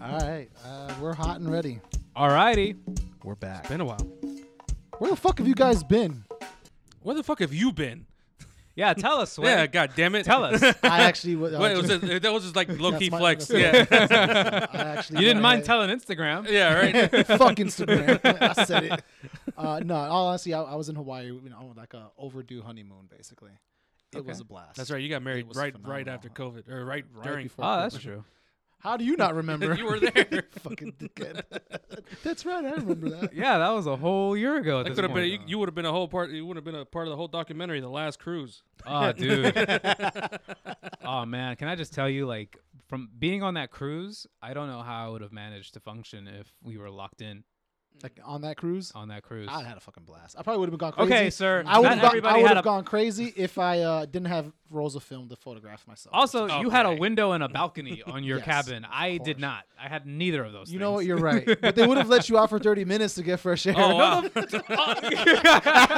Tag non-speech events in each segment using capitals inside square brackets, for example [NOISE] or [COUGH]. All right, uh, we're hot and ready. Alrighty. We're back. Been a while. Where the fuck have you guys [LAUGHS] been? Where the fuck have you been? Yeah, tell us. Sway. Yeah, god damn it. tell [LAUGHS] us. I actually was. [LAUGHS] Wait, was it, that was just like low key That's my- [LAUGHS] flex. that's- Yeah. I actually You didn't went ahead- mind telling Instagram. yeah, [LAUGHS] [LAUGHS] right. Fuck Instagram. [LAUGHS] I said it. Uh, no, in all honesty, I, I was in Hawaii, you know, like a overdue honeymoon, basically. It Okay. was a blast. That's right. You got married was right right phenomenal. after COVID or right, Right during. Ah, before Oh, that's COVID. true. How do you not remember? [LAUGHS] You were there. [LAUGHS] Fucking dickhead. [LAUGHS] That's right. I remember [LAUGHS] that. Yeah, that was a whole year ago. At That this could have been point. you, you would have been a whole part you would have been a part of the whole documentary, The Last Cruise. Oh, dude. oh man, can I just tell you, like, from being on that cruise, I don't know how I would have managed to function if we were locked in Like on that Oh, cruise, on that cruise. I had a fucking blast. I probably would have been gone Ah, crazy. okay, sir. I would not have gone, I everybody would had have a. gone crazy if I uh, didn't have rolls of film to photograph myself. Also, you had a Okay. window and a balcony on your Yes, cabin. I course. did not. I had neither of those. You know what? You're [LAUGHS] right. But they would have let you out for 30 minutes to get fresh air. Oh uh, wow. [LAUGHS]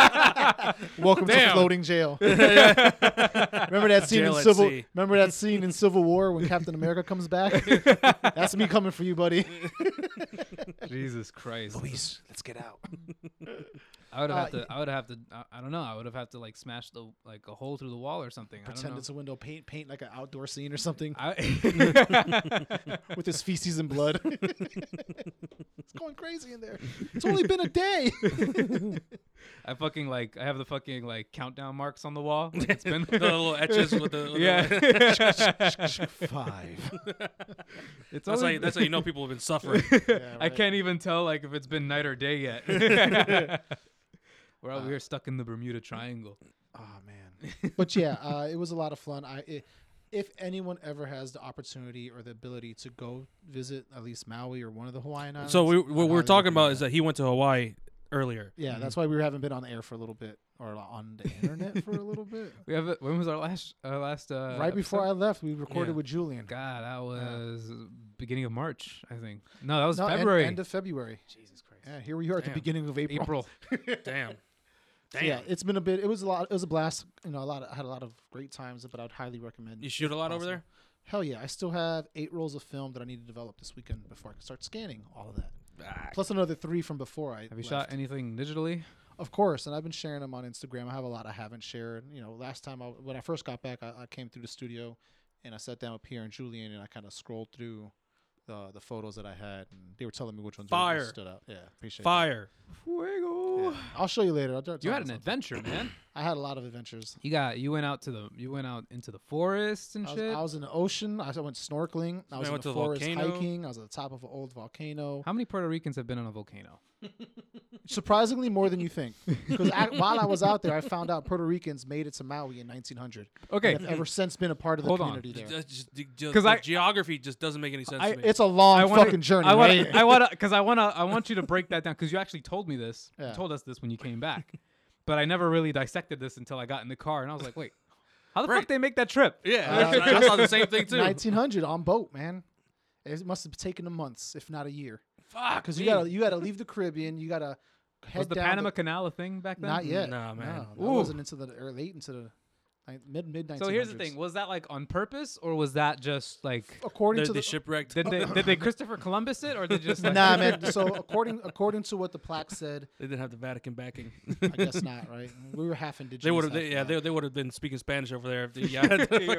Welcome to Damn. floating [LAUGHS] jail. remember that scene Jail in at Civil sea. Remember that scene in Civil War when Captain America comes [LAUGHS] back? That's me coming for you, buddy. Jesus Christ. Please, let's get [LAUGHS] out. I would have Uh, had to. I would have to. I, I don't know. I would have had to like smash the like a hole through the wall or something. I Pretend don't know. it's a window, paint paint like an outdoor scene or [LAUGHS] something I- with his feces and [LAUGHS] blood. it's going crazy in there. It's only been a day. [LAUGHS] I fucking like. I have the fucking like countdown marks on the wall. Like, it's been [LAUGHS] [LAUGHS] the little etches with the with the- [LAUGHS] yeah. Five. it's that's how always- you, that's how you know people have been suffering. [LAUGHS] I can't even tell like if it's been night or day [LAUGHS] yet. [LAUGHS] We're out Uh. here stuck in the Bermuda Triangle. Oh [LAUGHS] [LAUGHS] man. but yeah, uh, it was a lot of fun. I i if anyone ever has the opportunity or the ability to go visit at least Maui or one of the Hawaiian islands. so we, I'd what we're highly talking about recommend is that he went to Hawaii earlier. Yeah, that's why we haven't been on the air for a little bit or on the internet for a little [LAUGHS] bit. We have. A, when was our last? Our last. Uh, right before I episode? left, we recorded Yeah. with Julian. God, Yeah. that was beginning of March, I think. No, that was No, end- February. End, of February. Jesus Christ. Yeah, here we are at Damn. the beginning of April. [LAUGHS] April. Damn. So Damn. yeah, it's been a bit. It was a lot. It was a blast. You know, a lot. Of, I had a lot of great times, but I'd highly recommend. You shoot a lot over there? Awesome. Hell yeah! I still have eight rolls of film that I need to develop this weekend before I can start scanning all of that. [LAUGHS] Plus another three from before I Have you shot Ah, left. anything digitally? Of course, and I've been sharing them on Instagram. I have a lot I haven't shared. You know, last time I, when I first got back, I, I came through the studio, and I sat down with Pierre and Julian, and I kind of scrolled through the the photos that I had, and they were telling me which ones really Fire. stood out. Yeah, appreciate that. Fire. Fuego. Yeah. I'll show you later. I'll tell You had you an something. adventure, man. I had a lot of adventures. You got you went out to the you went out into the forest and I was, shit. I was in the ocean. I went snorkeling. I was in went the to the forest volcano. hiking. I was at the top of an old volcano. How many Puerto Ricans have been on a volcano? Surprisingly, more than you think. Because I, while I was out there, I found out Puerto Ricans made it to Maui in 1900. Okay. and have ever since been a part of the Hold on. community there. Just- just- the- just- 'Cause the I- geography just doesn't make any sense I, to me. it's a long wanna- fucking journey. I want right? I [LAUGHS] want because I want to I want you to break that down because you actually told me this. Yeah. You told us this when you came back, but I never really dissected this until I got in the car and I was like, wait, how the fuck Right. they make that trip? yeah, Uh, I saw the same thing too. 1900 on boat, man. It must have taken them months, if not a year, Fuck, because you me. gotta you gotta leave the Caribbean. You gotta head Was the down. Panama Canal a thing back then? not yet. Nah, man. No, that Ooh. wasn't into the or late into the ni- mid mid 1900s. So here's the thing: was that like on purpose or was that just like According They- to they the [LAUGHS] shipwrecked. did they [LAUGHS] did they Christopher Columbus it or did they just like, nah, man. So according according to what the plaque said, They didn't have the Vatican backing. I guess not. Right? We were half indigenous. [LAUGHS] They would have, half they, yeah, black. they, they would have been speaking Spanish over there. If [LAUGHS] they, [LAUGHS] yeah, Yeah,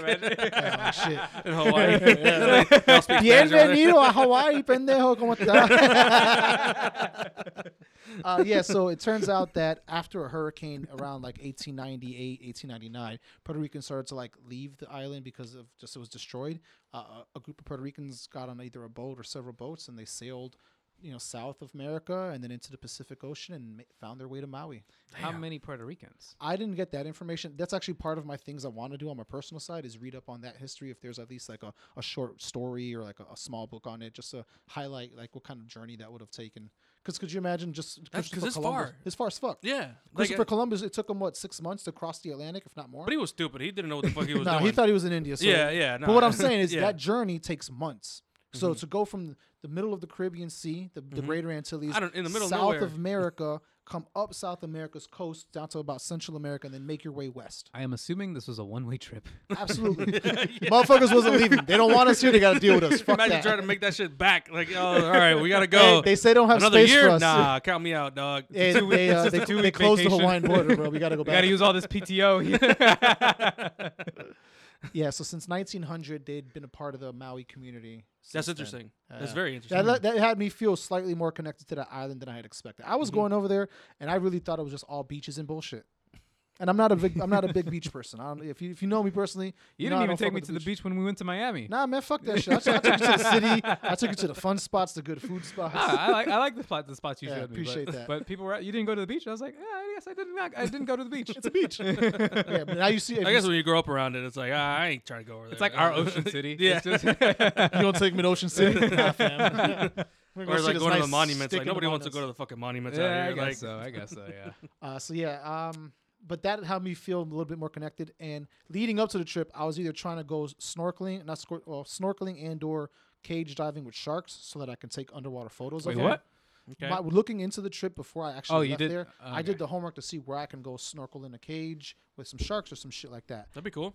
like, Oh, shit. in Hawaii. They all speak Spanish over there. Bienvenido a Hawaii, [LAUGHS] pendejo. ¿Cómo está? [LAUGHS] uh, yeah, so it turns out that after a hurricane around like 1898, 1899, Puerto Ricans started to like leave the island because of just it was destroyed. Uh, a a group of Puerto Ricans got on either a boat or several boats and they sailed, you know, south of America and then into the Pacific Ocean and ma- found their way to Maui. how many Puerto Ricans? I didn't get that information. That's actually part of my things I want to do on my personal side is read up on that history if there's at least like a, a short story or like a, a small book on it just to highlight like what kind of journey that would have taken. Because could you imagine just 'cause Christopher it's Columbus? far. It's far as fuck. [LAUGHS] Yeah, like, uh, Christopher Columbus, it took him what six months to cross the Atlantic, if not more. but he was [LAUGHS] stupid. He didn't know what the fuck he was no, doing. he thought he was in India. So [LAUGHS] yeah, Mm-hmm. yeah. but what nah. I'm saying is Yeah. that journey takes months So to go from the middle of the Caribbean Sea, the, the Greater Antilles, Mm-hmm. I don't- in the middle of South nowhere. of America, come up South America's coast down to about Central America, and then make your way [LAUGHS] west. I am assuming this was a one way trip. Absolutely, motherfuckers wasn't leaving. They don't want us here. They got to deal with [LAUGHS] us. Fuck Imagine that. trying to make that shit back. Like, oh, all right, [LAUGHS] we gotta Hey, go. they say they don't have Another space year? for us. [LAUGHS] Nah, count me out, dog. Hey, [LAUGHS] they, uh, they, they closed the Hawaiian border, bro. We got to go We got back. to use all [LAUGHS] this PTO. here. yeah, so since 1900, they'd been a part of the Maui community. since That's then. interesting. Uh, That's yeah. very interesting. That, let- that had me feel slightly more connected to that island than I had expected. I was Mm-hmm. going over there, and I really thought it was just all beaches and bullshit. And I'm not a big I'm not a big beach person. I don't if you if you know me personally, you know didn't I even don't fuck take me with to the beach when we went to Miami. Nah, man, fuck that shit. I took, I took you to the city. I took you to the fun spots, the good food spots. Ah, I like I like the spot the spots you Yeah, showed me. appreciate but, that. But people were you didn't go to the beach. I was like, yeah, I guess I didn't. I didn't go to the beach. [LAUGHS] it's a beach. yeah, but now you see. if I you guess when you grow up around it, it's like ah, I ain't trying to go over there. It's like [LAUGHS] our ocean city. yeah. It's just- [LAUGHS] [LAUGHS] You don't take me to Ocean City, nah, fam. [LAUGHS] We're gonna or see like this going to nice the monuments. stick Like in the nobody wants to monuments. go to the fucking monuments yeah, I out guess here. Like, so. I guess so. Yeah. [LAUGHS] Uh, so yeah, um, but that helped me feel a little bit more connected. And leading up to the trip, I was either trying to go snorkeling, not scor- well, snorkeling and or cage diving with sharks, so that I can take underwater photos. Wait, of what? Them. okay. My, looking into the trip before I actually Oh, left you did- there, I okay. did the homework to see where I can go snorkel in a cage with some sharks or some shit like that. That'd be cool.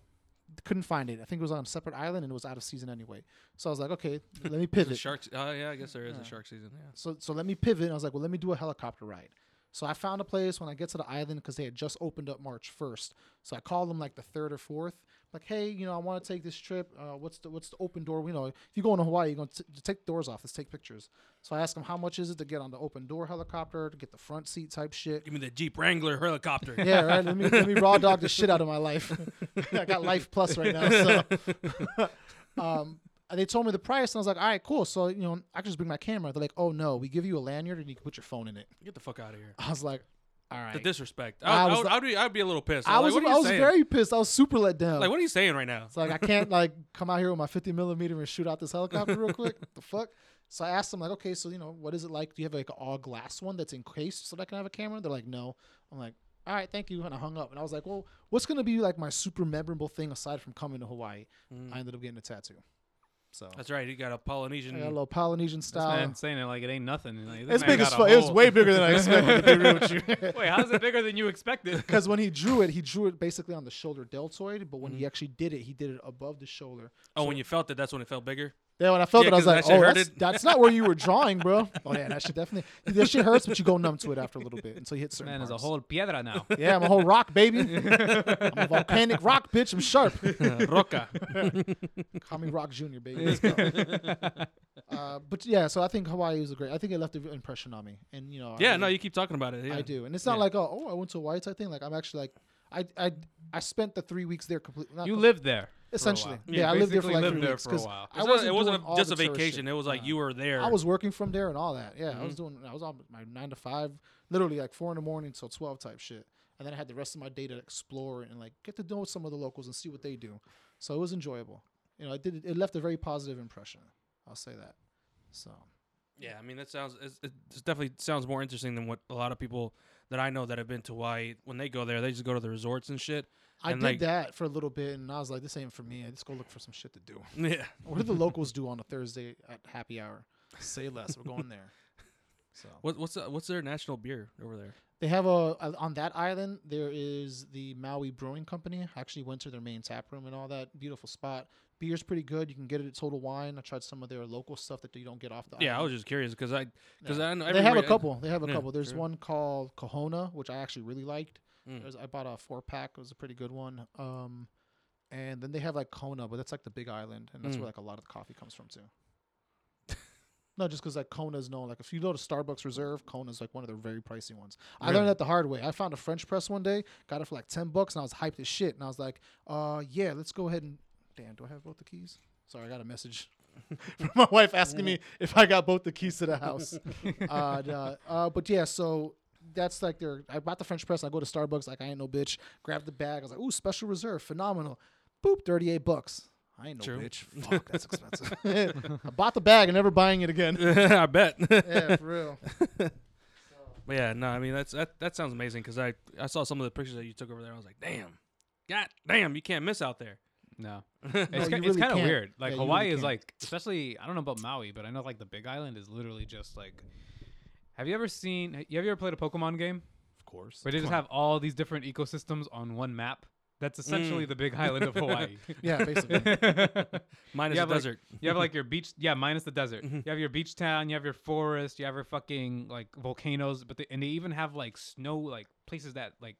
Couldn't find it. I think it was on a separate island and it was out of season anyway. So I was like, okay, let me [LAUGHS] The pivot. sharks. Oh yeah, I guess there is a shark season. Yeah. So so let me pivot. And I was like, well, let me do a helicopter ride. So I found a place when I get to the island because they had just opened up March first. So I called them like the third or fourth. Like, hey, you know, I want to take this trip. Uh, what's the what's the open door? You know, if you go into Hawaii, you're gonna t- take the doors off. Let's take pictures. So I asked them how much is it to get on the open door helicopter to get the front seat type shit. Give me the Jeep Wrangler helicopter. [LAUGHS] Yeah, right. Let me let me raw dog the shit out of my life. [LAUGHS] I got life plus right now. So, [LAUGHS] um, and they told me the price, and I was like, all right, cool. So you know, I can just bring my camera. They're like, oh no, we give you a lanyard and you can put your phone in it. [LAUGHS] Get the fuck out of here. I was like, all The right. disrespect. I I, I, was would, like- I'd, be, I'd be a little pissed. I I'm was like, what are I you was saying? very pissed. I was super let down. Like, what are you saying right now? It's like I can't like come out here with my 50 millimeter and shoot out this helicopter real quick. [LAUGHS] the fuck? So I asked them like, okay, so you know, what is it like? Do you have like an all glass one that's encased so that I can have a camera? They're like, no. I'm like, all right, thank you, and I hung up. And I was like, well, what's gonna be like my super memorable thing aside from coming to Hawaii? Mm. I ended up getting a tattoo. So That's right. You got a Polynesian. I got a little Polynesian style. mm. Man, saying it like it ain't nothing. Like, this Um, It's man big as got a fuck. It was whole- way bigger than I expected. to be real with you. [LAUGHS] Wait, how's it bigger than you expected? Because when he drew it, he drew it basically on the shoulder deltoid, but when Mm. he actually did it, he did it above the shoulder. oh, when you felt it, that's when it felt bigger. Yeah, when I felt Yeah, it, I was 'cause like, that shit "Oh, that's, hurted." that's not where [LAUGHS] you were drawing, bro." Oh yeah, that shit definitely. That shit hurts, but you go numb to it after a little bit until you hit certain. Man is a parts. whole [LAUGHS] piedra now. Yeah, I'm a whole rock, baby. I'm a volcanic rock, bitch. I'm sharp. Roca. [LAUGHS] Call me Rock Junior, baby. Let's go. [LAUGHS] uh, but yeah, so I think Hawaii was a great. I think it left an impression on me, and you know. I Yeah, really- no, you keep talking about it. Yeah. I do, and it's not Yeah. like oh, oh, I went to Hawaii type thing. Like I'm actually like. I, I, I spent the three weeks there completely. You lived there. for a essentially. while. Yeah, I lived there for basically like lived three there weeks for a 'cause while. I It's not- wasn't it wasn't doing all just the a tourist vacation. shit. It was like you were there. I was working from there and all that. Yeah, I was Mm-hmm. doing. I was on my nine to five, literally like four in the morning till twelve type shit. And then I had the rest of my day to explore and like get to know some of the locals and see what they do. So it was enjoyable. You know, it did. It left a very positive impression. I'll say that. So Yeah, I mean that sounds it's, it just definitely sounds more interesting than what a lot of people that I know that have been to Hawaii when they go there, they just go to the resorts and shit. [LAUGHS] I and did like, that for a little bit, and I was like, "This ain't for me. I just go look for some shit to do." Yeah, What do the locals do on a Thursday at happy hour? Say less. We're going there. So what, what's the, what's their national beer over there? They have a on that island. There is the Maui Brewing Company. I actually went to their main tap room and all that beautiful spot. Beer's pretty good. You can get it at Total Wine. I tried some of their local stuff that you don't get off the Yeah, I was island. just curious because I because I know uh, they have everywhere- a couple. They have a Yeah, couple. There's sure. one called Kahona, which I actually really liked. Mm. There's- I bought a four pack. It was a pretty good one. Um, and then they have like Kona, but that's like the big island, and that's Mm. where like a lot of the coffee comes from too. no, just because like Kona is known. Like if you go to Starbucks Reserve, Kona is like one of their very pricey ones. I Really? learned that the hard way. I found a French press one day, got it for like ten bucks, and I was hyped as shit. And I was like, "Uh, yeah, let's go ahead and." Damn, do I have both the keys? Sorry, I got a message from [LAUGHS] my wife asking me if I got both the keys to the house. Mm. [LAUGHS] uh, duh. uh, but yeah, so that's like their. I bought the French press. I go to Starbucks like I ain't no bitch. Grab the bag. I was like, ooh, special reserve, phenomenal. Boop, thirty eight bucks. I ain't no [LAUGHS] True. bitch. Fuck, that's expensive. [LAUGHS] I bought the bag and never buying it [LAUGHS] again. [LAUGHS] I bet. yeah, for real. But yeah, no, I mean that's that that sounds amazing because I I saw some of the pictures that you took over there. I was like, damn, god damn, you can't miss out there. [LAUGHS] No, No, it's, you ki- it's really kind of can't. weird. Yeah, Like you really Hawaii is can't. like, especially I don't know about Maui, but I know like the Big Island is literally just like. Have you ever seen? Have you ever played a Pokemon game Of course. where they just Come on. have all these different ecosystems on one map? That's essentially Mm. the Big Island of Hawaii. [LAUGHS] [LAUGHS] [LAUGHS] Yeah, basically. Mine is Yeah, a but- desert. You have like your beach, yeah, minus the desert. Mm-hmm. Mhm. You have your beach town, you have your forest, you have your fucking like volcanoes, but they, and they even have like snow, like places that like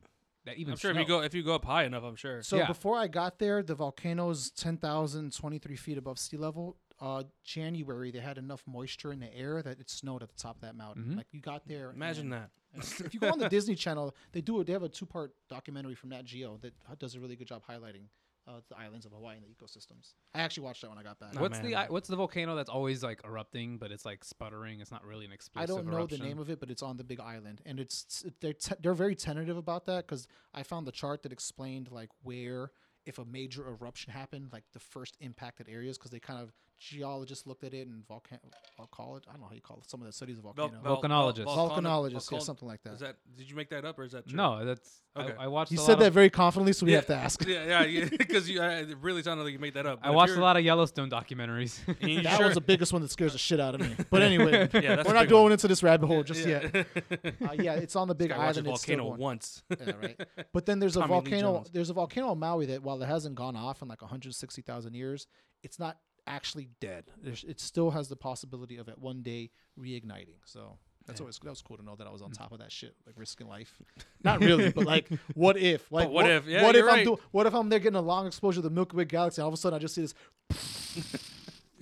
that even. I'm sure if snow. you go if you go up high enough, I'm sure. So Yeah. before I got there, the volcano's 10,023 feet above sea level. Uh, January, they had enough moisture in the air that it snowed at the top of that mountain. Mhm. Like you got there. Imagine and- that. If you go [LAUGHS] on the Disney Channel, they do. They have a two-part documentary from Nat Geo that h- does a really good job highlighting uh, the islands of Hawaii and the ecosystems. I actually watched that when I got back. Nah, what's the Oh, man. i- what's the volcano that's always like erupting, but it's like sputtering. It's not really an I explosive. don't know eruption. the name of it, but it's on the Big Island, and it's it's- they're te- they're very tentative about that because I found the chart that explained like where if a major eruption happened, like the first impacted areas, because they kind of geologists looked at it and volcan I'll call it I don't know how you call it some of the studies of Vol- volcano vol- vol- Volcanologist. volcano- volcanologists yeah volcan- something like that. Is that did you make that up or is that true? [LAUGHS] No, that's Okay. I, I watched. He a said lot that Of, very confidently, so we Yeah. have to ask. Yeah, yeah, yeah. [LAUGHS] Because you, I, it really sounded like you made that up. I watched a lot of Yellowstone documentaries. [LAUGHS] You That sure? was the biggest one that scares the shit out [LAUGHS] of me. But anyway, Yeah, we're not that's a big one. going into this rabbit hole just [LAUGHS] yet. yet. Uh, yeah, it's on the Big I watched a Island. It's still volcano going. [LAUGHS] once. Oh, Yeah, [LAUGHS] right. But then there's a Tommy Lee volcano. Jones. There's a volcano on Maui that, while it hasn't gone off in like 160,000 years, it's not actually dead. There's, it still has the possibility of at one day reigniting. So that's Damn. always that was cool to know that I was Mm. on top of that shit, like risking [LAUGHS] life. Not really, but like, [LAUGHS] what if? Like, what if? Yeah, what if you're I'm right. do, What if I'm there getting a long exposure to the Milky Way galaxy, and all of a sudden I just see [LAUGHS] this.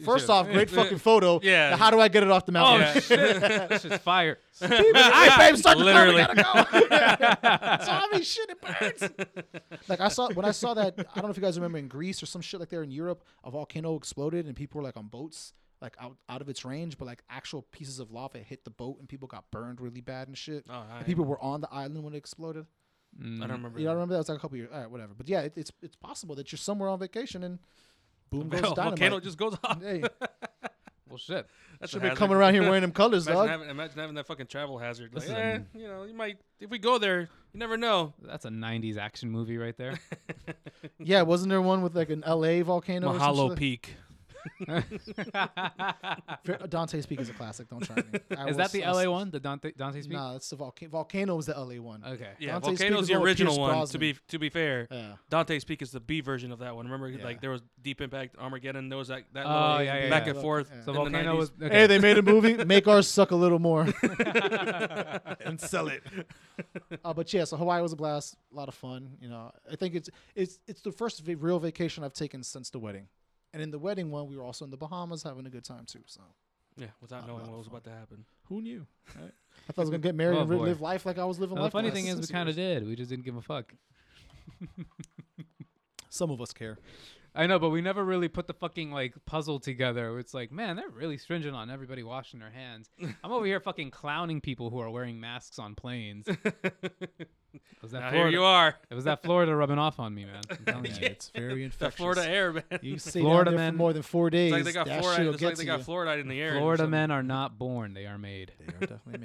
First off, great fucking photo. Yeah. Now how do I get it off the [LAUGHS] oh mountain? [LAUGHS] Yeah. shit! That's just [LAUGHS] fire. Hey, babe, start the car, we Literally. gotta go. [LAUGHS] [LAUGHS] Tommy, shit, it burns. Like I saw when I saw that. I don't know if you guys remember in Greece or some shit like there in Europe, a volcano exploded and people were like on boats, like out out of its range, but like actual pieces of lava hit the boat and people got burned really bad and shit. Oh, I, And people were on the island when it exploded. I Mm. don't remember. You don't remember that was like a couple years. All right, whatever. But yeah, it, it's it's possible that you're somewhere on vacation and [LAUGHS] boom goes Well, dynamite. volcano just goes off. hey, Well, shit. That's should a be hazard. coming around here [LAUGHS] wearing them colors, Imagine dog. having, imagine having that fucking travel hazard. Like, This is eh, you know, you might if we go there, you never know. That's a '90s action movie right there. yeah, wasn't there one with like an LA volcano? or some shit like- Peak. Fair- Dante's Peak is a classic. Don't try [LAUGHS] me. I Is was- that the I was- LA one? Uh, The Dante Dante's Peak? No, that's the volcano. Volcano is the LA one. Okay. Yeah, Dante's Peak Volcano's is the one with original Pierce one. To Brosnan. be to be fair, Yeah. Dante's Peak is the B version of that one. Remember, Yeah. like there was Deep Impact, Armageddon. There was that that Oh, little yeah, yeah, back yeah. and forth. Yeah. So in the volcano 90s. was. Okay. Hey, they made a movie. [LAUGHS] Make ours suck a little [LAUGHS] more [LAUGHS] and sell it. [LAUGHS] Uh, but yeah, so Hawaii was a blast. A lot of fun. You know, I think it's it's it's the first va- real vacation I've taken since the wedding. And in the wedding one, we were also in the Bahamas having a good time too. So Yeah, without Not knowing Oh, that what was fun. about to happen. who knew? right? I thought I was gonna get married Oh, and re- boy. live life like I was living Now, the life. funny last thing is, we six kind of years. did. We just didn't give a fuck. Some of us [LAUGHS] care. I know, but we never really put the fucking like puzzle together. It's like, man, they're really stringent on everybody washing their hands. I'm over here fucking clowning people who are wearing masks on [LAUGHS] planes. It was that Now here Florida? you are, It was that Florida rubbing off on me, man. I'm [LAUGHS] telling you. it's very the infectious. Florida air man. It's You stay Florida Florida down there men- for more than four days. like they got that fluoride. shit'll It's get like they to got you. fluoride in the air. or Florida something. men are not born; they are made. They are definitely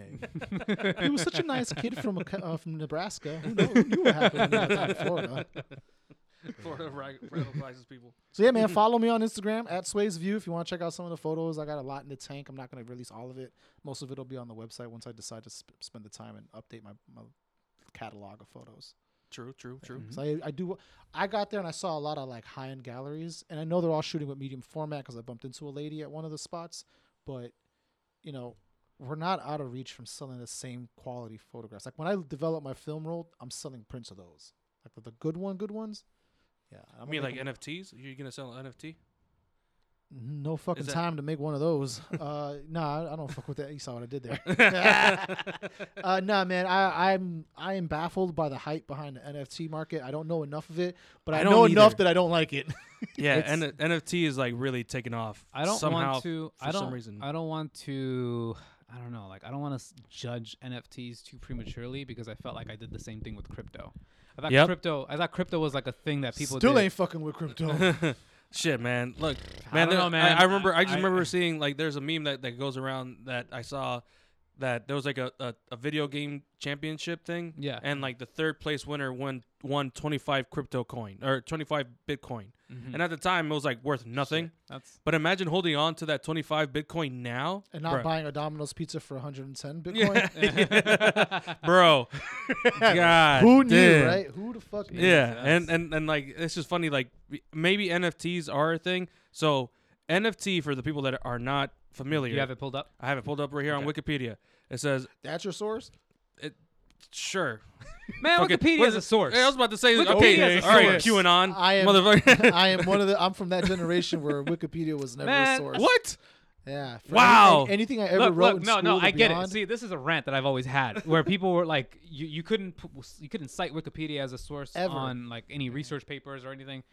made. [LAUGHS] he was such a nice kid from a co- uh, from Nebraska. Who knew, who knew what happened in that time, Florida? Florida rag- radicalizes people. So yeah, man, Mm-hmm. follow me on Instagram at Sways View if you want to check out some of the photos. I got a lot in the tank. I'm not going to release all of it. Most of it will be on the website once I decide to sp- spend the time and update my, my catalog of photos. True, true, true. So I, I do. I got there and I saw a lot of like high end galleries, and I know they're all shooting with medium format because I bumped into a lady at one of the spots. But you know, we're not out of reach from selling the same quality photographs. Like when I develop my film roll, I'm selling prints of those, like the, the good one, good ones. Yeah, [LAUGHS] I I'm mean, like making NFTs. You're gonna sell an NFT? no fucking is that- time to make one of those. [LAUGHS] uh, nah, I- I don't fuck with that. You saw what I did there. [LAUGHS] uh, nah, man, I, I'm I am baffled by the hype behind the NFT market. I don't know enough of it, but I, I don't know enough either. that I don't like it. Yeah, It's- and NFT is like really taking off. I don't somehow want to. for I don't. some reason. I don't want to. I don't know. Like I don't want to judge NFTs too prematurely because I felt like I did the same thing with crypto. I thought Yep. crypto. I thought crypto was like a thing that people still did. ain't fucking with [LAUGHS] crypto. Shit, man. Look, I man. don't there- know, man. I, I remember. I, just I- remember seeing like there's a meme that that goes around that I saw that there was like a, a, a video game championship thing. Yeah. And like the third place winner won won 25 crypto coin or 25 Bitcoin. Mhm. And at the time, it was like worth nothing. [LAUGHS] That's But imagine holding on to that 25 Bitcoin now. and not Bruh. buying a Domino's pizza for 110 Bitcoin. [LAUGHS] [LAUGHS] Bro. God. Who knew, damn. right? Who the fuck knew? Yeah, Jesus. and, and and like it's just funny. Like we- maybe NFTs are a thing. So NFT for the people that are not familiar, you have it pulled up. I have it pulled up right here on Wikipedia. It says That's your source? sure. Man, Fucking- Wikipedia what is it- a source. I was about to say Wikipedia okay, is a all right, source. QAnon, I am- [LAUGHS] motherfucker. [LAUGHS] I am one of the I'm from that generation [LAUGHS] where Wikipedia was never a Man, source. what? Yeah. for Wow. Anything, anything I ever look, wrote look, in no, school no, to I get beyond, it. See, this is a rant that I've always [LAUGHS] had, where people were like, you, you couldn't p- you couldn't cite Wikipedia as a source Ever. on like any research papers or anything.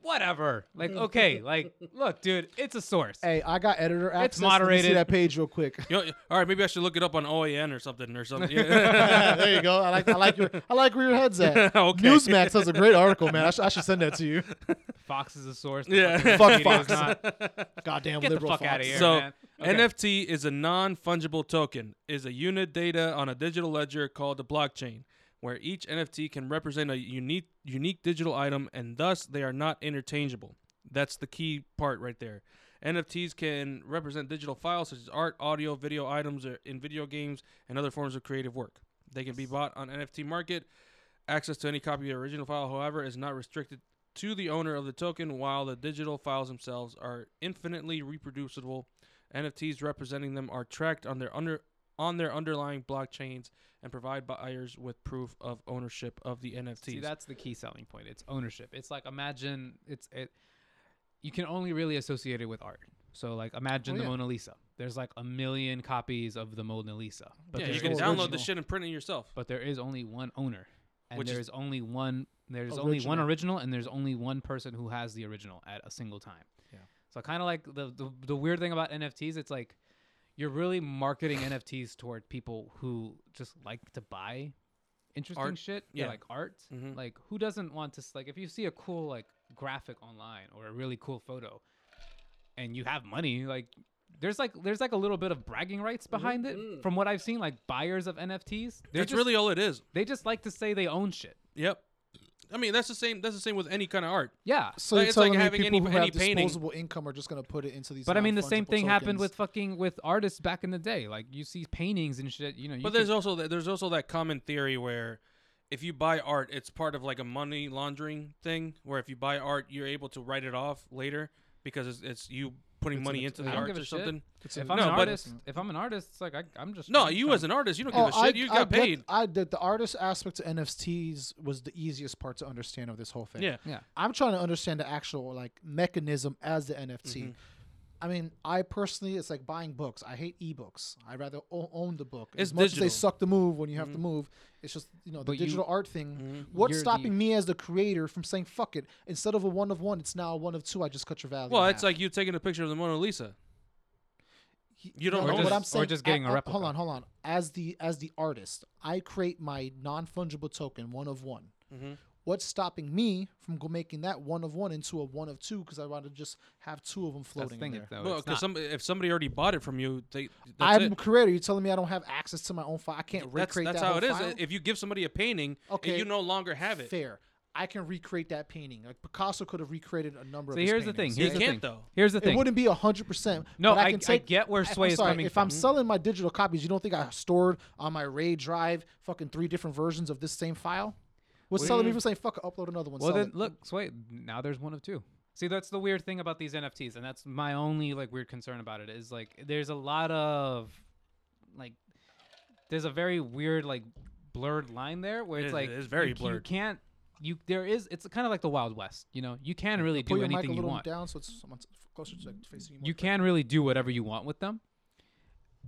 Whatever. [LAUGHS] Like, okay, like, look, dude, it's a source. Hey, I got editor access. It's Let me see moderated. that page real quick. Yo, all right, maybe I should look it up on OAN or something or [LAUGHS] [LAUGHS] something. there you go. I like, I like your, I like where your head's at. Okay. Newsmax has a great article, man. I, sh- I should send that to you. Fox is a source. Yeah. fucking Fuck Wikipedia is Fox. [LAUGHS] not. Goddamn Get the liberal fuck Fox. outta here. so man. Okay. NFT is a non-fungible token, is a unit data on a digital ledger called the blockchain, where each NFT can represent a unique unique digital item and thus they are not interchangeable. That's the key part right there. NFTs can represent digital files such as art, audio, video items or in video games and other forms of creative work. They can be bought on NFT market. Access to any copy of the original file, however, is not restricted to the owner of the token, while the digital files themselves are infinitely reproducible. NFTs representing them are tracked on their under on their underlying blockchains and provide buyers with proof of ownership of the NFTs. See, that's the key selling point. It's ownership. It's like imagine it's it. You can only really associate it with art. So like imagine Oh, the yeah. Mona Lisa. There's like a million copies of the Mona Lisa, but yeah, there you there's can no is download only- the shit and print it yourself. But there is only one owner, and Which there is- is only one. There's only one Original. original, and there's only one person who has the original at a single time. Yeah. So kind of like the, the the weird thing about NFTs, it's like you're really marketing NFTs toward people who just like to buy interesting Art. shit. Yeah. like art. Mhm. Like who doesn't want to s- like if you see a cool like graphic online or a really cool photo, and you have money, like there's like there's like a little bit of bragging rights Mm-hmm. behind it from what I've seen. Like buyers of NFTs, they're That's just- Mm. really all it is. they just like to say they own shit. Yep. I mean, that's the same. That's the same with any kind of art. Yeah. So Like, you're it's like telling me having people any- who any have painting. disposable income are just going to put it into these. But I mean, the same non-fungible thing happened tokens? with fucking with artists back in the day. Like you see paintings and shit. You know. You But there's also that, there's also that common theory where if you buy art, it's part of like a money laundering thing. Where if you buy art, you're able to write it off later because it's, it's you putting It's an money ex- into I the don't art give a or shit. something. It's if a- I'm No, an but- artist, if I'm an artist, it's like I, I'm just No, I'm you trying as to- an artist, you don't give a shit. you Oh, I got get- paid. I did the artist aspect to NFTs was the easiest part to understand of this whole thing. yeah. yeah. I'm trying to understand the actual like mechanism as the NFT. Mm-hmm. I mean, I personally, it's like buying books. I hate ebooks. I rather o- own the book. It's as much digital. Mm-hmm. as they suck the move when you have to move, it's just you know the But you- digital art thing. What's You're stopping the- me as the creator from saying fuck it? Instead of a one of one, it's now a one of two. I just cut your value. Well, in it's half. like you taking a picture of the Mona Lisa. He- you don't no, own what it. I'm Or saying. just getting a I- I- Hold replica. on, hold on. As the as the artist, I create my non fungible token, one of one. Mhm. What's stopping me from go making that one of one into a one of two? Because I want to just have two of them That's the floating in thing. there. It, though, Well, it's 'cause not. some, if somebody already bought it from you, they I'm that's a it. creator. You're telling me I don't have access to my own file. I can't That's, recreate that's that how whole it file? is. If you give somebody a painting, Okay. and you no longer have it. Fair. I can recreate that painting. Like Picasso could have recreated a number So of. his here's the thing. paintings. Here's You the can't, thing. though. Here's the it thing. wouldn't be hundred percent. No, but I, I- can I take, get where I- I'm Sway is sorry, coming If I'm from. selling my digital copies, you don't think I stored on my RAID drive fucking three different versions of this same file? What's Well, telling you- me for saying fuck? it, Upload another one. Well, sell then it. look, so wait, now there's one of two. See, that's the weird thing about these NFTs, and that's my only like weird concern about it is like there's a lot of like there's a very weird like blurred line there where It it's is- like it is very you, c- You blurred. can't you there is it's kind of like the Wild West, you know. You can really Pull do your mic a anything you little want. down so it's someone's closer to like, facing you. more. You can really do whatever you want with them.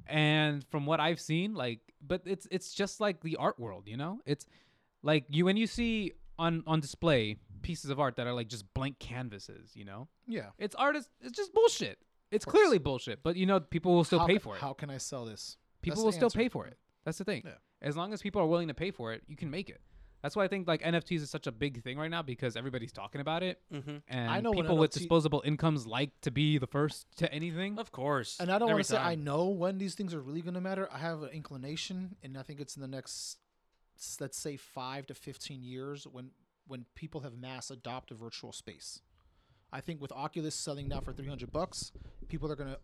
And from what I've seen, like, but it's it's just like the art world, you know. It's like you when you see on on display pieces of art that are like just blank canvases, you know. Yeah. It's artists. It's just bullshit. It's course. clearly bullshit, but you know people will still How pay ca- for it. How can I sell this? That's people the will still answer. pay for it. That's the thing. Yeah. As long as people are willing to pay for it, you can make it. That's why I think like NFTs is such a big thing right now because everybody's talking about it, Mm-hmm. and know when people with NFT disposable incomes like to be the first to anything. Of course. And I don't Every want to say I time. know when these things are really going to matter. I have an inclination, and I think it's in the next, s- let's say, five to fifteen years when when people have mass adopt a virtual space. I think with Oculus selling now for three hundred bucks, people are going to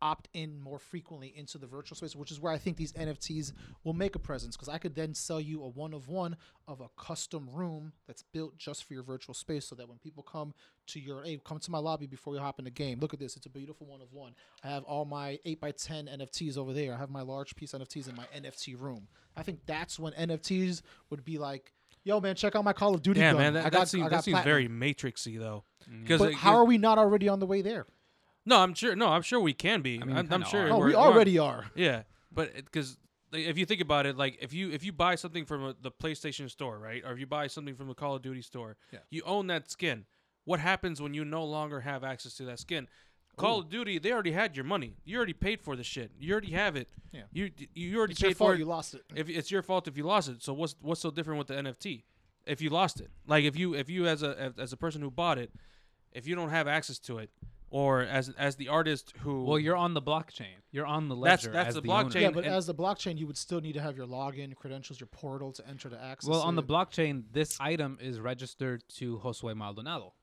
opt in more frequently into the virtual space, which is where I think these NFTs will make a presence because I could then sell you a one of one of a custom room that's built just for your virtual space so that when people come to your, hey, come to my lobby before you hop in the game. Look at this. It's a beautiful one of one. I have all my 8x10 NFTs over there. I have my large piece NFTs in my NFT room. I think that's when NFTs would be like, yo, man, check out my Call of Duty Yeah, gun. man, that, I that got, seems, I that got seems platinum." Mm. very matrixy though. Because But how are we not already on the way there? No, I'm sure. No, I'm sure we can be. I mean, we am I'm kinda sure. are. Oh, we're- we we're- already are. Yeah, but because if you think about it, like if you if you buy something from a, the PlayStation store, right, or if you buy something from the Call of Duty store, Yeah. you own that skin. What happens when you no longer have access to that skin? Call of Duty, they already had your money. You already paid for the shit. You already have it. Yeah. You you already It's paid your fault for it. you lost it. if it's your fault if you lost it. So what's what's so different with the NFT? If you lost it, like if you if you as a as a person who bought it, if you don't have access to it, or as as the artist who Well, you're on the blockchain. You're on the That's- ledger. that's as the owner. blockchain. Yeah, and- but and- as the blockchain, you would still need to have your login credentials, your portal to enter to access. Well, on the it. blockchain, this item is registered to Josue Maldonado.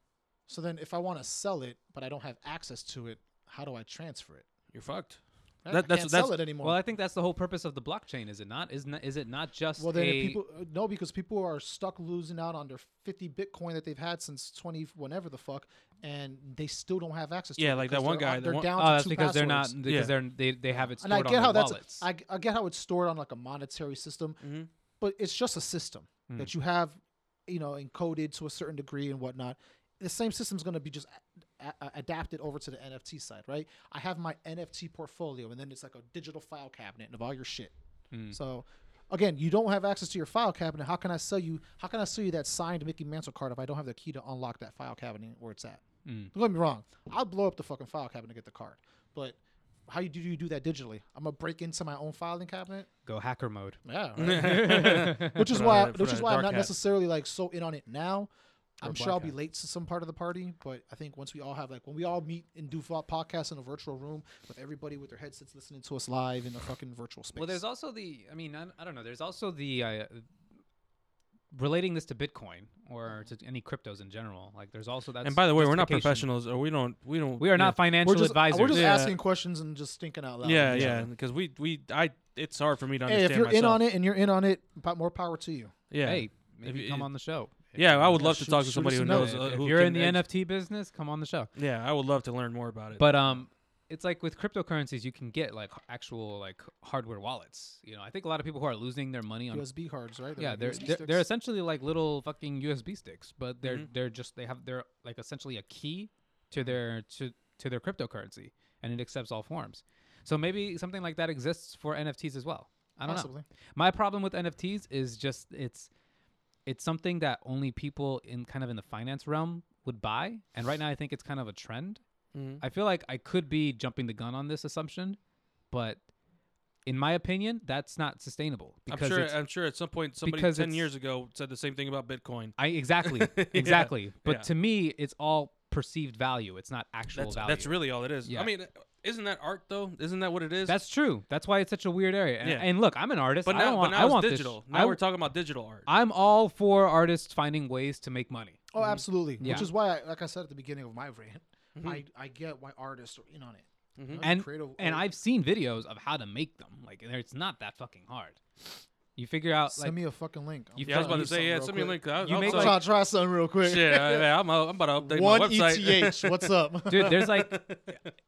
So then, if I want to sell it, but I don't have access to it, how do I transfer it? you're [LAUGHS] fucked. Right? That- I that's- can't that's- sell it anymore. Well, I think that's the whole purpose of the blockchain, is it not? Is not is it not just Well, then a if people uh, no, because people are stuck losing out on their 50 Bitcoin that they've had since 20 whenever the fuck, and they still don't have access. to Yeah, it like that because one they're- guy, the They're one- down Oh, to that's two because they're not passwords. because Yeah. they're they, they have it stored And I get on how their that's wallets. Mm-hmm. I, I get how it's stored on like a monetary system, Mhm. but it's just a system Mm. that you have, you know, encoded to a certain degree and whatnot. The same system's going to be just a- a- adapted over to the NFT side, right? I have my NFT portfolio, and then it's like a digital file cabinet of all your shit. Mm. So, again, you don't have access to your file cabinet. How can I sell you? How can I sell you that signed Mickey Mantle card if I don't have the key to unlock that file cabinet where it's at? Don't get me wrong. I'll blow up the fucking file cabinet to get the card, but how you do you do that digitally? I'm gonna break into my own filing cabinet. Go hacker mode. Yeah, [LAUGHS] which is why a- put which on is a why I'm dark not hat. necessarily like so in on it now. I'm sure black I'll be hat. late to some part of the party, but I think once we all have like when we all meet and do fo- podcasts in a virtual room with everybody with their headsets listening to us live in a fucking virtual space. Well, there's also the. I mean, I, I don't know. There's also the uh, relating this to Bitcoin or to any cryptos in general. Like, there's also that. and by the way, we're not justification. professionals, or we don't we don't We are not financial we're just advisors. we're just Yeah. asking questions and just thinking out loud. Yeah, with each yeah, other. because we we I it's hard for me to Hey, understand if you're myself. in on it and you're in on it, po- more power to you. yeah, Hey, maybe you- come on the show. yeah, I would Yeah, love to shoot- talk shoot to us somebody a who note. knows. If, uh, if who you're in can the ex- NFT business, come on the show. yeah, I would love to learn more about it. But um, it's like with cryptocurrencies, you can get like h- actual like hardware wallets. You know, I think a lot of people who are losing their money on USB cards, right? yeah, like they're USB they're, they're sticks. essentially like little fucking USB sticks, but they're Mm-hmm. they're just they have they're like essentially a key to their to to their cryptocurrency, and it accepts all forms. So maybe something like that exists for NFTs as well. I don't Possibly. know. My problem with NFTs is just it's it's something that only people in kind of in the finance realm would buy, and right now I think it's kind of a trend. Mhm. I feel like I could be jumping the gun on this assumption, but in my opinion, that's not sustainable I'm because sure it's- I'm sure at some point somebody because ten it's- years ago said the same thing about Bitcoin. I exactly, [LAUGHS] Yeah, exactly. But yeah. to me, it's all perceived value. It's not actual That's value. that's really all it is. Yeah. I mean, isn't that art though? Isn't that what it is? That's true. That's why it's such a weird area. And, Yeah. and look, I'm an artist. but I now, don't want. but I now want it's this- digital. I, Now we're talking about digital art. am all for artists finding ways to make money. Oh, Mm-hmm. absolutely. Yeah. Which is why, I, like I said at the beginning of my rant, I, I get why artists are in on it. Mm-hmm. You know, And creative- and I've seen videos of how to make them. Like and it's not that fucking hard. You figure out like send me [LAUGHS] a fucking link. I'm You yeah, I was trying about to say do yeah. something Send me real a quick. link. I, You I make was I'm like- trying to [LAUGHS] try something real quick. shit, I- [LAUGHS] yeah, I'm, uh, I'm about to update One my E website. [LAUGHS] ETH. What's up? dude [LAUGHS] there's like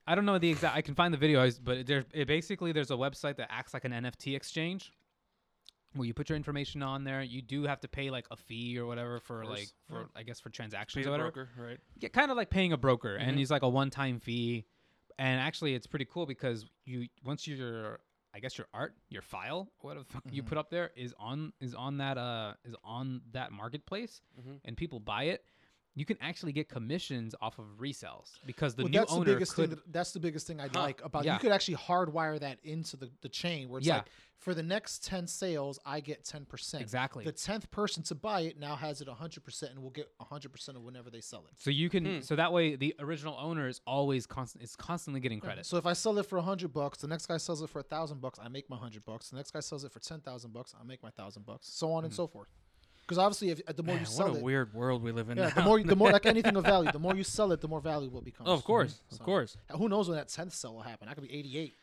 i don't know the exact i can find the videos but there's it basically there's a website that acts like an nft exchange where you put your information on there you do have to pay like a fee or whatever for course, like for i guess for transactions Peter or whatever Broker, right? yeah, kind of like paying a broker Mm-hmm. and he's like a one-time fee and actually it's pretty cool because you once your i guess your art your file whatever the fuck you Mm-hmm. put up Mm-hmm. there is on is on that uh is on that marketplace and people buy it you can actually get commissions off of resells because the Well, new that's the owner biggest could. thing. That, that's the biggest thing I Huh, like about yeah. you could actually hardwire that into the, the chain where it's Yeah. like for the next ten sales I get ten percent. Exactly. The tenth person to buy it now has it hundred percent and will get hundred percent of whenever they sell it. so you can Hmm. so that way the original owner is always constant is constantly getting credit. So if I sell it for hundred bucks, the next guy sells it for thousand bucks, I make my hundred bucks. The next guy sells it for ten thousand bucks, I make my thousand bucks, so on and so forth. Because obviously, if the more Hmm. Man, you what sell a it, weird world we live in. yeah, the [LAUGHS] now. more the more like anything of value, the more you sell it, the more valuable it becomes. Oh, of course, [LAUGHS] of So- course. And Who knows when that tenth sell will happen? I could be eighty-eight.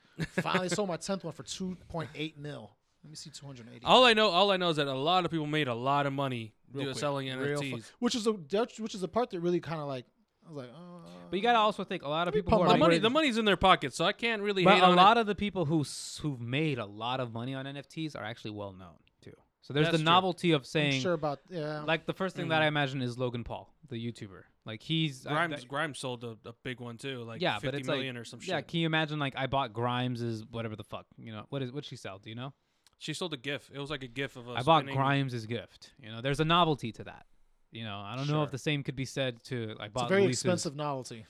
Finally sold my tenth one for two point eight mil. Let me see two hundred eighty. All I know, all I know is that a lot of people made a lot of money Real do- quick. selling Real fu- NFTs. which is the that's- which is the part that really kind of like I was like, uh, But you gotta also think a lot Let of me people pump who are my the like- money, the money's in their pocket, so I can't really But hate a on lot of the people who s- who've made a lot of money on NFTs are actually well known too. So there's That's the true. novelty of I'm Mm. saying sure about yeah. like the first thing that I imagine is Logan Paul, the YouTuber. Like he's it. I- Grimes, that- Grimes sold a, a big one too, like yeah, but fifty it's like- million or some yeah. shit. Can you imagine like I bought Grimes's whatever the fuck you know what is what she sell? Do you know? She sold a GIF. It was like a GIF of a. I bought spinning- Grimes's gift. You know, there's a novelty to that. You know, I don't know Sure. if the same could be said to I it's a bought very Luis's, expensive novelty.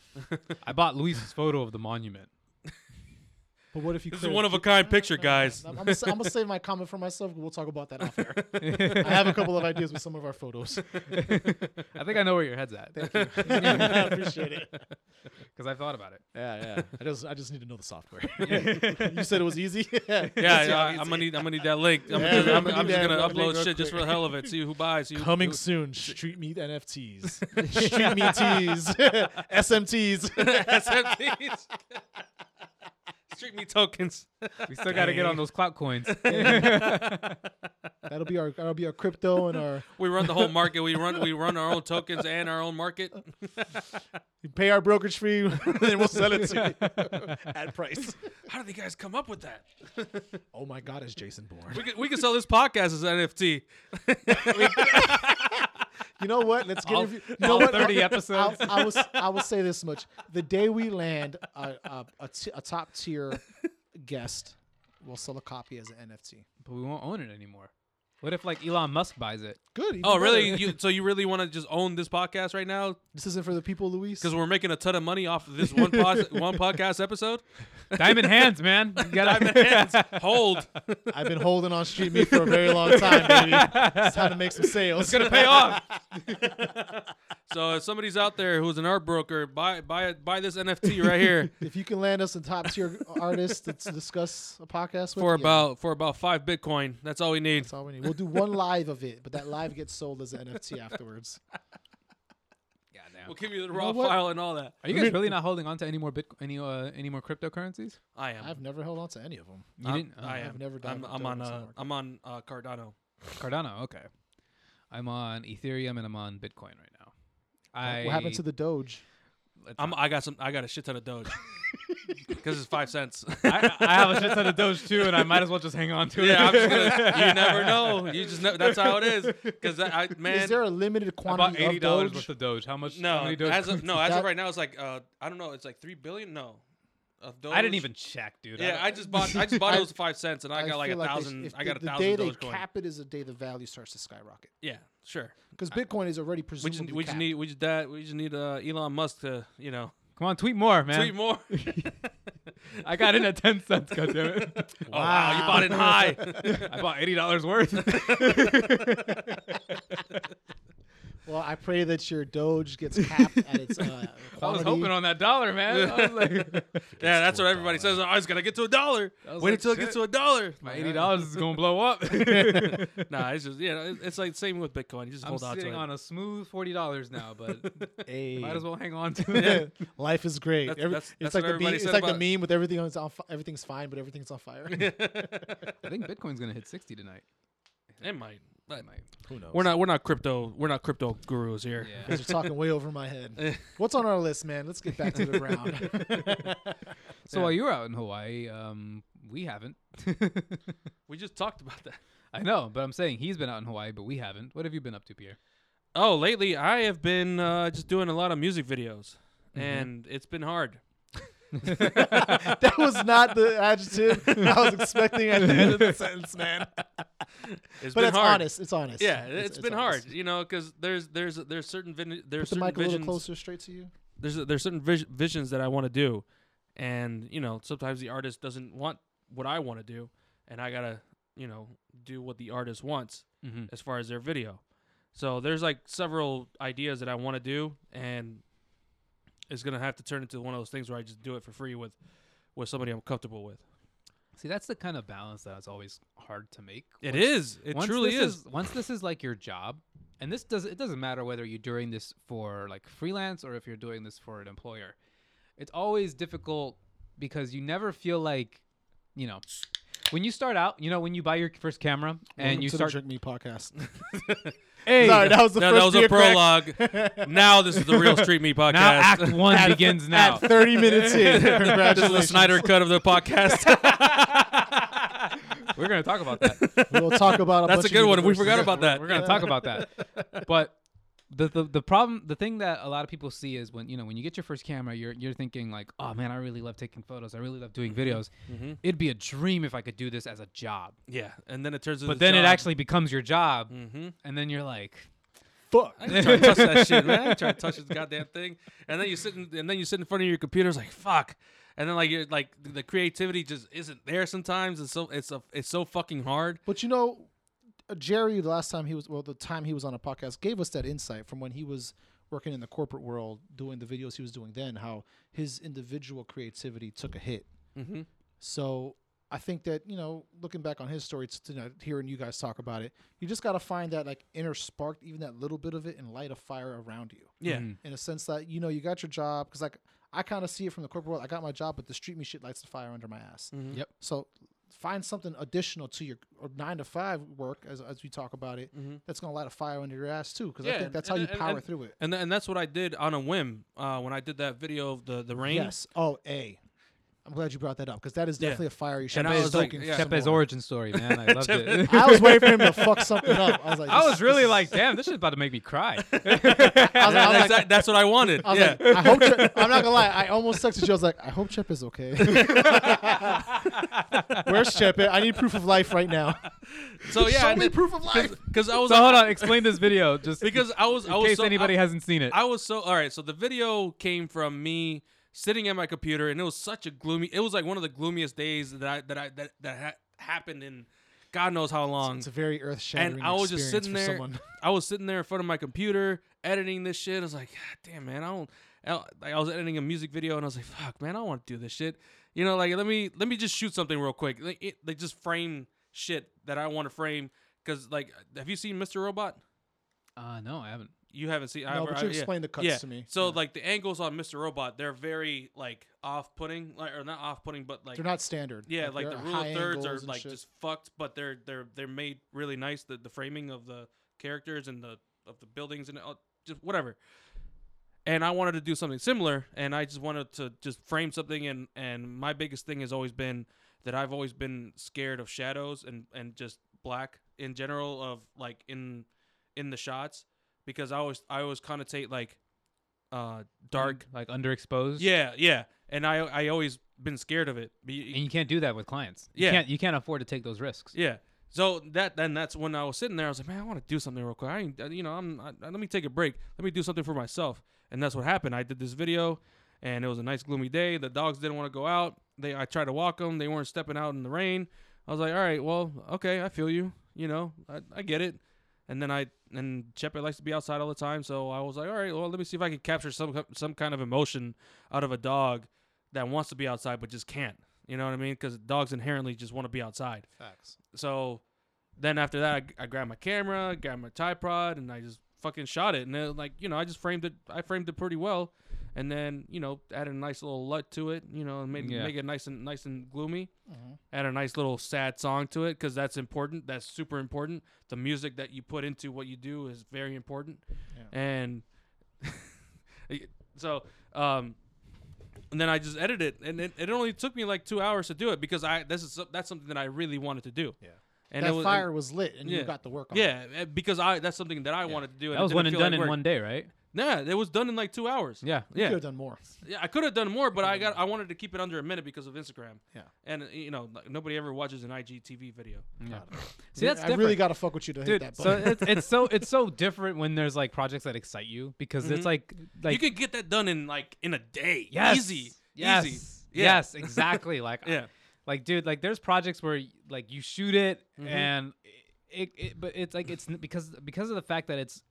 I bought Luis's photo of [LAUGHS] the monument. But what if you? This is clear- one of a kind picture, Nah, nah, [LAUGHS] guys. nah, I'm, gonna, sa- I'm gonna save my comment for myself. We'll talk about that off air. I have a couple of ideas with some of our photos. I think I know where your head's at Thank you. [LAUGHS] I appreciate it. because I thought about it. Yeah, yeah. I just I just need to know the software. [LAUGHS] you said it was easy. yeah, Yeah, yeah, I- I'm gonna need, I'm gonna need that link. I'm, Yeah, just, I'm I'm, gonna I'm need just that gonna link upload real shit just for quick. the hell of it. See who buys. See who, Coming who- soon, street meat NFTs, street meat teas, [LAUGHS] SMTs. [LAUGHS] SMTs. Street me tokens. We [LAUGHS] still got to get on Dang. those [LAUGHS] clout coins. [LAUGHS] That'll be our that'll be our crypto and our We run the whole market. We run we run our own tokens and our own market. you pay our brokerage fee, [LAUGHS] then we'll sell it to you [LAUGHS] at price. How did you guys come up with that? Oh my God, it's Jason Bourne. We could, we could sell this podcast as an NFT. You know what? Let's get All- review. You know all what? 30 I'll- episodes. I'll- I, will. s- [LAUGHS] I will say this much: the day we land a, a, a, t- a top tier guest, we'll sell a copy as an NFT. but we won't own it anymore. What if like Elon Musk buys it? Good. even Oh, really? better. You, so you really want to just own this podcast right now? This isn't for the people, Luis. Because we're making a ton of money off of this one pod, one [LAUGHS] podcast episode. Diamond hands, man. You gotta- [LAUGHS] Diamond hands. Hold. I've been holding on street meat for a very long [LAUGHS] time, baby. It's time to make some sales. It's gonna pay off. [LAUGHS] So if somebody's out there who's an art broker, buy buy buy this NFT right here if you can land us a top tier artist to to discuss a podcast with for yeah, about for about five Bitcoin. That's all we need. That's all we need. We'll do one live of it, but that live gets sold as an NFT afterwards. Goddamn. We'll give you the know raw what? file and all that. Are you guys really not holding on to any more bit any uh, any more cryptocurrencies? I am. I've never held on to any of them. You I'm- didn't. Oh, I I've am. never done- I'm, I'm done on. this Uh, homework. I'm on uh, Cardano. Cardano. Okay. I'm on Ethereum and I'm on Bitcoin right now. I what happened to the Doge? let's I'm. not- I got some. I got a shit ton of Doge because it's five cents. [LAUGHS] I, I have a shit ton of Doge too, and I might as well just hang on to it. yeah, I'm just [LAUGHS] gonna, [LAUGHS] you never know. You just know. That's how it is. Because I, I man, Is there a limited I bought quantity eighty of dollars Doge? worth of Doge. How much? how no, many Doge as of, coins- no, as of That- right now, it's like uh, I don't know. It's like three billion. No, of Doge. I didn't even check, dude. Yeah, I, I just bought. I just bought I- it was five cents, and I, got like a feel they sh- thousand. if I got a the, the thousand day Dogecoin. they cap it is the day the value starts to skyrocket. yeah, sure. Because Bitcoin is already We just, presumably we just capped. need we just that we just need uh, Elon Musk to you know come on, tweet more, man. tweet more. I got in at ten cents. [LAUGHS] goddammit. Oh wow, you bought it high. [LAUGHS] I bought eighty dollars worth. [LAUGHS] Well, I pray that your Doge gets capped at [LAUGHS] its uh, quantity. I was hoping on that dollar, man. I was [LAUGHS] like, yeah, that's what everybody says. Oh, it's gonna get to a dollar. was Wait like, until it gets shit. to a dollar. my Like, eighty dollars is gonna blow up. [LAUGHS] nah, it's just yeah, it- it's like same with Bitcoin. You just I'm hold on to sitting it. on a smooth forty dollars now, [LAUGHS] but Hey. might [LAUGHS] as well hang on to it. Life is great. That's- Every- that's- it's that's like what the everybody meme, it's said like about- the meme with everything on, on, fi- everything's fine, but everything's on [LAUGHS] fire. I think Bitcoin's gonna hit sixty tonight. It might. I But might. Who knows? [LAUGHS] we're not we're not crypto we're not crypto gurus here. Yeah. You're talking way over my [LAUGHS] head. What's on our list, man? Let's get back to the round. [LAUGHS] [LAUGHS] So while you were out in Hawaii, um, we haven't. [LAUGHS] We just talked about that. I know, but I'm saying he's been out in Hawaii, but we haven't. What have you been up to, Pierre? Oh, lately I have been uh, just doing a lot of music videos, and it's been hard. [LAUGHS] that was not the adjective I was expecting at the end of the sentence, man. It's but been it's hard. honest. It's honest. Yeah, it's been hard, honest. you know, because there's there's there's certain vin- Put there's the certain mic a little visions closer, straight to you. there's there's certain vis- visions that I want to do, and you know sometimes the artist doesn't want what I want to do, and I gotta you know do what the artist wants Mhm. as far as their video. So there's like several ideas that I want to do, and it's gonna have to turn into one of those things where I just do it for free with with somebody I'm comfortable with. See, that's the kind of balance that's always hard to make. It Once- is. It once truly this is. Once this is like your job, and this does it doesn't matter whether you're doing this for like freelance or if you're doing this for an employer. It's always difficult because you never feel like, you know, when you start out, you know, when you buy your first camera and Welcome you to start. the Drink Me podcast. [LAUGHS] Hey, Sorry, that was the No, first that was a beer crack. prologue. now this is the real [LAUGHS] Street Me podcast. now Act One begins now. At 30 minutes [LAUGHS] in. this is the Congratulations. Snyder cut of [LAUGHS] [LAUGHS] the podcast. We're gonna talk about that. We'll talk about a That's bunch a of good one. We universes. forgot about that. We're gonna [LAUGHS] talk about that. But the, the the problem, the thing that a lot of people see is when you know when you get your first camera, you're you're thinking like, oh man, I really love taking photos. I really love doing videos. Mhm. It'd be a dream if I could do this as a job. Yeah, and then it turns. But then it actually becomes your job, [LAUGHS] Mm-hmm. and then you're like, Fuck. I ain't trying to touch that shit, man. I ain't trying to touch this goddamn thing. And then you sit, in, and then you sit in front of your computer, it's like fuck. And then like you're like the creativity just isn't there sometimes. It's so it's a, it's so fucking hard. But you know, uh, Jerry, the last time he was, well, the time he was on a podcast, gave us that insight from when he was working in the corporate world, doing the videos he was doing then, how his individual creativity took a hit. Mm-hmm. So I think that you know, looking back on his story, it's, you know, hearing you guys talk about it, you just got to find that like inner spark, even that little bit of it, and light a fire around you. Yeah. Mm. In a sense that you know you got your job, because like I kind of see it from the corporate world. I got my job, but the street me shit lights the fire under my ass. Mhm. Yep. So find something additional to your or nine to five work, as as we talk about it, Mhm. that's gonna light a fire under your ass too. Because Yeah, I think that's and- how you and- power and- through it. And th- and that's what I did on a whim uh, when I did that video of the the rain. Yes. Oh, a. I'm glad you brought that up because that is Yeah. definitely a fire you should And be I was like, stoking. yeah. some Chepe's more. origin story, man. [LAUGHS] I loved it. [LAUGHS] I was waiting for him to fuck something up. I was like, I this- was this [LAUGHS] really is- like, damn, this is about to make me [LAUGHS] I cry. was, Yeah, I was that's, like, that's what I wanted. I was yeah. like, I hope. Chip, I'm not gonna lie. I almost texted you. I was like, I hope Chip is okay. [LAUGHS] Where's Chip? at? I need proof of life right now. so Oh, yeah, Show and me then- proof of life. because I was so like- hold on, explain this video just because I was in I was case so, anybody hasn't seen it. I was so all right. So the video came from me sitting at my computer, and it was such a gloomy. It was like one of the gloomiest days that I that I that that ha- happened in God knows how long. It's a very earth And shattering. I was just sitting there. Someone. [LAUGHS] I was sitting there in front of my computer editing this shit. I was like, God damn man, I don't. I don't- Like I was editing a music video, and I was like, fuck man, I don't want to do this shit. You know, like let me let me just shoot something real quick. Like, it, like just frame shit that I want to frame. Cause like, have you seen Mr. Robot? uh, no, I haven't. You haven't seen. No, I've- but I- you yeah. explained the cuts to me. So Yeah. like the angles on Mr. Robot, they're very like off-putting, like or not off-putting, but like they're not standard. yeah, like, the they're rule high of thirds are angles and like shit. just fucked, but they're they're they're made really nice. The the framing of the characters and the of the buildings and all, just whatever. And I wanted to do something similar, and I just wanted to just frame something. And and my biggest thing has always been that I've always been scared of shadows and and just black in general of like in in the shots because I always I always connotate like uh dark. Mm. like underexposed. Yeah, yeah. And I I always been scared of it. Be- and you can't do that with clients. You Yeah. can't you can't afford to take those risks. Yeah. So that then that's when I was sitting there. I was like, man, I want to do something real quick. I ain't, uh, you know, I'm I, let me take a break. Let me do something for myself. And that's what happened. I did this video, and it was a nice gloomy day. The dogs didn't want to go out. They I tried to walk them. They weren't stepping out in the rain. I was like, all right, well, okay, I feel you. You know, I, I get it. And then I and Chepe likes to be outside all the time, so I was like, all right, well, let me see if I can capture some some kind of emotion out of a dog that wants to be outside but just can't. You know what I mean? Because dogs inherently just want to be outside. Facts. So then after that, I, I grabbed my camera, grabbed my tripod, and I just fucking shot it. And then like you know, I just framed it. I framed it pretty well, and then you know, added a nice little LUT to it. You know, and made Yeah. make it nice and nice and gloomy. Mhm. Add a nice little sad song to it because that's important. That's super important. The music that you put into what you do is very important. Yeah. And [LAUGHS] so, um, and then I just edited, it, and it, it only took me like two hours to do it because I this is so- that's something that I really wanted to do. Yeah. and that it was, fire was lit, and yeah. you got the work on. it. yeah, eh, because I that's something that I wanted to do. And That was it one didn't and feel done like in work. one day, right? Nah, it was done in like two hours. Yeah. You could Yeah, have done more. yeah. I could have done more, but I got I wanted to keep it under a minute because of Instagram. Yeah. and uh, you know like, nobody ever watches an IGTV video. yeah. God. See, that's I different. really gotta fuck with you to hit Dude, that so uh, button. it's, it's so it's so different when there's like projects that excite you because Mhm. it's like like you could get that done in like in a day. yes, easy, yes, easy. Yeah. yes, [LAUGHS] exactly. Like Yeah, like dude like there's projects where y- like you shoot it Mhm. and it, it but it's like it's n- because because of the fact that it's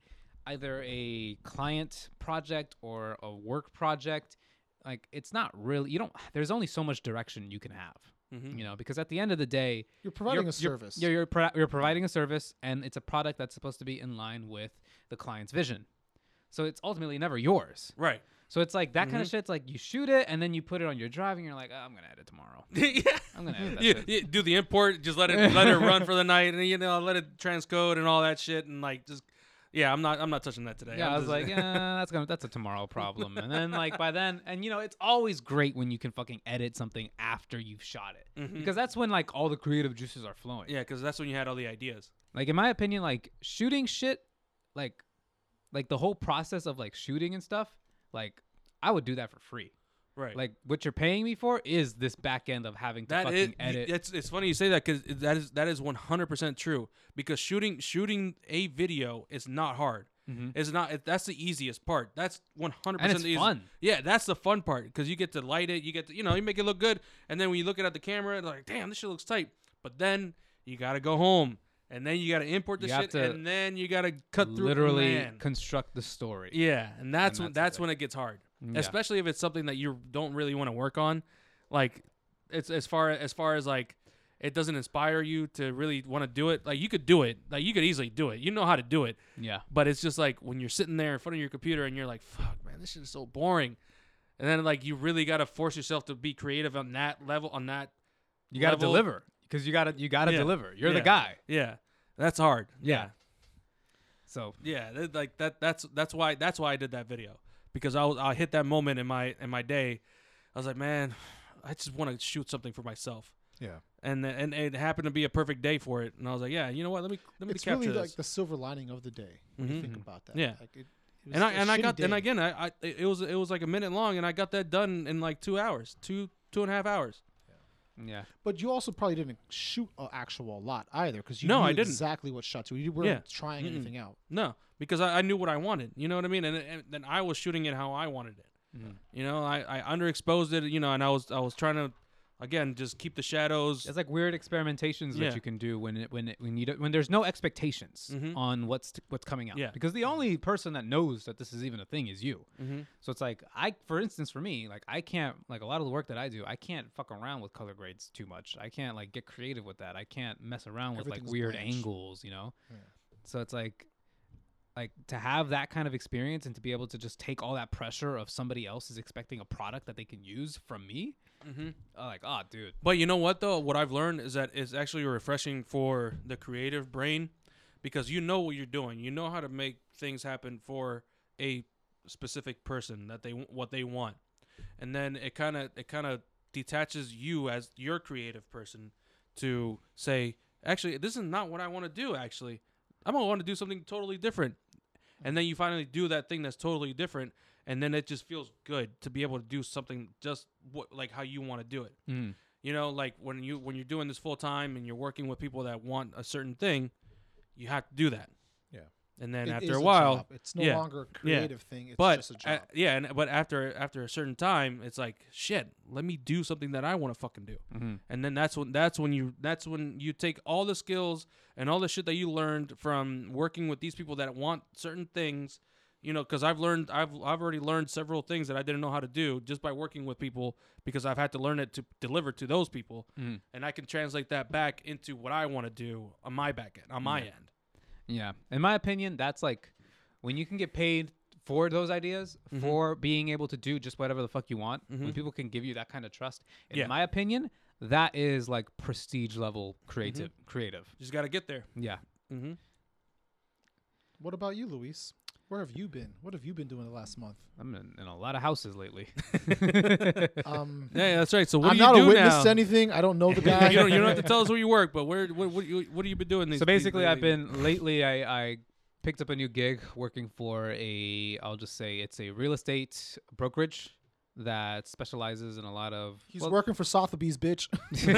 either a client project or a work project like it's not really you don't there's only so much direction you can have Mhm. you know because at the end of the day you're providing you're- a service. you're you're, pro- you're providing a service and it's a product that's supposed to be in line with the client's vision so it's ultimately never yours right. [LAUGHS] so it's like that kind of shit's like you shoot it and then you put it on your drive and you're like "Ah, i'm gonna edit tomorrow yeah. i'm gonna [LAUGHS] edit that Yeah, shit." yeah, do the import, just let it let it run for the night, and you know, let it transcode and all that shit, and like just, yeah, I'm not I'm not touching that today. Yeah, I'm I was just- like, [LAUGHS] yeah, that's gonna that's a tomorrow problem. And then like by then, and you know, it's always great when you can fucking edit something after you've shot it Mhm. because that's when like all the creative juices are flowing. yeah, because that's when you had all the ideas. Like in my opinion, like shooting shit, like like the whole process of like shooting and stuff, like I would do that for free. Right. Like what you're paying me for is this back end of having to that fucking is edit. it's it's funny you say that because that is that is 100% true because shooting shooting a video is not hard. Mhm. It's not it, that's the easiest part. That's 100% And it's the easy- fun. Yeah, that's the fun part because you get to light it, you get to you know, you make it look good and then when you look at it at the camera like, "Damn, this shit looks tight." But then you got to go home and then you got to import the You have shit to and then you got to cut through Literally man. construct the story. Yeah, and that's And when that's that's it. when it gets hard, Yeah. especially if it's something that you don't really want to work on. Like, it's as far as far as like, it doesn't inspire you to really want to do it. Like, you could do it. Like, you could easily do it. You know how to do it. yeah. But it's just like when you're sitting there in front of your computer and you're like, "Fuck, man, this shit is so boring," and then like you really got to force yourself to be creative on that level. On that, You gotta level- deliver. Because you gotta you gotta Yeah. deliver. You're Yeah. the guy. yeah, that's hard. Yeah. So Yeah, that- like that. That's that's why that's why I did that video because I was I hit that moment in my in my day. I was like, man, I just want to shoot something for myself, yeah. and th- and it happened to be a perfect day for it. And I was like, yeah, you know what? Let me let me It's capture really this. Mm-hmm. like the silver lining of the day when you think about that. Yeah. Like it, it was and I a and I shitty got day. and again I, I it was it was like a minute long, and I got that done in like two hours, two two and a half hours. yeah. But you also probably didn't shoot an actual lot either, because you No, knew I didn't. exactly what shots you. You weren't Yeah. trying Mm-mm. anything out. No, because I, I knew what I wanted. You know what I mean? And, and then I was shooting it how I wanted it. Mm-hmm. Mhm. You know, I, I underexposed it. You know, and I was I was trying to again just keep the shadows. It's like weird experimentations Yeah. that you can do when it, when it, when you do when there's no expectations Mhm. on what's t- what's coming out. Yeah. Because the only person that knows that this is even a thing is you. Mm-hmm. So it's like I, for instance, for me, like I can't like a lot of the work that I do, I can't fuck around with color grades too much. I can't like get creative with that. I can't mess around with like Everything's weird blanched. angles, you know. Yeah. So it's like like to have that kind of experience and to be able to just take all that pressure of somebody else is expecting a product that they can use from me. Mm-hmm. uh, like, oh, dude, But you know what though? What I've learned is that it's actually refreshing for the creative brain because you know what you're doing. You know how to make things happen for a specific person that they what they want. And then it kind of it kind of detaches you as your creative person to say, actually, this is not what I want to do actually. I'm going to want to do something totally different. And then you finally do that thing that's totally different and then it just feels good to be able to do something just what, like how you want to do it Mm. you know like when you when you're doing this full time and you're working with people that want a certain thing you have to do that Yeah. and then It is after a while job. it's no yeah, longer a creative thing. It's but just a job. uh, yeah and, but after after a certain time it's like shit let me do something that i want to fucking do Mhm. and then that's when that's when you that's when you take all the skills and all the shit that you learned from working with these people that want certain things you know because i've learned i've i've already learned several things that i didn't know how to do just by working with people because i've had to learn it to deliver to those people Mm. and i can translate that back into what i want to do on my back end on my Yeah. end Yeah. In my opinion, that's like when you can get paid for those ideas, Mhm. for being able to do just whatever the fuck you want, when Mhm. people can give you that kind of trust, in Yeah. my opinion, that is like prestige level creative Mm-hmm. creative. just got to get there Yeah. mm-hmm. what about you, Luis? Where have you been? What have you been doing the last [LAUGHS] month? I'm in, in a lot of houses lately. Um, yeah that's right so what I'm do you not do a witness now to anything. I don't know [LAUGHS] the guy. you, don't, you don't have to tell us where you work but where what what, you, what have you been doing these, so these basically days? I've been lately I, I picked up a new gig working for a I'll just say it's a real estate brokerage that specializes in a lot of [LAUGHS] He's well, working for Sotheby's, bitch. [LAUGHS]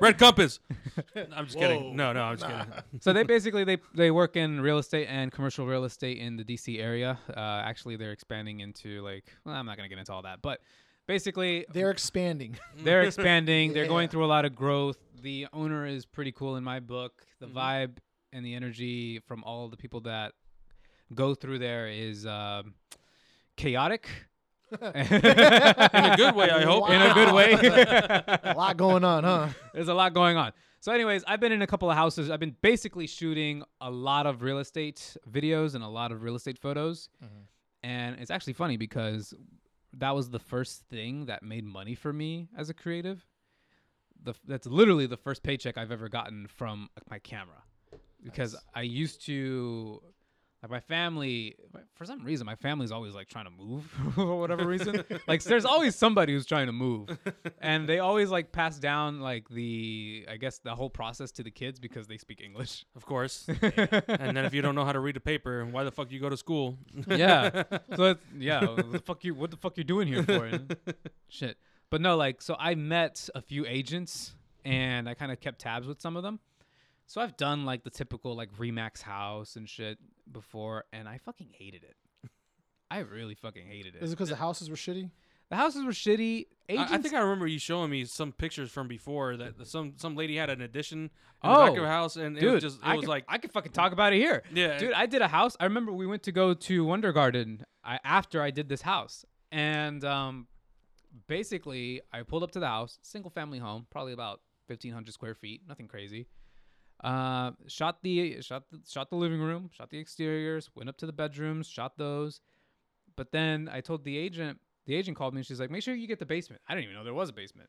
Red Compass. I'm just Whoa. kidding. No, no, I'm just kidding. so they basically they they work in real estate and commercial real estate in the DC area. Uh, actually, they're expanding into like well, I'm not gonna get into all that, but basically They're expanding. [LAUGHS] they're expanding. They're going Yeah. through a lot of growth. The owner is pretty cool in my book. The vibe and the energy from all the people that go through there is um [LAUGHS] chaotic. [LAUGHS] In a good way, I [LAUGHS] hope. In a good Wow. way. A [LAUGHS] lot going on, huh? There's a lot going on. So, anyways, I've been in a couple of houses. I've been basically shooting a lot of real estate videos and a lot of real estate photos. And it's actually funny because that was the first thing that made money for me as a creative. The, that's literally the first paycheck I've ever gotten from uh, my camera because I used to like my family my- for some reason my family's always like trying to move [LAUGHS] for whatever reason like there's always somebody who's trying to move and they always like pass down like the I guess the whole process to the kids because they speak English Of course. And then if you don't know how to read a paper, why the fuck you go to school? yeah. [LAUGHS] So it's, yeah, what the fuck you what the fuck you doing here for? And shit. But no, like so I met a few agents and I kind of kept tabs with some of them. So I've done like the typical like Remax house and shit before and I fucking hated it. I really fucking hated Is it it. because the houses were shitty? The houses were shitty. I, Agents I think I remember you showing me some pictures from before that that some some lady had an addition in the back of Oh, her house, and it Dude, was just it I was could- like I could fucking talk about it here. Yeah. dude, I did a house. I remember we went to go to Wonder Garden I, after I did this house, and um, basically I pulled up to the house, single family home, probably about fifteen hundred square feet, nothing crazy. Uh, shot the shot the, shot the living room, shot the exteriors, went up to the bedrooms, shot those. But then I told the agent. The agent called me and she's like, "Make sure you get the basement." I didn't even know there was a basement.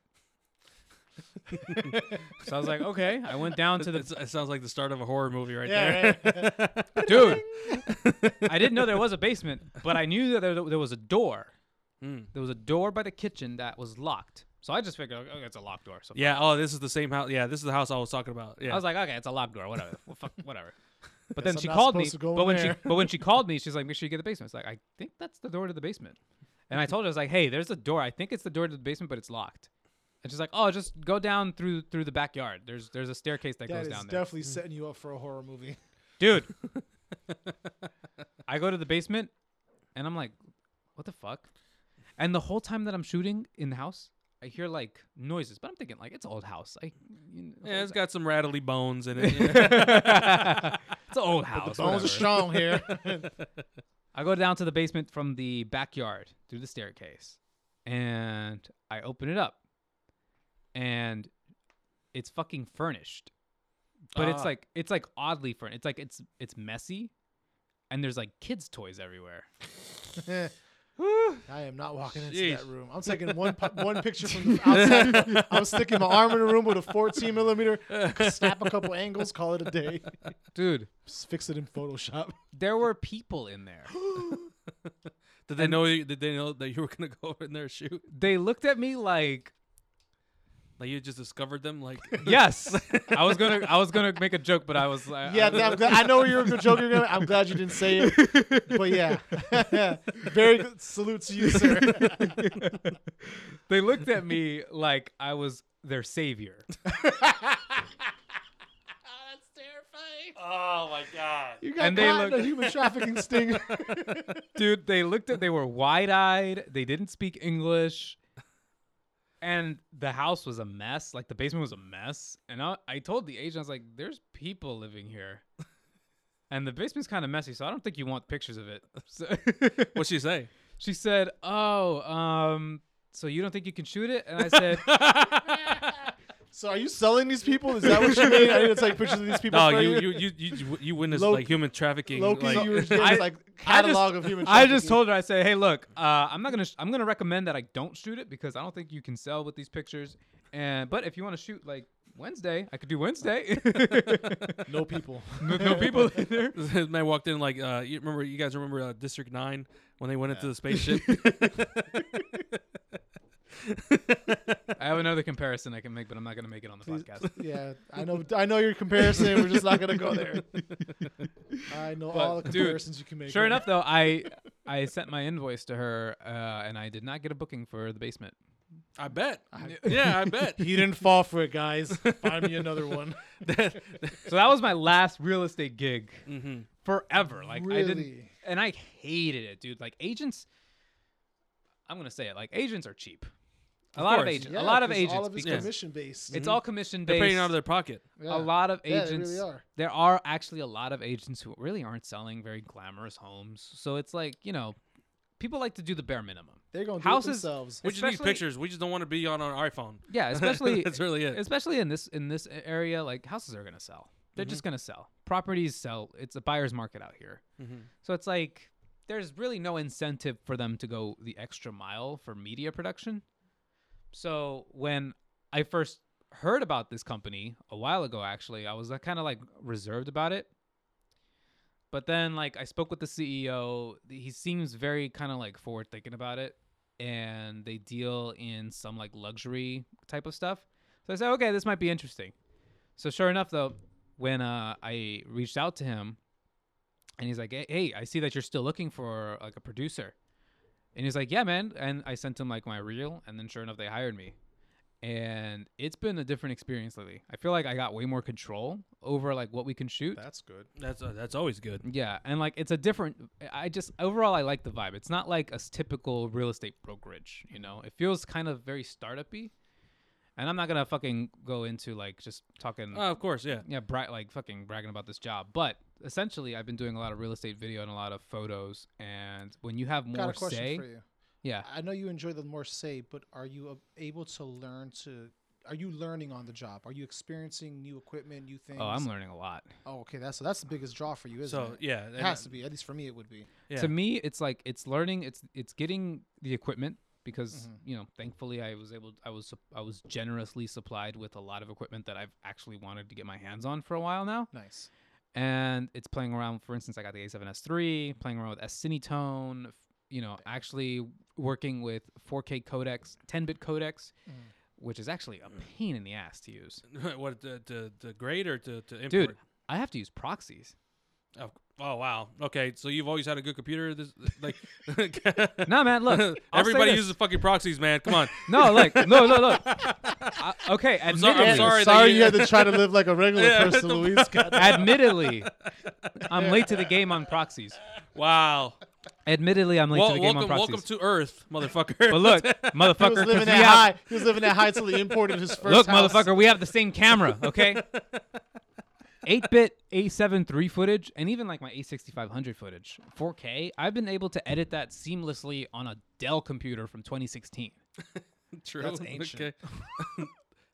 [LAUGHS] so I was like, "Okay." I went down to the it's- it sounds like the start of a horror movie right there. [LAUGHS] dude. [LAUGHS] I didn't know there was a basement, but I knew that there, there was a door. Hmm. There was a door by the kitchen that was locked. So I just figured, okay, it's a locked door. So [LAUGHS] Yeah. Oh, this is the same house. Yeah, this is the house I was talking about. Yeah. I was like, okay, it's a locked door. Whatever. [LAUGHS] well, fuck, whatever. But Guess then I'm she not called me. supposed to go But in when she there. [LAUGHS] but when she called me, she's like, make sure you get the basement. It's like I think that's the door to the basement. And I told her, I was like, hey, there's a door. I think it's the door to the basement, but it's locked. And she's like, oh, just go down through through the backyard. There's there's a staircase that, That goes is down there. definitely setting you up for a horror movie. [LAUGHS] dude. I go to the basement, and I'm like, "What the fuck?" And the whole time that I'm shooting in the house, I hear like noises, but I'm thinking like it's an old house. I, you know, yeah, it's old- got some rattly bones [LAUGHS] in it. [LAUGHS] it's an old house. Bones are whatever. strong here. I go down to the basement from the backyard through the staircase, and I open it up, and it's fucking furnished, but it's Ah. like it's like oddly furnished. It's like it's it's messy, and there's like kids' toys everywhere. I am not walking into Sheesh. that room. I'm taking one [LAUGHS] pi- one picture from the outside. I'm sticking my arm in a room with a 14 millimeter. Snap a couple angles. Call it a day. Dude, Just fix it in Photoshop. there were people in there. Did they know? you- Did they know that you were gonna go over in there and shoot? They looked at me [LAUGHS] like, Like you just discovered them? Like "Yes." I was going to I was going to make a joke, but I was like, Yeah, I'm glad, I know you're joking. Gonna, I'm glad you didn't say it. But yeah, [LAUGHS] very good. salute to you, sir. They looked at me like I was their savior. Oh my god. You got and And they caught in look- a human trafficking sting. Dude, they looked at they were wide-eyed, they didn't speak English. And the house was a mess, like the basement was a mess. And I, I told the agent I was like, "There's people living here." And the basement's kind of messy, so I don't think you want pictures of it. So- [LAUGHS] What'd she say? She said, "Oh, um, so you don't think you can shoot it?" And I said, so are you selling these people? Is that what you mean? I need to take pictures of these people. No, for you you you you, you witnessed Loki- like human trafficking. Loki, like, [LAUGHS] you were just I- like catalog of human. I just trafficking. told her, I said, "Hey, look, uh, I'm not gonna, sh- I'm gonna recommend that I don't shoot it because I don't think you can sell with these pictures. And but if you want to shoot like Wednesday, I could do Wednesday. [LAUGHS] no people. no, no [LAUGHS] people in there. this man walked in like uh, you remember you guys remember uh, District Nine when they went into the spaceship. have another comparison I can make, but I'm not going to make it on the Please- [LAUGHS] podcast. yeah, I know. I know your comparison. We're just not gonna go there. I know But, all the dude, comparisons you can make. Sure right enough, though, I I sent my invoice to her, uh, and I did not get a booking for the basement. I bet. I- yeah, I bet. now. He didn't fall for it, guys. Find me another one. So that was my last real estate gig mm-hmm. forever. Like I didn't, Really? and I hated it, dude. Like agents, I'm gonna say it. Like agents are cheap. A Of lot of course. agents. Yeah, [LAUGHS] a lot of 'cause agents. All of it's because commission based. It's all commission Mm-hmm. They're based. paying out of their pocket. Yeah. A lot of Yeah, they agents. really are. There are actually a lot of agents who really aren't selling very glamorous homes. So it's like you know, people like to do the bare minimum. They're gonna do Houses- it themselves. We just need Especially- pictures. We just don't want to be on our iPhone. [LAUGHS] Yeah, especially that's really it. especially in this in this area like houses are going to sell they're just Mm-hmm. going to sell properties sell it's a buyer's market out here Mm-hmm. so it's like there's really no incentive for them to go the extra mile for media production so when i first heard about this company a while ago actually i was kind of like reserved about it but then like i spoke with the ceo he seems very kind of like forward thinking about it and they deal in some like luxury type of stuff so I said, okay, this might be interesting. So sure enough, though, when uh, I reached out to him, and he's like, hey, hey, I see that you're still looking for like a producer, and he's like, yeah, man. And I sent him like my reel, and then sure enough, they hired me. And it's been a different experience lately. I feel like I got way more control over like what we can shoot. That's good. That's uh, that's always good. Yeah, and like it's a different. I just overall I like the vibe. It's not like a s- typical real estate brokerage. You know, it feels kind of very startupy. And I'm not gonna fucking go into like just talking. Uh, of course, yeah. yeah, bra- like fucking bragging about this job, but essentially I've been doing a lot of real estate video and a lot of photos. And when you have Got a more question say, for you. yeah, I know you enjoy the more say, but are you ab- able to learn to? Are you learning on the job? Are you experiencing new equipment, new things? oh, I'm learning a lot. Oh, okay. That's that's the biggest draw for you, isn't So it? yeah, It has to be. At least for me, it would be. Yeah. to me it's like it's learning it's it's getting the equipment because Mm-hmm. you know thankfully i was able i was sup- i was generously supplied with a lot of equipment that i've actually wanted to get my hands on for a while now Nice. and it's playing around for instance i got the a7s3 playing around with s cinetone f- you know actually working with 4k codecs 10-bit codecs Mm-hmm. which is actually Mm. a pain in the ass to use uh, [LAUGHS] what to, to to grade or to to import? dude i have to use proxies Oh, oh, wow. Okay, so you've always had a good computer. This like [LAUGHS] no man look I'll say everybody this. uses fucking proxies, man. [LAUGHS] Come on. no look no no [LAUGHS] look I, okay I'm sorry- I'm admittedly- sorry that Sorry you- you had to try to live like a regular [LAUGHS] Yeah, person, what the Luis. Admittedly, I'm late to the game on proxies. Wow. Admittedly, I'm late Well, to the game welcome, on welcome proxies. to Earth, [LAUGHS] motherfucker. [LAUGHS] but look, motherfucker, 'cause we have- He was living that high until he imported his first. look, motherfucker, we have the same [LAUGHS] camera, okay? 8-bit A7 III footage and even like my A6500 footage, 4K. I've been able to edit that seamlessly on a Dell computer from 2016. True. That's ancient. [LAUGHS]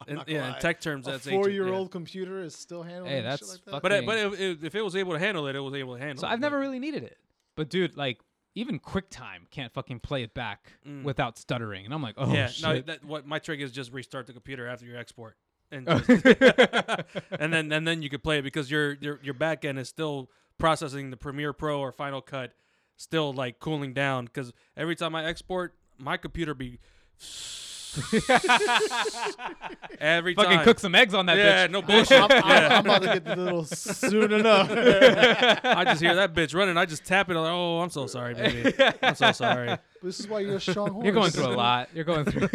Okay. In- not gonna yeah, in lie. tech terms, A that's ancient, yeah. four-year-old computer is still handling Hey, shit that's like that? fucking- [LAUGHS] But it, but if- if, if it was able to handle it, it was able to handle. So it. I've never really needed it. But dude, like even QuickTime can't fucking play it back without stuttering. And I'm like, oh Mm. Yeah. shit. No. That, what my trick is just restart the computer after your export, and Oh. just, [LAUGHS] and then and then you could play it because your your your back end is still processing the Premiere Pro or Final Cut, still like cooling down because every time I export, my [LAUGHS] computer be. every fucking time. cook some eggs on that yeah, bitch. no I'm, [LAUGHS] bullshit. I'm- yeah. I'm about to [LAUGHS] get the little soon enough. I just hear that bitch running. I just tap it. I'm like, oh, I'm so sorry, baby. I'm so sorry. this is why you're a strong horse. You're going through a lot. You're going through.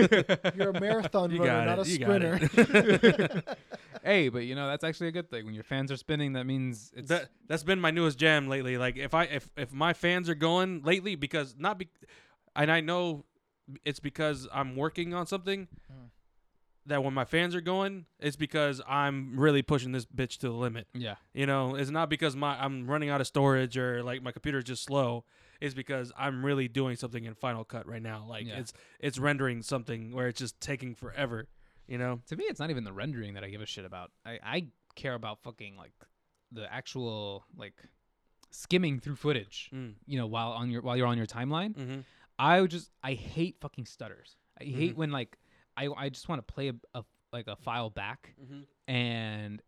You're a marathon You runner, got not it. a You got sprinter. it. hey, but you know that's actually a good thing. When your fans are spinning, that means it's That that's been my newest jam lately. Like if I if if my fans are going lately because not be, and I know it's because I'm working on something. That when my fans are going, it's because I'm really pushing this bitch to the limit. yeah. You know, it's not because my I'm running out of storage or like my computer's just slow. It's because I'm really doing something in Final Cut right now. Like Yeah. it's it's rendering something where it's just taking forever. You know, To me, it's not even the rendering that I give a shit about. I, I care about fucking like the actual like skimming through footage. Mm. You know, while on your while you're on your timeline, mm-hmm. I would just I hate fucking stutters. I hate when like I I just want to play a, a like a file back and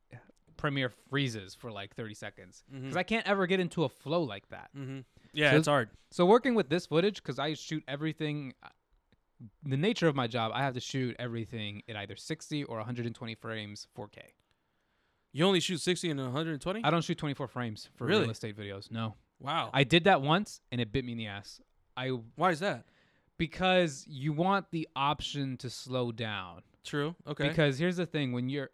Premiere freezes for like 30 seconds because Mm. I can't ever get into a flow like that. Mm-hmm. yeah, So- it's hard. So working with this footage, because I shoot everything, uh, the nature of my job, I have to shoot everything at either 60 or 120 frames 4K. You only shoot 60 and 120? I don't shoot 24 frames for Really? real estate videos. No. Wow. I did that once and it bit me in the ass. I Why is that? because you want the option to slow down. True. Okay. Because here's the thing: when you're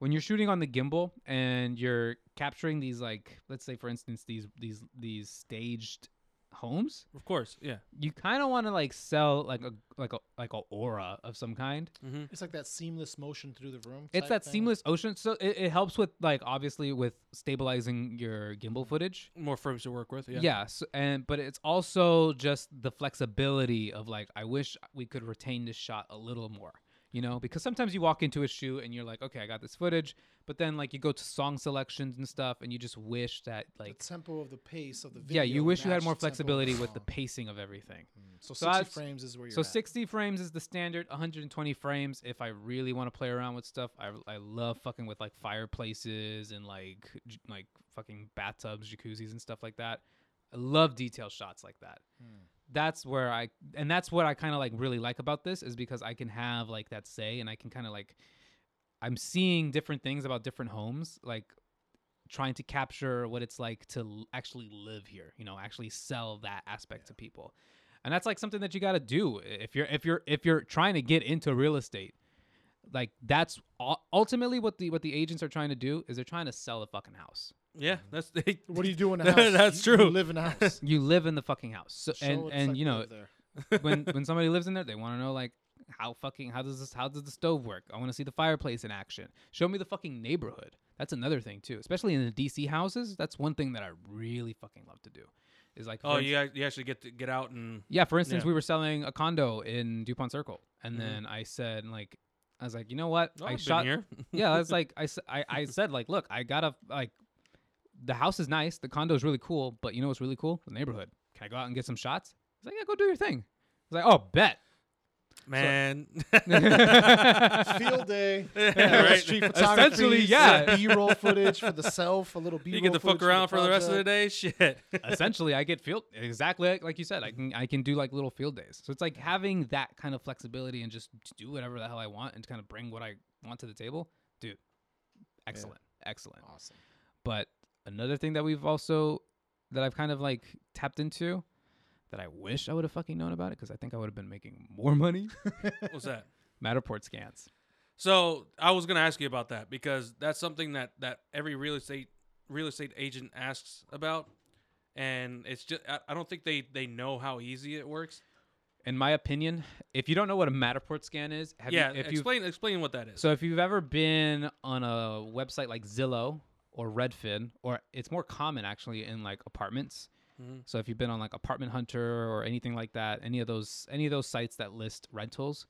when you're shooting on the gimbal and you're capturing these, like let's say for instance these these these staged homes, of course. Yeah. you kind of want to like sell like a like a like a aura of some kind. Mm-hmm. [LAUGHS] It's like that seamless motion through the room. It's type that thing. seamless ocean, so it, it helps with like obviously with stabilizing your gimbal footage. More frames to work with. Yeah. Yeah. so, and but it's also just the flexibility of like I wish we could retain this shot a little more, you know, because sometimes you walk into a shoot and you're like, okay, I got this footage, but then like you go to song selections and stuff, and you just wish that The like tempo of the pace of the video. yeah, you wish you had matched more the tempo of flexibility with [LAUGHS] the song. pacing of everything. So 60 So that's- frames is where you're So at. 60 frames is the standard, 120 frames if I really want to play around with stuff. I, I love fucking with like fireplaces and like j- like fucking bathtubs, jacuzzis and stuff like that. I love detail shots like that. Hmm. That's where I and that's what I kind of like really like about this is because I can have like that say and I can kind of like I'm seeing different things about different homes like trying to capture what it's like to l- actually live here, you know, actually sell that aspect to people and that's like something that you got to do if you're if you're if you're trying to get into real estate like that's u- ultimately what the what the agents are trying to do is they're trying to sell a fucking house Yeah. That's. What do you do in [LAUGHS] a house? That's You- you true. live in a house. you live in the fucking house so, Show [LAUGHS] and what it's and like you to know live there. [LAUGHS] when when somebody lives in there they want to know like how fucking how does this how does the stove work i want to see the fireplace in action show me the fucking neighborhood that's another thing too especially in the dc houses that's one thing that i really fucking love to do is like [LAUGHS] Oh, for you, ac- you actually get to get out and. Yeah, for instance, Yeah. we were selling a condo in DuPont Circle, and Mhm. then I said like, I was like, you know what? Oh, I I've been shot. here. [LAUGHS] [LAUGHS] yeah, I was like, I, s- I- I said like, look, I gotta like, the house is nice, the condo is really cool, but you know what's really cool? The neighborhood. Can I go out and get some shots? He's like, yeah, go do your thing. I was like, oh, [LAUGHS] bet. Man. [LAUGHS] [LAUGHS] Field day. Yeah, right. [LAUGHS] Street photography. Essentially, some [LAUGHS] yeah. B-roll footage for the self. A little B-roll. you get to fuck footage around for the rest of the project. day. [LAUGHS] Shit. [LAUGHS] Essentially, I get field exactly like, like you said. I can I can do like little field days. So it's like having that kind of flexibility and just do whatever the hell I want and kind of bring what I want to the table. Dude, excellent, excellent. Awesome. But another thing that we've also that I've kind of like tapped into that I wish I would have fucking known about it because I think I would have been making more money. [LAUGHS] What's that? Matterport scans. So I was gonna ask you about that because that's something that that every real estate real estate agent asks about, and it's just I, I don't think they they know how easy it works. In my opinion, if you don't know what a Matterport scan is, have yeah, you, if you explain explain what that is. So if you've ever been on a website like Zillow or Redfin, or it's more common actually in like apartments. Mhm. So if you've been on like Apartment Hunter or anything like that, any of those any of those sites that list rentals,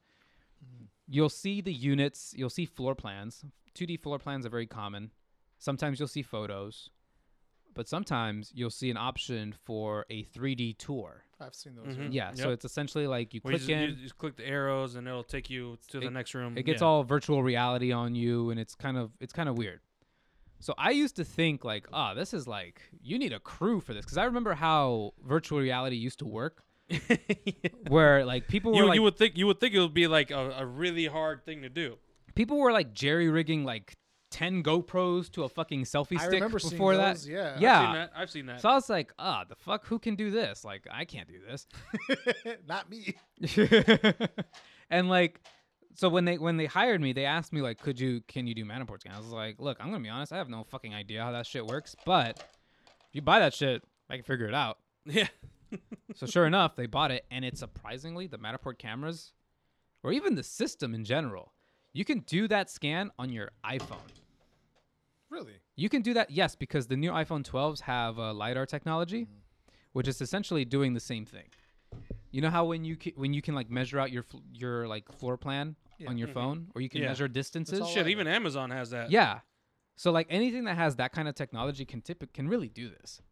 Mm-hmm. you'll see the units, you'll see floor plans. 2D floor plans are very common. Sometimes you'll see photos, but sometimes you'll see an option for a 3D tour. I've seen those. Mhm. Yeah, so Yep. it's essentially like you Where you, click just, in you just click the arrows and it'll take you to the It- next room. it gets [LAUGHS] Yeah. all virtual reality on you and it's kind of it's kind of weird so i used to think like ah this is like you need a crew for this because i remember how virtual reality used to [LAUGHS] work where like people were You, like you would think you would think it would be like a, a really hard thing to do. people were like jerry rigging like 10 gopros to a fucking selfie I stick remember seeing before that those, yeah. I've I've seen yeah that. I've seen that. so i was like ah the fuck who can do this like i can't do this Mm-hmm. [LAUGHS] Not me. [LAUGHS] and like so when they when they hired me they asked me like could you can you do Matterport scan i was like look i'm gonna be honest i have no fucking idea how that shit works but if you buy that shit i can figure it out [LAUGHS] yeah, so sure enough they bought it and it's surprisingly the matterport cameras or even the system in general you can do that scan on your iphone Really? you can do that, yes, because the new iPhone 12s have uh, lidar technology, Mm-hmm. which is essentially doing the same thing. You know how when you ca- when you can like measure out your fl- your like floor plan on your phone, or you can Yeah. measure distances. all shit. Even Amazon has that. Yeah, so like anything that has that kind of technology can tip can really do this.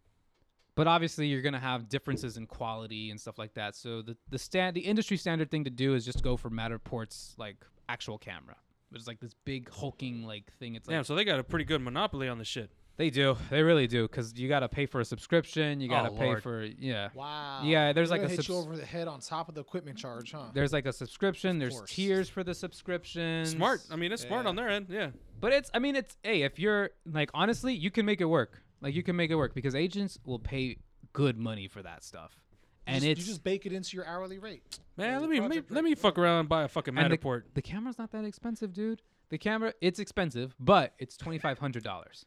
But obviously, you're gonna have differences in quality and stuff like that. So the the stand the industry standard thing to do is just go for Matterport's like actual camera, which is like this big hulking like thing. It's like Damn. So they got a pretty good monopoly on the shit. They do. They really do. Because you got to pay for a subscription. You got to Oh, pay Lord. for yeah. Wow. Yeah, there's They're like a gonna hit you subs- over the head on top of the equipment charge, huh? There's like a subscription. There's course. tiers for the subscription. Smart. I mean, it's smart Yeah. on their end. Yeah. But it's, I mean, it's, hey, if you're, like, honestly, you can make it work. Like, you can make it work because agents will pay good money for that stuff. You And just- it's, you just bake it into your hourly rate. Man, Hey, let me let me, Project let me fuck around and buy a fucking and the, Matterport. the camera's not that expensive, dude. The camera, it's expensive, but it's $2,500.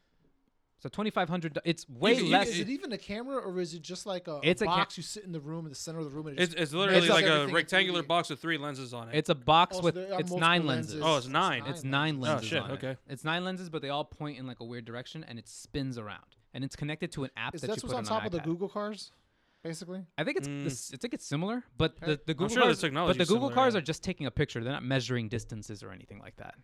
So $2,500, it's way you- less. e Is it even a camera or is it just like a, a It's a ca- box you sit in the room in the center of the room and it It's, just it's literally messes like a everything in rectangular 3D. box with three lenses on it. it's a box Oh, so with, there are it's multiple nine lenses. Oh, it's nine. It's nine lenses. Oh, shit, on it. okay. It's nine lenses, but they all point in like a weird direction, and it spins around. And it's connected to an app Is that that you what's put on an top of the iPad. Google cars, basically? I think it's Mm. this, I think it's similar, but the, the Google sure the cars, technology's but the Google similar, cars yeah. are just taking a picture. They're not measuring distances or anything like that.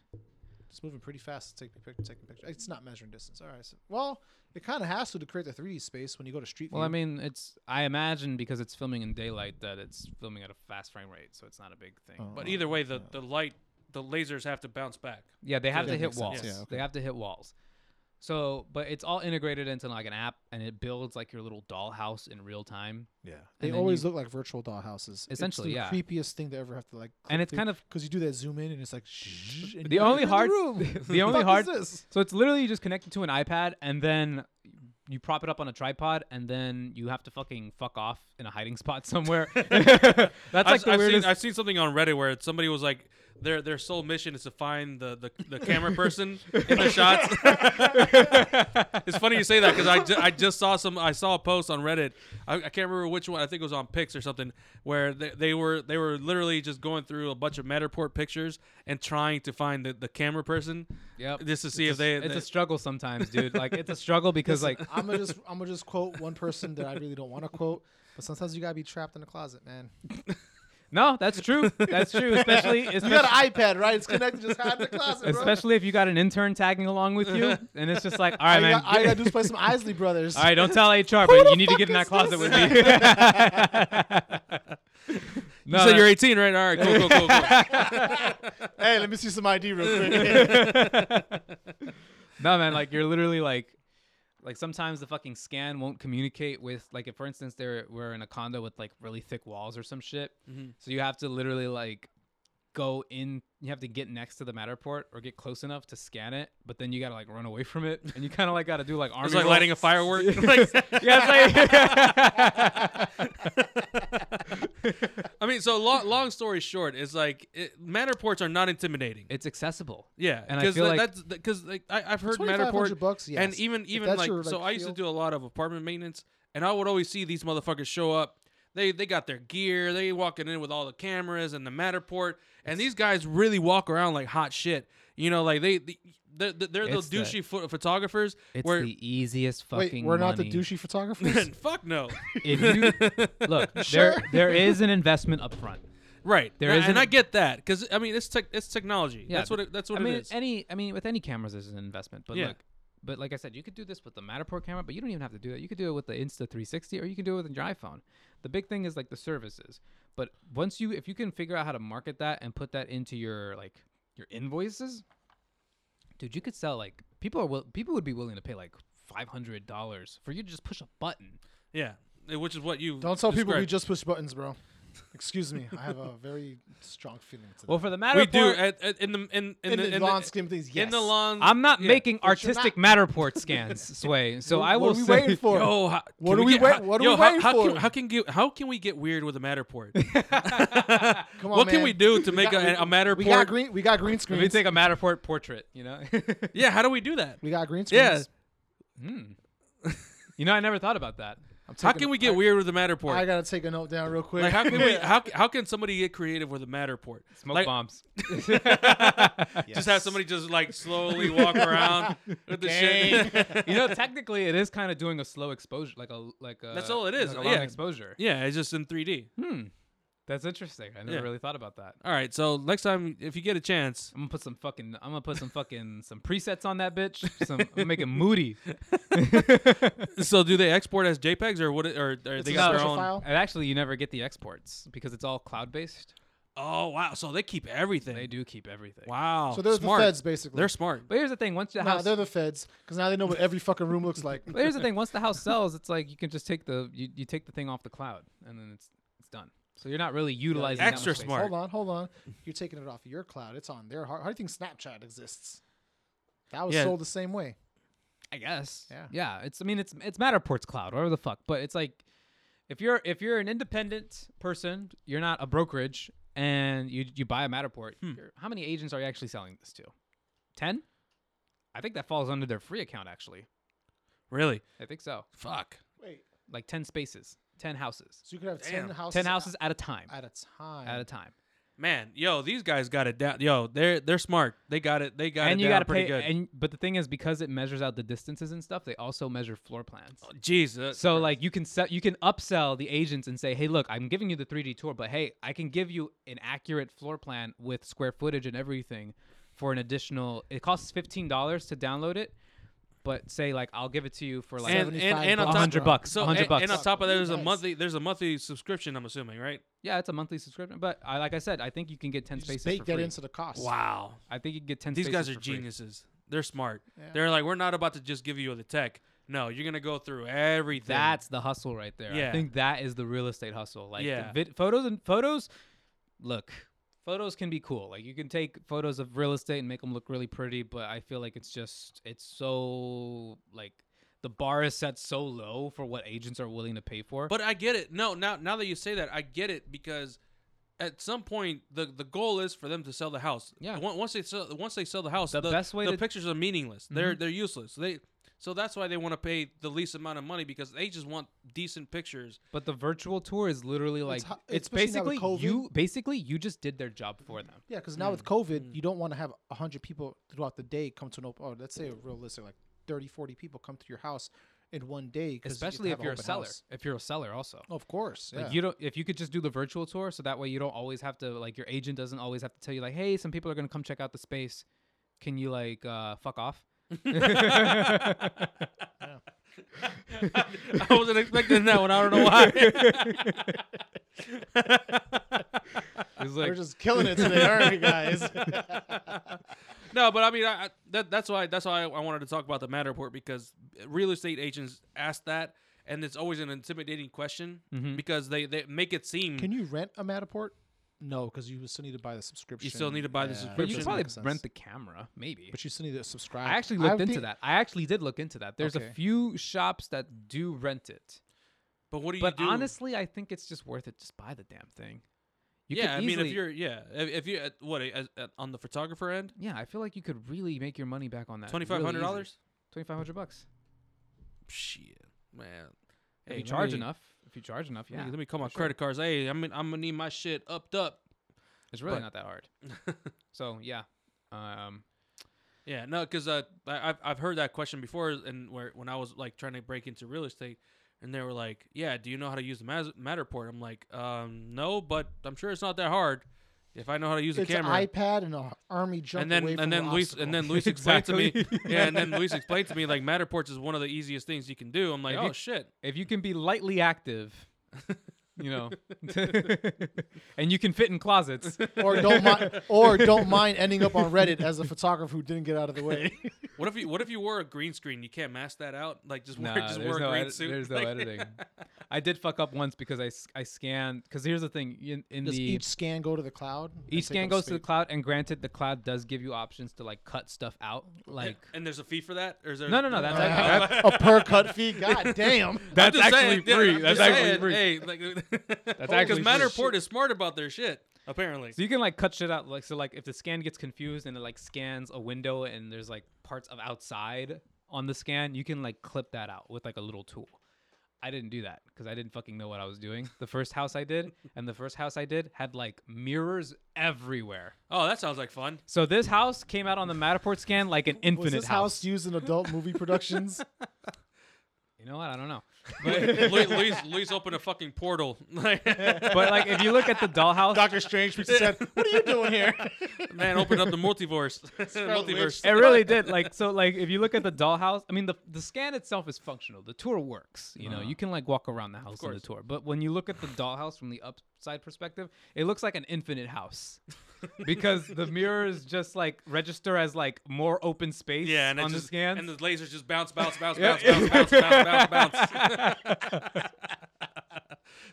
It's moving pretty fast to take picture, taking picture. It's not measuring distance. All right. So, well, it kind of has to to create the 3D space when you go to Street Well, View. I mean, it's I imagine because it's filming in daylight that it's filming at a fast frame rate, so it's not a big thing. Oh. but either way, the, the light, the lasers have to bounce back. Yeah, they have that to hit makes sense, walls. yeah, okay. They have to hit walls. So, but it's all integrated into like an app, and it builds like your little dollhouse in real time. yeah. They and then always you- look like virtual dollhouses. Essentially, it's yeah. the creepiest thing to ever have to like. And it's kind of because you do that zoom in and it's like. shh, and the you're like, only [LAUGHS] "You're in hard, room." the only fuck hard Is [LAUGHS] this? So it's literally just connected to an iPad, and then you prop it up on a tripod, and then you have to fucking fuck off in a hiding [LAUGHS] spot [LAUGHS] somewhere. That's I've, like the I've weirdest. seen I've seen something on Reddit where somebody was like, their their sole mission is to find the the, the camera person in the shots. [LAUGHS] it's funny you say that because I, ju- I just saw some I saw a post on Reddit. I, I can't remember which one. I think it was on Pix or something where they, they were they were literally just going through a bunch of Matterport pictures and trying to find the, the camera person Yep. just to see it's if they. a, it's they- a struggle sometimes, dude. Like it's a struggle [LAUGHS] because like I'm gonna just I'm gonna just [LAUGHS] quote one person that I really don't want to quote, but sometimes you gotta be trapped in a closet, [LAUGHS] man. no, that's true. That's true, [LAUGHS] especially You got especially, an iPad, right? It's connected. Just hide in the closet, bro. especially if you got an intern tagging along with [LAUGHS] you, and it's just like, all all you right, man. got- all you gotta do is play some Isley Brothers. [LAUGHS] all right, don't [LAUGHS] tell HR, but the you need to fuck get in that is closet this? with me. [LAUGHS] you said you're 18, right? All right, cool, cool, cool, cool. Hey, let me see some ID real [LAUGHS] quick. no man like you're literally like like sometimes the fucking scan won't communicate with like if for instance there we're in a condo with like really thick walls or some shit Mhm. so you have to literally like go in you have to get next to the matterport or get close enough to scan it but then you gotta like run away from it and you kind of like gotta do like army It's like roll. [LAUGHS] lighting a firework. [LAUGHS] Like- [LAUGHS] yeah it's like I mean, so long, long story short, is like it, Matterports are not intimidating. it's accessible yeah, and I because feel like- that's because like I, I've heard 2500 Matterport, bucks, yes. and even If even that's like, your, so I used to field- do a lot of apartment maintenance, and I would always see these motherfuckers show up. They they got their gear. They walking in with all the cameras and the Matterport, and these guys really walk around like hot shit. You know, like they. they they're, they're those It's the- douchey pho- photographers. it's where [LAUGHS] the easiest Wait, fucking we're not the money. douchey photographers. [LAUGHS] fuck no, if [LAUGHS] you look Sure. there there is an investment up front right? There and, isn't and I a- get that because I mean it's tech, it's technology. Yeah, that's what but- it, that's what I mean, it is. any I mean, with any cameras, there's an investment. But Yeah. look, but like I said, you could do this with the Matterport camera, but you don't even have to do that. You could do it with the Insta 360, or you can do it with your iPhone. The big thing is like the services. But once you, if you can figure out how to market that and put that into your like your invoices, dude, you could sell like people are will, people would be willing to pay like five hundred dollars for you to just push a button. Yeah, eh, which is what you Don't tell people we described. just push buttons, bro. Excuse me, I have a [LAUGHS] very strong feeling. To Well, that. for the we Matterport, do at, at, in the in, in, in, the, the, in lawn the, scheme things, yes. in the lawn. I'm not yeah. making But you're artistic Matterport scans, Sway. So [LAUGHS] What- I will what are we say, waiting [LAUGHS] for? Yo, how, What can are we get- wait- how- what are yo, we how, waiting how Can, for? how can get, how can we get weird with a Matterport? [LAUGHS] Come on, what can man. we do to make got- a, a Matterport? We got green. We got green Let me screens. take a Matterport portrait, you know? [LAUGHS] yeah, how do we do that? we got green screens. Yeah, Hmm. you know, I never thought about that. I'm how taking- can we get I, weird with a I Matterport? gotta take a note down real quick. Like how [LAUGHS] can we how how can somebody get creative with a Matterport? Smoke Like, bombs. Just have somebody just like [LAUGHS] slowly walk around with the [LAUGHS] shit. you know, technically, it is kind of doing a slow exposure, like a like a. That's all it is, Like a yeah. long exposure. [LAUGHS] yeah, it's just in 3D. Hmm. That's interesting. I never Yeah. really thought about that. All right, so next time if you get a chance, I'm gonna put some fucking. I'm gonna put some fucking some presets on that bitch. Some I'm gonna make it [LAUGHS] moody. so do they export as JPEGs or what? Or, or they a got their special own? file. And actually, you never get the exports because it's all cloud based. Oh wow! So they keep everything. They do keep everything. Wow. so they're smart. the feds basically. They're smart. But here's the thing: once the nah, house, they're the feds because now they know what every fucking room looks like. but here's the thing: once the house sells, it's like you can just take the you, you take the thing off the cloud, and then it's it's done. So you're not really utilizing that Extra much space. smart. Hold on, hold on. You're taking it off of your cloud. It's on their hard. How do you think Snapchat exists? That was Yeah. sold the same way. I guess. Yeah. Yeah. It's I mean it's it's Matterport's cloud, whatever the fuck. But it's like if you're if you're an independent person, you're not a brokerage, and you you buy a Matterport, Hmm. you're, how many agents are you actually selling this to? Ten? I think that falls under their free account actually. Really? I think so. Fuck. Wait, Like ten spaces, ten houses, so you could have Damn. ten houses. ten houses at a time. at a time. At a time. Man, yo, these guys got it down. Yo, they're they're smart. They got it. They got and it you down gotta pretty pay. good. And but the thing is, because it measures out the distances and stuff, they also measure floor plans. Jesus. So like you can sell, you can upsell the agents and say, "Hey, look, I'm giving you the 3D tour, but hey, I can give you an accurate floor plan with square footage and everything for an additional. It costs fifteen dollars to download it, but say like I'll give it to you for like and, and, 75 and on bucks. top, 100 bucks, So 100 and, bucks. and on top of that, there's a Nice. monthly there's a monthly subscription. I'm assuming, right? yeah, it's a monthly subscription. But I, like I said, I think you can get ten You spaces just for bake that free. into the cost. Wow. I think you can get ten. These guys spaces are for free. geniuses. They're smart. Yeah. They're like, we're not about to just give you the tech. No, you're gonna go through everything. That's the hustle right there. Yeah. I think that is the real estate hustle. Like the Yeah. vid- photos and photos. Look, photos can be cool. Like you can take photos of real estate and make them look really pretty, but I feel like it's just it's so like the bar is set so low for what agents are willing to pay for. But I get it. No, now now that you say that, I get it because at some point the the goal is for them to sell the house. Yeah. Once once they sell once they sell the house, The best way the to- Mm-hmm. pictures are meaningless. They're they're useless. They so that's why they want to pay the least amount of money because they just want decent pictures. [LAUGHS] but the virtual tour is literally like ho- it's especially now with basically COVID. you basically you just did their job for them. Yeah, because Hmm. now with COVID, you don't want to have 100 people throughout the day come to an open, or let's say a realistic, like 30, 40 people come to your house in one day. 'cause you get to Especially have if an you're a open seller. house. If you're a seller also. Of course. Yeah. Like you don't if you could just do the virtual tour, so that way you don't always have to like your agent doesn't always have to tell you like, hey, some people are gonna come check out the space. Can you like uh, fuck [LAUGHS] off? [LAUGHS] I wasn't expecting that one. I don't know why. [LAUGHS] [LAUGHS] It's We're like just killing it today, aren't we, [LAUGHS] guys? no, but I mean, I, I, that, that's why that's why I, wanted to talk about the Matterport because real estate agents ask that, and it's always an intimidating question Mm-hmm. because they, they make it seem Can you rent a Matterport? No, because you still need to buy the subscription. need to buy the but subscription. you Doesn't could probably make Doesn't make rent sense. the camera, maybe. But you still need to subscribe. I actually looked I've into thi- that. I actually did look into that. There's Okay. a few shops that do rent it. But what do you But do? honestly, I think it's just worth it. Just buy the damn thing. You could yeah, I mean, if easily- you're, yeah, if, if you, uh, what, uh, uh, on the photographer end, yeah, I feel like you could really make your money back on that. twenty five hundred dollars. twenty five hundred bucks. Shit, man. If Hey, you charge let me- enough, if you charge enough, let yeah, me- let me call for my sure. credit cards. Hey, I'm, in, I'm gonna need my shit upped up. It's really not But- that [LAUGHS] hard. so yeah, um, Yeah, no, because uh, I- I've I've heard that question before, and where when I was like trying to break into real estate, and they were like, "Yeah, do you know how to use the Mas- Matterport?" I'm like, um, "No, but I'm sure it's not that hard if I know how to use It's a an camera." iPad and an army jump and then away from and then an Luis obstacle. and then Luis [LAUGHS] explained to me, yeah, and then Luis explained to me like Matterports is one of the easiest things you can do. I'm like, If oh you- shit, if you can be lightly [LAUGHS] active, you know, [LAUGHS] and you can fit in [LAUGHS] closets, or don't [LAUGHS] mind, or don't mind ending up on Reddit as a photographer who didn't get out of the way. [LAUGHS] what if you what if you wore a green screen? You can't mask that out. Like just wear nah, just there's, wear no a green edit- suit. [LAUGHS] there's no Like, editing. I did fuck up once because I, s- I scanned because here's the thing in, in Does the each scan go to the cloud? and each take scan up goes to the space? cloud and granted the cloud does give you options to like cut stuff out like and there's a fee for that, or is there no no no that's Uh, [LAUGHS] actually, a per cut fee. God damn. that's I'm just actually saying, yeah, free I'm that's just actually saying, free Hey, like, [LAUGHS] that's actually free. Matterport is smart about their shit. Apparently, So you can like cut shit out, like so like if the scan gets confused and it like scans a window and there's like parts of outside on the scan, you can like clip that out with like a little tool. I didn't do that because I didn't fucking know what I was doing. The first house I did, and the first house I did had like mirrors everywhere. oh, that sounds [LAUGHS] like fun. So this house came out on the Matterport scan like an Was [LAUGHS] infinite this house. house used in adult movie productions? You know what? I don't know. Lu- Luis, Luis opened a fucking portal. [LAUGHS] Man But like, if you look at the [LAUGHS] dollhouse, Doctor Strange reached said, "What are you doing here?" opened up the [LAUGHS] multiverse. Scarlet Witch. multiverse. it really [LAUGHS] did. Like, so like, if you look at the dollhouse, I mean, the the scan itself is functional. The tour works. You know, you can like walk around the house on the Uh-huh. course. tour. But when you look at the dollhouse from the upside perspective, it looks like an infinite [LAUGHS] house. because the mirrors just like register as like more open space Yeah, and it on the just, scans. and the lasers just bounce, bounce, bounce, bounce, bounce, bounce, bounce, bounce, bounce. [LAUGHS]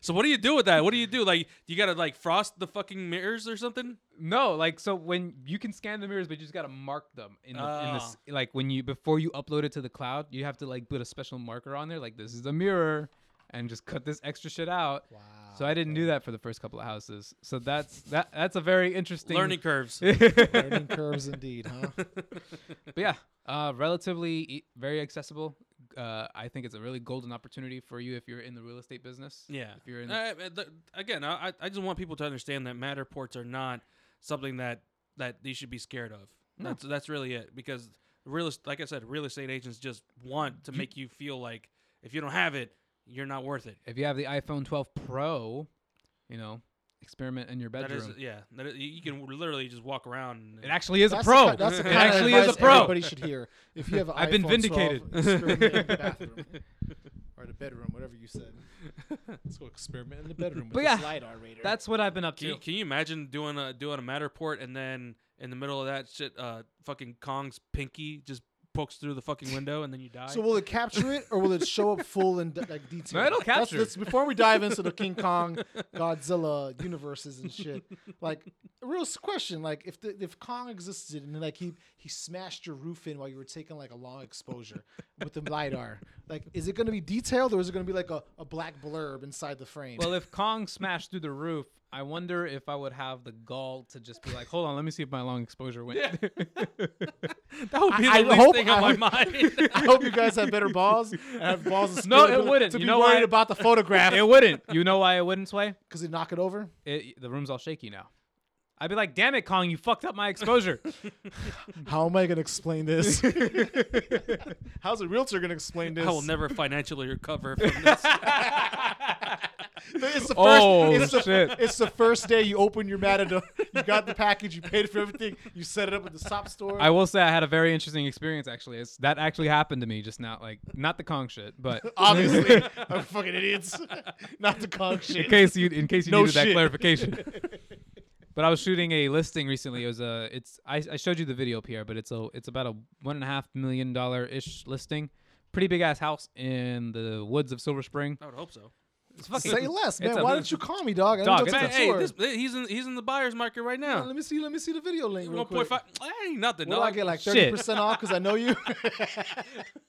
so what do you do with that? What do you do? Like you gotta like frost the fucking mirrors or something? No, like so when you can scan the mirrors, but you just gotta mark them in the, in the Oh. s- like when you before you upload it to the cloud, you have to like put a special marker on there, like this is a mirror, and just cut this extra shit out. Wow. Ah, So I didn't do that for the first couple of houses. So that's that. That's a very interesting Learning [LAUGHS] curves. but Learning curves indeed, huh? yeah, uh, relatively e- very accessible. Uh, I think it's a really golden opportunity for you if you're in the real estate business. Yeah. If you're in the, Uh, uh, the- again, I, I- I just want people to understand that Matterports are not something that that they should be scared of. That's that's really it because real est- like I said, real estate agents just want to make you feel like if you don't have it, you're not worth it. if you have the iPhone 12 Pro, you know, experiment in your That bedroom. is, yeah. That is, you you can literally just walk around. It actually is That's a pro. The, ki- that's the it kind actually of is a advice pro. Everybody should hear. If you have, an [LAUGHS] I've been iPhone vindicated. 12, experiment [LAUGHS] in the bathroom or the bedroom, whatever you said. Let's go experiment in the [LAUGHS] bedroom with But this yeah, lidar radar. That's what I've been up Can you, to. can you imagine doing a doing a Matterport and then in the middle of that shit, uh, fucking Kong's pinky just pokes through the fucking window and then you die? so will it capture it or will it show up full in de- like detail? No, it'll That's- capture. that's- before we dive into the King Kong, Godzilla universes and shit, like a real s- question, like if the, if Kong existed and then like he he smashed your roof in while you were taking like a long exposure with the lidar, like is it going to be detailed or is it going to be like a, a black blurb inside the frame? Well, if Kong smashed through the roof, I wonder if I would have the gall to just be like, "Hold on, let me see if my long exposure went." [LAUGHS] that would be I- I the least hope- thing I on my hope- mind. [LAUGHS] I hope you guys have better balls and have balls. Of No, steel it to- wouldn't. To You be know worried why? about the photograph [LAUGHS] it wouldn't. You know why it wouldn't sway? because he knock it over. It, the room's all shaky now. I'd be like, "Damn it, Kong, you fucked up [LAUGHS] my exposure." How am I going to explain this? [LAUGHS] How's a realtor going to explain this? I will never financially recover from this. It's the first. Oh, it's the, shit. It's the first day you open your Matador. You got the package. You paid for everything. You set it up at the SOP store. I will say I had a very interesting experience. Actually, it's, that actually happened to me just now. Like, not the Kong shit, but [LAUGHS] Obviously, I'm fucking idiots. [LAUGHS] Not the conch in [LAUGHS] shit. case you in case you No needed that shit. [LAUGHS] clarification. but I was shooting a listing recently. It was a it's I, I showed you the video Pierre, but it's a it's about a one and a half million dollar ish listing. Pretty big ass house in the woods of Silver Spring. I would hope so. It's fucking Say less, man. it's a- Why don't you call me, dog? I Dog, dog, it's Man, a- hey, this, he's in he's in the buyer's market right now. let me see. Let me see the video link. Real One quick. point five. That ain't nothing. Will dog. I get like Shit. thirty percent off because I know [LAUGHS] you?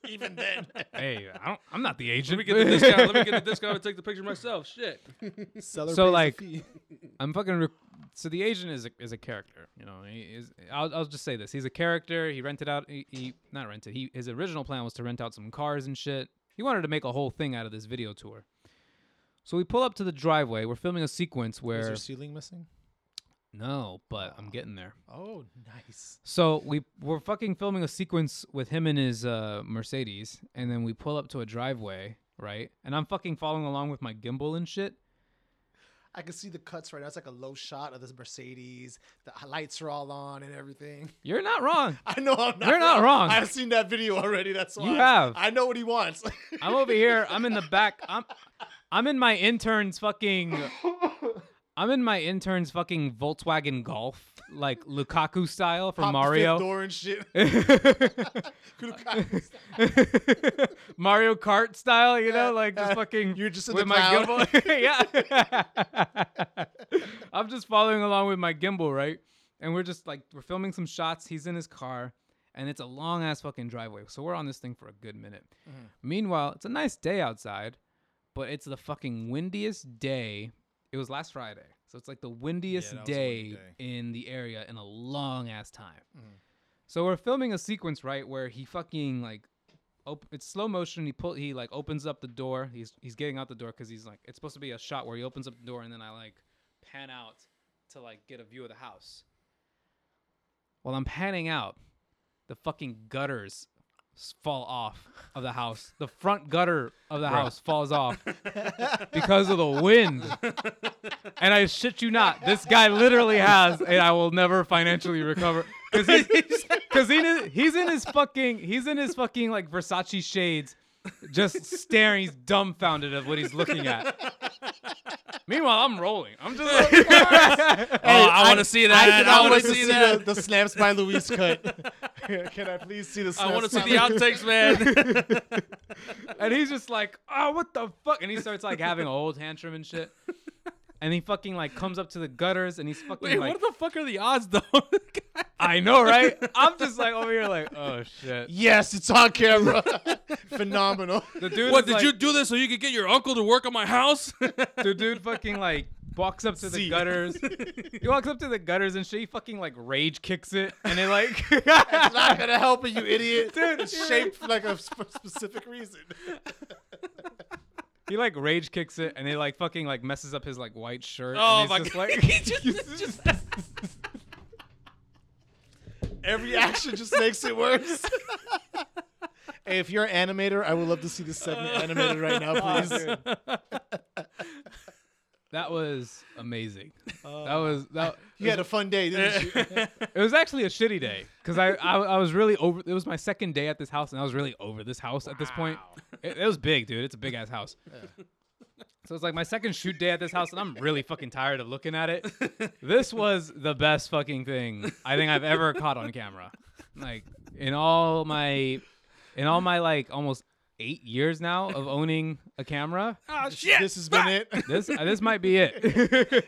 even then. Hey, I don't I'm not the agent. Let me get the discount. Let me get the discount and take the picture myself. Shit. Seller So, pays the like, fee. I'm fucking. Re- so the agent is a, is a character, you know. He is. I'll, I'll just say this: he's a character. He rented out. He, he not rented. He his original plan was to rent out some cars and shit. He wanted to make a whole thing out of this video tour. So we pull up to the driveway. We're filming a sequence is where your ceiling missing? no, but I'm getting there. Oh, nice. So we we're fucking filming a sequence with him in his uh, Mercedes, and then we pull up to a driveway, right? And I'm fucking following along with my gimbal and shit. I can see the cuts right now. It's like a low shot of this Mercedes. The h- lights are all on and everything. [LAUGHS] You're not wrong. I know I'm not. You're not wrong. I've seen that video already. That's why. You have. I know what he wants. [LAUGHS] I'm over here. I'm in the back. I'm I'm in my intern's fucking I'm in my intern's fucking Volkswagen Golf, like Lukaku style from Pop the fifth Mario. door and [LAUGHS] shit. [LAUGHS] Mario Kart style, you know, like just yeah. fucking Uh, You're just in with the my cloud. gimbal. [LAUGHS] yeah. [LAUGHS] I'm just following along with my gimbal, right? And we're just like we're filming some shots. He's in his car and it's a long ass fucking driveway. So we're on this thing for a good minute. Mm-hmm. Meanwhile, it's a nice day outside, but it's the fucking windiest day. It was last Friday. So it's like the windiest that was a day, windy Mm-hmm. in the area in a long ass time. So we're filming a sequence right where he fucking like op- it's slow motion. He pull he like opens up the door. He's he's getting out the door because he's like it's supposed to be a shot where he opens up the door and then I like pan out to like get a view of the house. While I'm panning out, the fucking gutters s- fall off of the house. The front gutter of the house falls off because of the wind. And I shit you not, this guy literally has, and I will never financially recover. Cause he's, cause he, kn- he's in his fucking, he's in his fucking like Versace shades, just staring. He's dumbfounded at what he's looking at. Meanwhile, I'm rolling. I'm just like, [LAUGHS] oh, I, [LAUGHS] want to see that. I, I want want to see that. the, the snaps by Luis cut. [LAUGHS] Can I please see the snaps? I want to see by the outtakes, man. [LAUGHS] and he's just like, oh, what the fuck? And he starts like having a old tantrum and shit. And he fucking like comes up to the gutters and he's fucking Wait, like, what the fuck are the odds, though? I know, right? I'm just like over here, like, oh shit. [LAUGHS] Yes, it's on camera. [LAUGHS] Phenomenal. [LAUGHS] The dude, what is, did like- you do this so you could get your uncle to work on my house? [LAUGHS] The dude fucking like walks up to the See. gutters. he walks up to the gutters and shit. He fucking like rage kicks it, and it like, [LAUGHS] Not gonna help it, you idiot. Dude, it's shaped for like a sp- specific reason. [LAUGHS] he like rage kicks it, and it like fucking like messes up his like white shirt. Oh, and my he's [LAUGHS] God. [LAUGHS] Just like, Every action just makes it worse. [LAUGHS] hey, if you're an animator, I would love to see this [LAUGHS] segment animated right Oh, now, please. [LAUGHS] that was amazing. that was that. you had a fun day, didn't [LAUGHS] you? Oh, It was actually a shitty day because I, I I was really over. It was my second day at this house, and I was really over this house at this point. It, it was big, dude. It's a big ass house. So it's like my second shoot day at this house, and I'm really fucking tired of looking at it. This was the best fucking thing I think I've ever caught on camera. Like in all my, in all my like almost eight years now of owning a camera, Ah, oh, shit. This has been it. this uh, this might be it.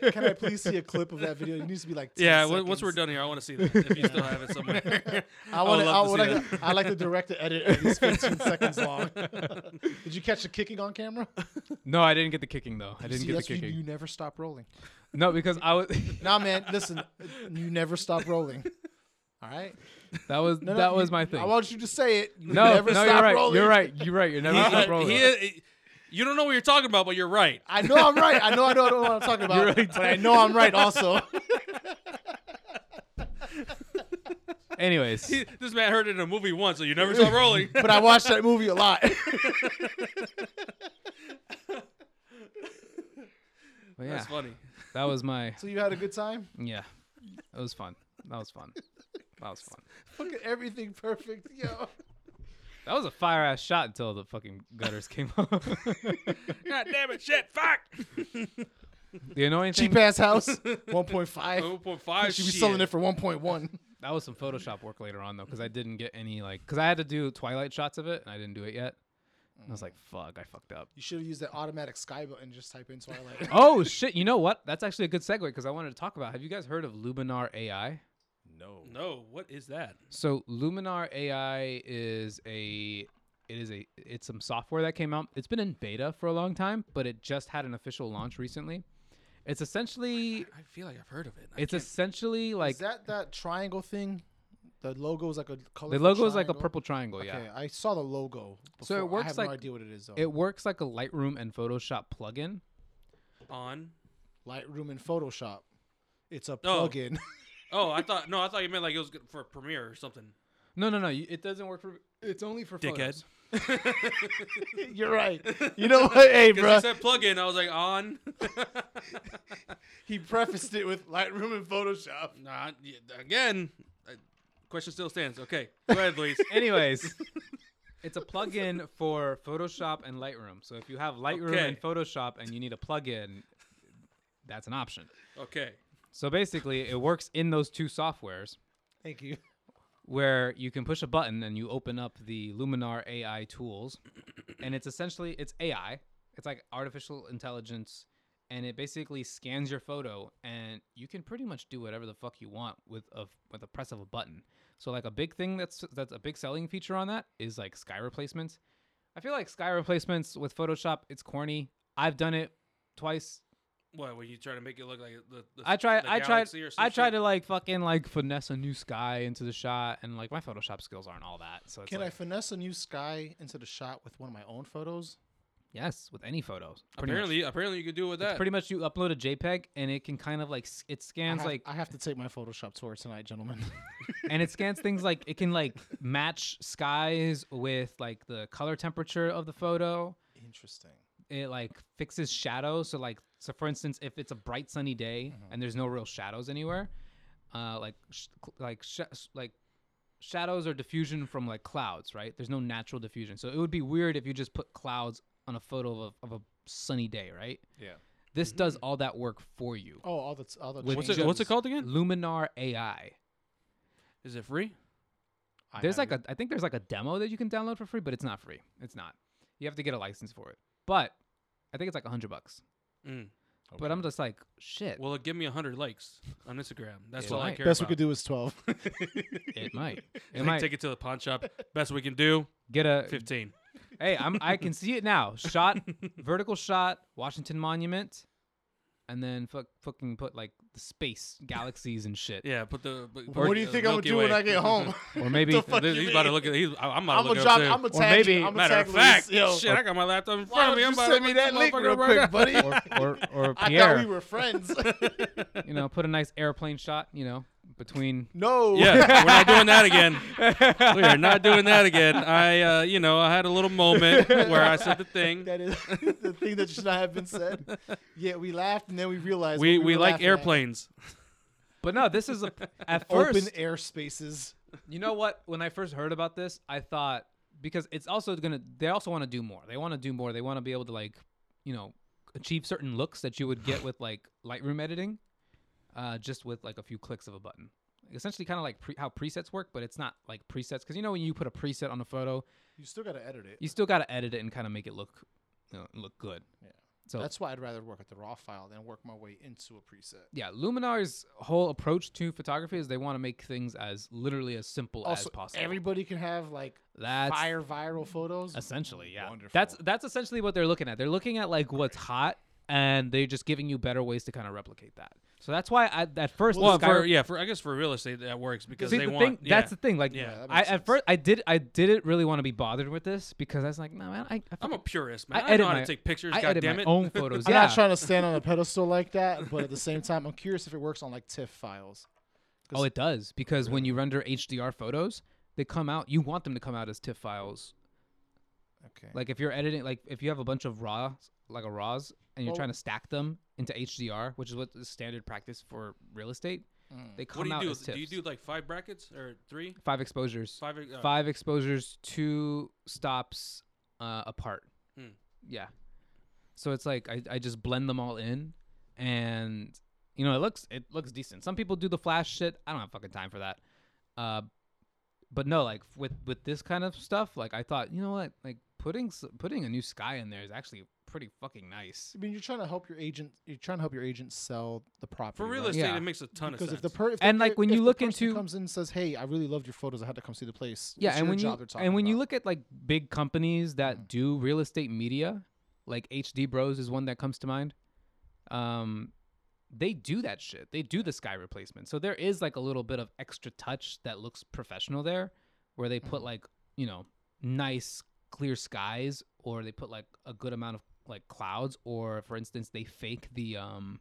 [LAUGHS] [LAUGHS] Can I please see a clip of that video? It needs to be like 10 [LAUGHS] yeah, seconds. wh- once we're done here, I want to see that. If you still have it [LAUGHS] somewhere. I would want to. I love to would see like. I like the direct to edit at least [LAUGHS] 15 seconds long. [LAUGHS] Did you catch the kicking on camera? no, I didn't get the kicking though. I didn't See, get the that's- you- kicking. You, never stop rolling. No, because I was. [LAUGHS] Nah, man. Listen, you never stop rolling. All right. That was No, no, that you- was my thing. I want you to say it. You no, never no, stop you're right. rolling. You're right. You're [LAUGHS] right. You're never Uh, stop rolling. he is- you don't know what you're talking about, but you're right. I know I'm right. I know I don't know what I'm talking about, but I know I'm right also. Anyways, He- [LAUGHS] this man heard it in a movie once, so you never stop [LAUGHS] rolling. but I watched that movie a lot. but yeah, That's funny. that was my so you had a good time. yeah. It was fun. That was fun. That was fun. Look at everything perfect, yo. That was a fire ass shot until the fucking gutters came [LAUGHS] up. [LAUGHS] God damn it, shit, fuck. the annoying thing Cheap ass house, 1.5. 0.5. Should be shit. selling it for 1.1. that was some Photoshop work later on though, because I didn't get any like because I had to do twilight shots of it and I didn't do it yet. And I was like, fuck, I fucked up. You should have used that automatic sky button. Just type in [LAUGHS] Twilight. Oh shit! You know what? That's actually a good segue because I wanted to talk about. Have you guys heard of Luminar AI? no. No, what is that? So Luminar AI is a it is a it's some software that came out. It's been in beta for a long time, but it just had an official launch recently. It's essentially I feel like I've heard of it. it's essentially like is that that triangle thing? The logo is like a color. the logo is like a purple triangle, yeah. Okay, um, I saw the logo. Before. So it works I have like- no idea what it is though. It works like a Lightroom and Photoshop plugin. on. Lightroom and Photoshop. It's a Oh. plugin. [LAUGHS] Oh, I thought no, I thought you meant like it was good for Premiere or something. No, no, no. you- It doesn't work for it's only for Dickhead. [LAUGHS] photos. You're right. You know what? Hey, Because bro. you said plug-in, I was like on. [LAUGHS] He prefaced it with Lightroom and Photoshop. nah, y- again, uh, question still stands. Okay, go ahead, [LAUGHS] Luis. Anyways, it's a plugin for Photoshop and Lightroom. So if you have Lightroom Okay. and Photoshop and you need a plugin, that's an option. Okay, So basically, it works in those two softwares Thank you. where you can push a button and you open up the Luminar AI tools, [COUGHS] and it's essentially it's AI. It's like artificial intelligence, and it basically scans your photo, and you can pretty much do whatever the fuck you want with a with a press of a button. So like a big thing that's that's a big selling feature on that is like sky replacements. I feel like sky replacements with Photoshop, it's corny. I've done it twice. what were you trying to make it look like the? the I tried. the I tried. Galaxy or some I tried shit? to like fucking like finesse a new sky into the shot, and like my Photoshop skills aren't all that. So it's Can I like, finesse a new sky into the shot with one of my own photos? Yes, with any photos. Pretty much. Apparently, apparently you can do it with that. It's pretty much you upload a JPEG and it can kind of like s- it I scans have, like I have to take my Photoshop tour tonight, gentlemen. [LAUGHS] and it scans things like it can like match skies with like the color temperature of the photo. Interesting. It like fixes shadows. So like so for instance, if it's a bright sunny day Mm-hmm. and there's no real shadows anywhere, uh, like sh- cl- like sh- like shadows or diffusion from like clouds, right? There's no natural diffusion. So it would be weird if you just put clouds on a photo of a, of a sunny day, right? Yeah. This does Mm-hmm. all that work for you. oh, all the t- all the With what's changes. it? What's it called again? Luminar AI. Is it free? I There's have like a I think there's like a demo that you can download for free, but it's not free. It's not. You have to get a license for it. But I think it's like a hundred bucks. Mm. Oh, But I'm just like shit. Well, give me hundred likes on Instagram. That's It all I might. it. care Best we about. could do is twelve. [LAUGHS] it might. It Take- might Take it to the pawn shop. Best we can do. get a. Fifteen. Hey, I'm I can see it now. [LAUGHS] Shot vertical shot Washington Monument, and then fuck, fucking put like the space galaxies and shit. Yeah. Put the. Put, [LAUGHS] What do you think I'm gonna do when [LAUGHS] I get [LAUGHS] home? Or maybe The fuck He's you about to mean? look at. He's, I- I'm about I'm to look gonna it drop. up too. I'm gonna Or tag maybe- you. I'm gonna Matter tag of fact, Luis. Yo, shit, I got my laptop in why don't front of me. I'm you about to send me look at that link motherfucker real right now. quick, buddy? [LAUGHS] or or, or I thought Pierre. we were [LAUGHS] friends. [LAUGHS] You know, put a nice airplane shot. You know, between no. [LAUGHS] [LAUGHS] Yeah, we're not doing that again. [LAUGHS] We are not doing that again. I, uh, you know, I had a little moment where I said the [LAUGHS] thing. That is the thing that should not have been said. [LAUGHS] Yeah, we laughed and then we realized We what we were like laughing at. airplanes. But no, [LAUGHS] this is a, at first. Open air spaces. You know what? When I first heard about this, I thought because it's also gonna. They also want to do more. They want to do more. They want to be able to like, you know, achieve certain looks that you would get with like Lightroom editing, uh, just with like a few clicks of a button. Essentially, kind of like pre- how presets work, but it's not like presets because you know when you put a preset on a photo, You still gotta edit it. you still got to edit it and kind of make it look, you know, look good. Yeah. So That's why I'd rather work at the raw file than work my way into a preset. yeah, Luminar's whole approach to photography is they want to make things as literally as simple as Also, possible. everybody can have like That's fire viral photos. essentially yeah Wonderful. that's that's essentially what they're looking at they're looking at like what's hot and they're just giving you better ways to kind of replicate that so that's why I, at first Well, the for, Skyrim- yeah, for I guess for real estate that works because See, they the want. thing, yeah. that's the thing like Yeah, that I, makes at sense. first i did i didn't really want to be bothered with this because i was like no man i, I, I'm a fucking- purist, I man. I, know edit how my- to take pictures. I God edit damn my it. own photos [LAUGHS] I'm yeah not trying to stand [LAUGHS] on a pedestal like that, but at the same time, I'm curious if it works on like TIFF files. oh it does because when you render hdr photos they come out you want them to come out as tiff files Okay. like if you're editing like if you have a bunch of raws like a raws and you're Well- trying to stack them into hdr which is what is standard practice for real estate Mm. they What come do you out do? as Do you TIFFs. do like five brackets or three? five exposures Five. Uh, five exposures two stops uh, apart Hmm. yeah so it's like I, I just blend them all in and you know it looks it looks decent some people do the flash shit i don't have fucking time for that uh, but no like with with this kind of stuff like i thought you know what like putting s- putting a new sky in there is actually pretty fucking nice I mean, you're trying to help your agent. You're trying to help your agent sell the property. For real right? estate, Yeah. it makes a ton because of if sense. the per- if And, the- like, when if you the look person into- comes in and says, "Hey, I really loved your photos. I had to come see the place." yeah It's and your when, you, job they're talking and when about. you Mm. look at like big companies that do real estate media like hd bros is one that comes to mind um they do that shit they do the sky replacement so there is like a little bit of extra touch that looks professional there where they Mm-hmm. put like you know nice clear skies or they put like a good amount of like clouds or for instance they fake the um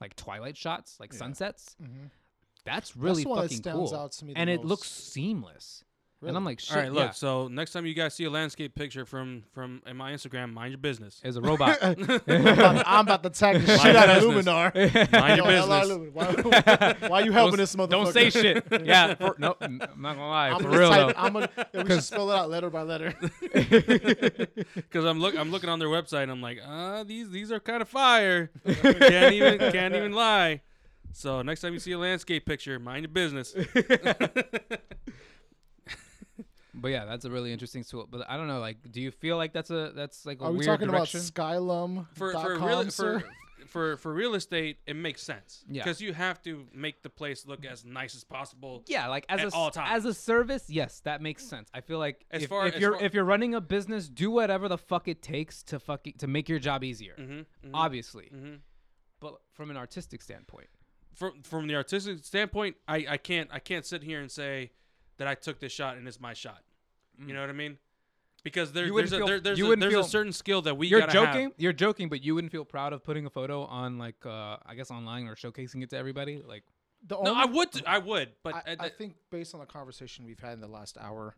like twilight shots like sunsets Mhm. that's really the one that fucking stands cool out to me the and it looks most. seamless and Really? i'm like shit all right, look. yeah. So next time you guys see a landscape picture from from in my Instagram, mind your business. It was a [LAUGHS] robot. [LAUGHS] I'm [LAUGHS] about, I'm about to tag the shit your out of business. Luminar. Mind Yo, your LR business. Lumin, Why, [LAUGHS] why you helping this motherfucker? Don't say [LAUGHS] shit. Yeah, [LAUGHS] for, no, n- I'm not gonna lie. I'm for gonna real type- though. I'm gonna, yeah, we should spell it out letter by [LAUGHS] letter. Because I'm look, I'm looking on their website, and I'm like, ah, these these are kind of [LAUGHS] fire. can't even can't even lie. So next time you see a landscape picture, mind your business. [LAUGHS] But yeah, that's a really interesting tool. But I don't know. Like, do you feel like that's a that's like a Are we weird talking direction? about Skylum For for real for, for for real estate, it makes sense. Yeah. Because you have to make the place look as nice as possible. yeah, like as At a s- all times. as a service, yes, that makes sense. I feel like As if, far- if as you're far- if you're running a business, do whatever the fuck it takes to fucking to make your job easier. Mm-hmm, Obviously, hmm but from an artistic standpoint, From from the artistic standpoint, I I can't I can't sit here and say that I took this shot and it's my shot. You know what I mean? because there, Mm. You there's wouldn't a feel- there, there's, you a, wouldn't there's a feel- certain skill that we You're gotta have. joking. You're joking, but you wouldn't feel proud of putting a photo on like uh I guess online or showcasing it to everybody. Like The No, only- I would I would, but I, uh, I th- think based on the conversation we've had in the last hour,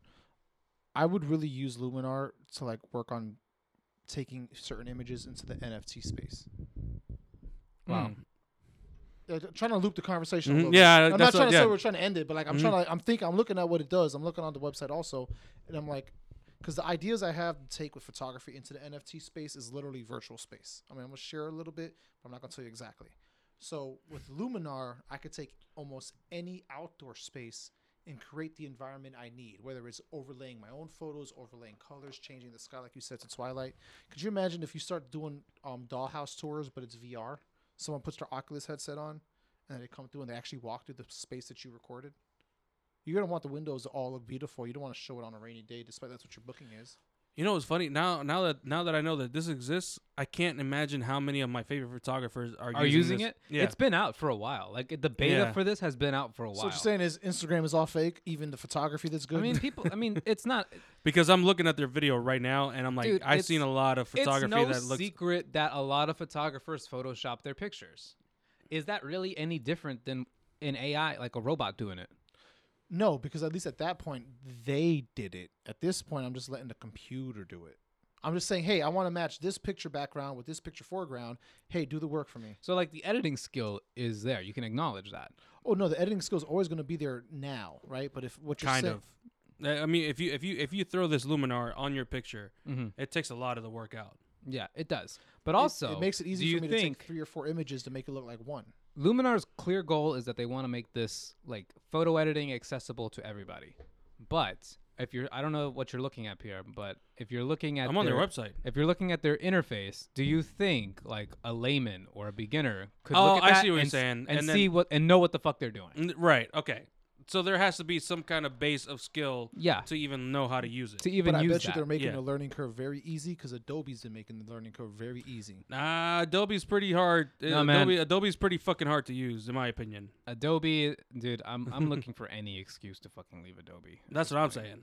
I would really use Luminar to like work on taking certain images into the NFT space. wow. Uh, t- Hmm. trying to loop the conversation. Mhm, A little yeah, bit. I'm not that's trying what- to yeah. say we're trying to end it, but like I'm Mhm. trying to. I'm thinking. I'm looking at what it does. I'm looking on the website also, and I'm like, because the ideas I have to take with photography into the NFT space is literally virtual space. I mean, I'm gonna share a little bit, but I'm not gonna tell you exactly. So with Luminar, I could take almost any outdoor space and create the environment I need, whether it's overlaying my own photos, overlaying colors, changing the sky, like you said to Twilight. Could you imagine if you start doing um, dollhouse tours, but it's VR? Someone puts their Oculus headset on, and they come through and they actually walk through the space that you recorded. You're gonna want the windows to all look beautiful. You don't want to show it on a rainy day, despite that's what your booking is. you know it's funny now now that now that I know that this exists, I can't imagine how many of my favorite photographers are, Are you using this. it? Yeah. It's been out for a while. Like the beta Yeah. for this has been out for a while. So what you're saying is Instagram is all fake, even the photography that's I good. [LAUGHS] mean, people. I mean, it's not. because I'm looking at their video right now and I'm like Dude, I've it's- seen a lot of photography it's no that looks secret that a lot of photographers Photoshop their pictures. Is that really any different than an AI, like a robot doing it? no, because at least at that point they did it. At this point, I'm just letting the computer do it. I'm just saying, hey, I want to match this picture background with this picture foreground. Hey, do the work for me. So, like, the editing skill is there. You can acknowledge that. Oh no, the editing skill is always going to be there now, right? But if what you're kind saying, of. I I mean, if you if you if you throw this luminar on your picture, Mhm. it takes a lot of the work out. Yeah, it does. it- But also, it, makes it do easy you for me think to take three or four images to make it look like one. Luminar's clear goal is that they want to make this like photo editing accessible to everybody. But if you're, I don't know what you're looking at, Pierre, but if you're looking at I'm on their their website. if you're looking at their interface, do you think like a layman or a beginner could Oh, look at I that see what you're and, s- saying, and, and see then- Mm. what and know what the fuck they're doing? N- Right. Okay. So there has to be some kind of base of skill Yeah, to even know how to use it. to even but I use bet you that. they're making yeah. the learning curve very easy because Adobe's been making the learning curve very easy. Nah, Adobe's pretty hard. Uh, Nah, man. Adobe, Adobe's pretty fucking hard to use, in my opinion. Adobe, dude, I'm [LAUGHS] I'm looking for any excuse to fucking leave Adobe. That's what I'm saying.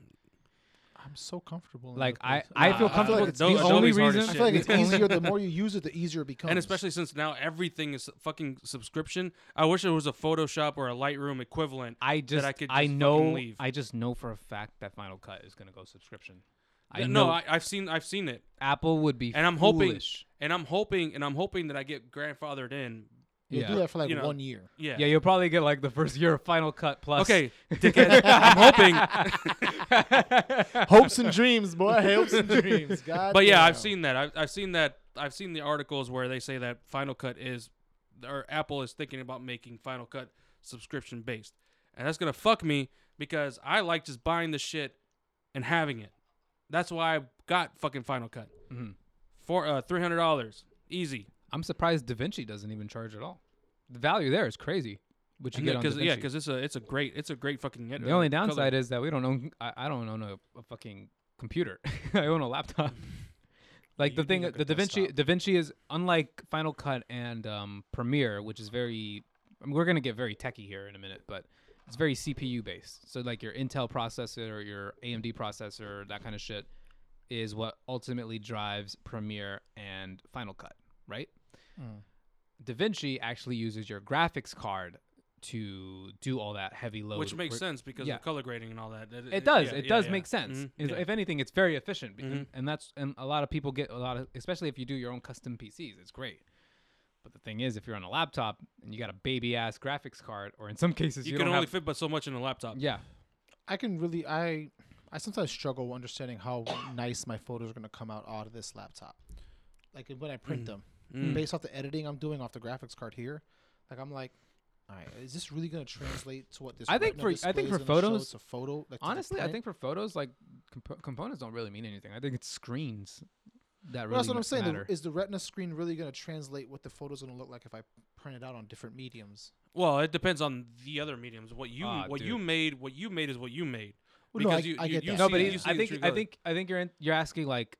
I'm so comfortable. in Like that I, place. I feel Nah, I feel comfortable. like it's Adobe- the only Adobe's hard as reason I shit. feel like it's It's easier. The more you use it, the [LAUGHS] easier it becomes. And especially since now everything is fucking subscription. I wish it was a Photoshop or a Lightroom equivalent. I just, I I, could just fucking know, leave. I just know for a fact that Final Cut is gonna go subscription. I Yeah, know no, I, I've seen I've seen it, Apple would be, and I'm foolish. hoping, and I'm hoping, and I'm hoping that I get grandfathered in. you yeah. do that for like you know. one year. Yeah. yeah, you'll probably get like the first year of Final Cut Plus. [LAUGHS] Okay, dickhead. I'm hoping. Hopes and dreams, boy. Hopes [LAUGHS] and dreams. God But yeah, I've damn. seen that. I've, I've seen that. I've seen the articles where they say that Final Cut is, or Apple is thinking about making Final Cut subscription based, and that's gonna fuck me because I like just buying the shit and having it. That's why I got fucking Final Cut Mhm. for uh, three hundred dollars, easy. I'm surprised Da Vinci doesn't even charge at all. The value there is crazy. What you And get yeah, on Da because yeah, Vinci. 'cause it's a it's a great it's a great fucking. uh, the only downside is that we don't own. I, I don't own a, a fucking computer. [LAUGHS] I own a laptop. [LAUGHS] like you the need thing, like a the Da Vinci, desktop. Da Vinci is unlike Final Cut and um, Premiere, which is very. I mean, we're gonna get very techy here in a minute, but it's very CPU based. So like your Intel processor, or your AMD processor, that kind of shit, is what ultimately drives Premiere and Final Cut, right? Mm. DaVinci actually uses your graphics card to do all that heavy load. which makes work- sense because yeah. of color grading and all that. it does. yeah, it yeah, does yeah. make sense. Mhm, Is- yeah. If anything, it's very efficient, be- Mhm. and that's and a lot of people get a lot of, especially if you do your own custom PCs, it's great. But the thing is, if you're on a laptop and you got a baby ass graphics card, or in some cases you, you, can don't only have, fit but so much in a laptop. yeah, I can really. I. I sometimes struggle understanding how nice my photos are going to come out out of this laptop. Like when I print them, Mm. based off the editing I'm doing off the graphics card here, like I'm like, all right, is this really going to translate to what this? I Retina think for- I display think is gonna for show? photos- it's a photo. Like, to the honestly, I print? think for photos, like comp- components don't really mean anything. I think it's screens that Well, really that's what I'm saying. matter. The, is the retina screen really going to translate what the photo's going to look like if I print it out on different mediums? Well, it depends on the other mediums. What you Ah, what dude. you made, what you made is what you made. Well, no, I- you, I you, get you that. no, see- but you it- see I the think true I color. think I think you're in, you're [COUGHS] asking like,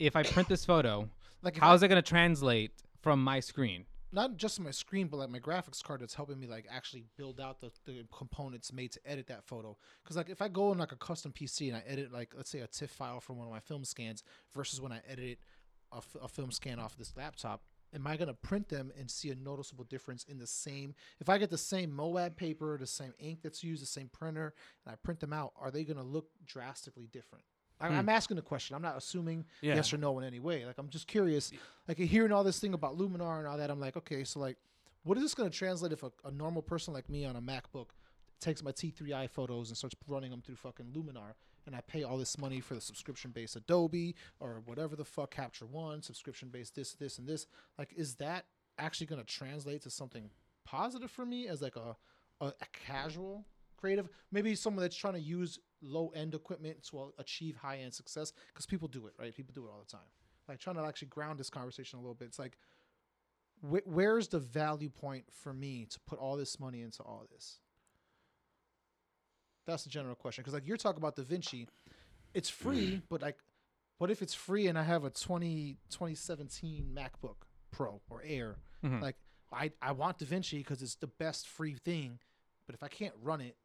if I print this photo, Like, if I- How's it going to translate from my screen? not just my screen, but like my graphics card that's helping me like actually build out the, the components made to edit that photo. Because like if I go on like a custom PC and I edit like let's say a TIFF file from one of my film scans versus when I edit a, f- a film scan off this laptop, am I gonna print them and see a noticeable difference in the same? If I get the same Moab paper, the same ink that's used, the same printer, and I print them out, are they gonna look drastically different? I- I'm asking the question. I'm not assuming Yeah. yes or no in any way. Like I'm just curious. Like hearing all this thing about Luminar and all that, I'm like, okay, so like, what is this going to translate if a, a normal person like me on a MacBook takes my T3i photos and starts running them through fucking Luminar, and I pay all this money for the subscription-based Adobe or whatever the fuck Capture One subscription-based this, this, and this? Like, is that actually going to translate to something positive for me as like a a, a casual creative, maybe someone that's trying to use low end equipment to uh, achieve high end success because people do it, right? People do it all the time. Like trying to actually ground this conversation a little bit. It's like, wh- where's the value point for me to put all this money into all this? That's the general question. Because like you're talking about Da Vinci, it's free, Mm. but like, what if it's free and I have a 20, 2017 MacBook Pro or Air? Mm-hmm. Mhm. Like, I, I want DaVinci because it's the best free thing, but if I can't run it,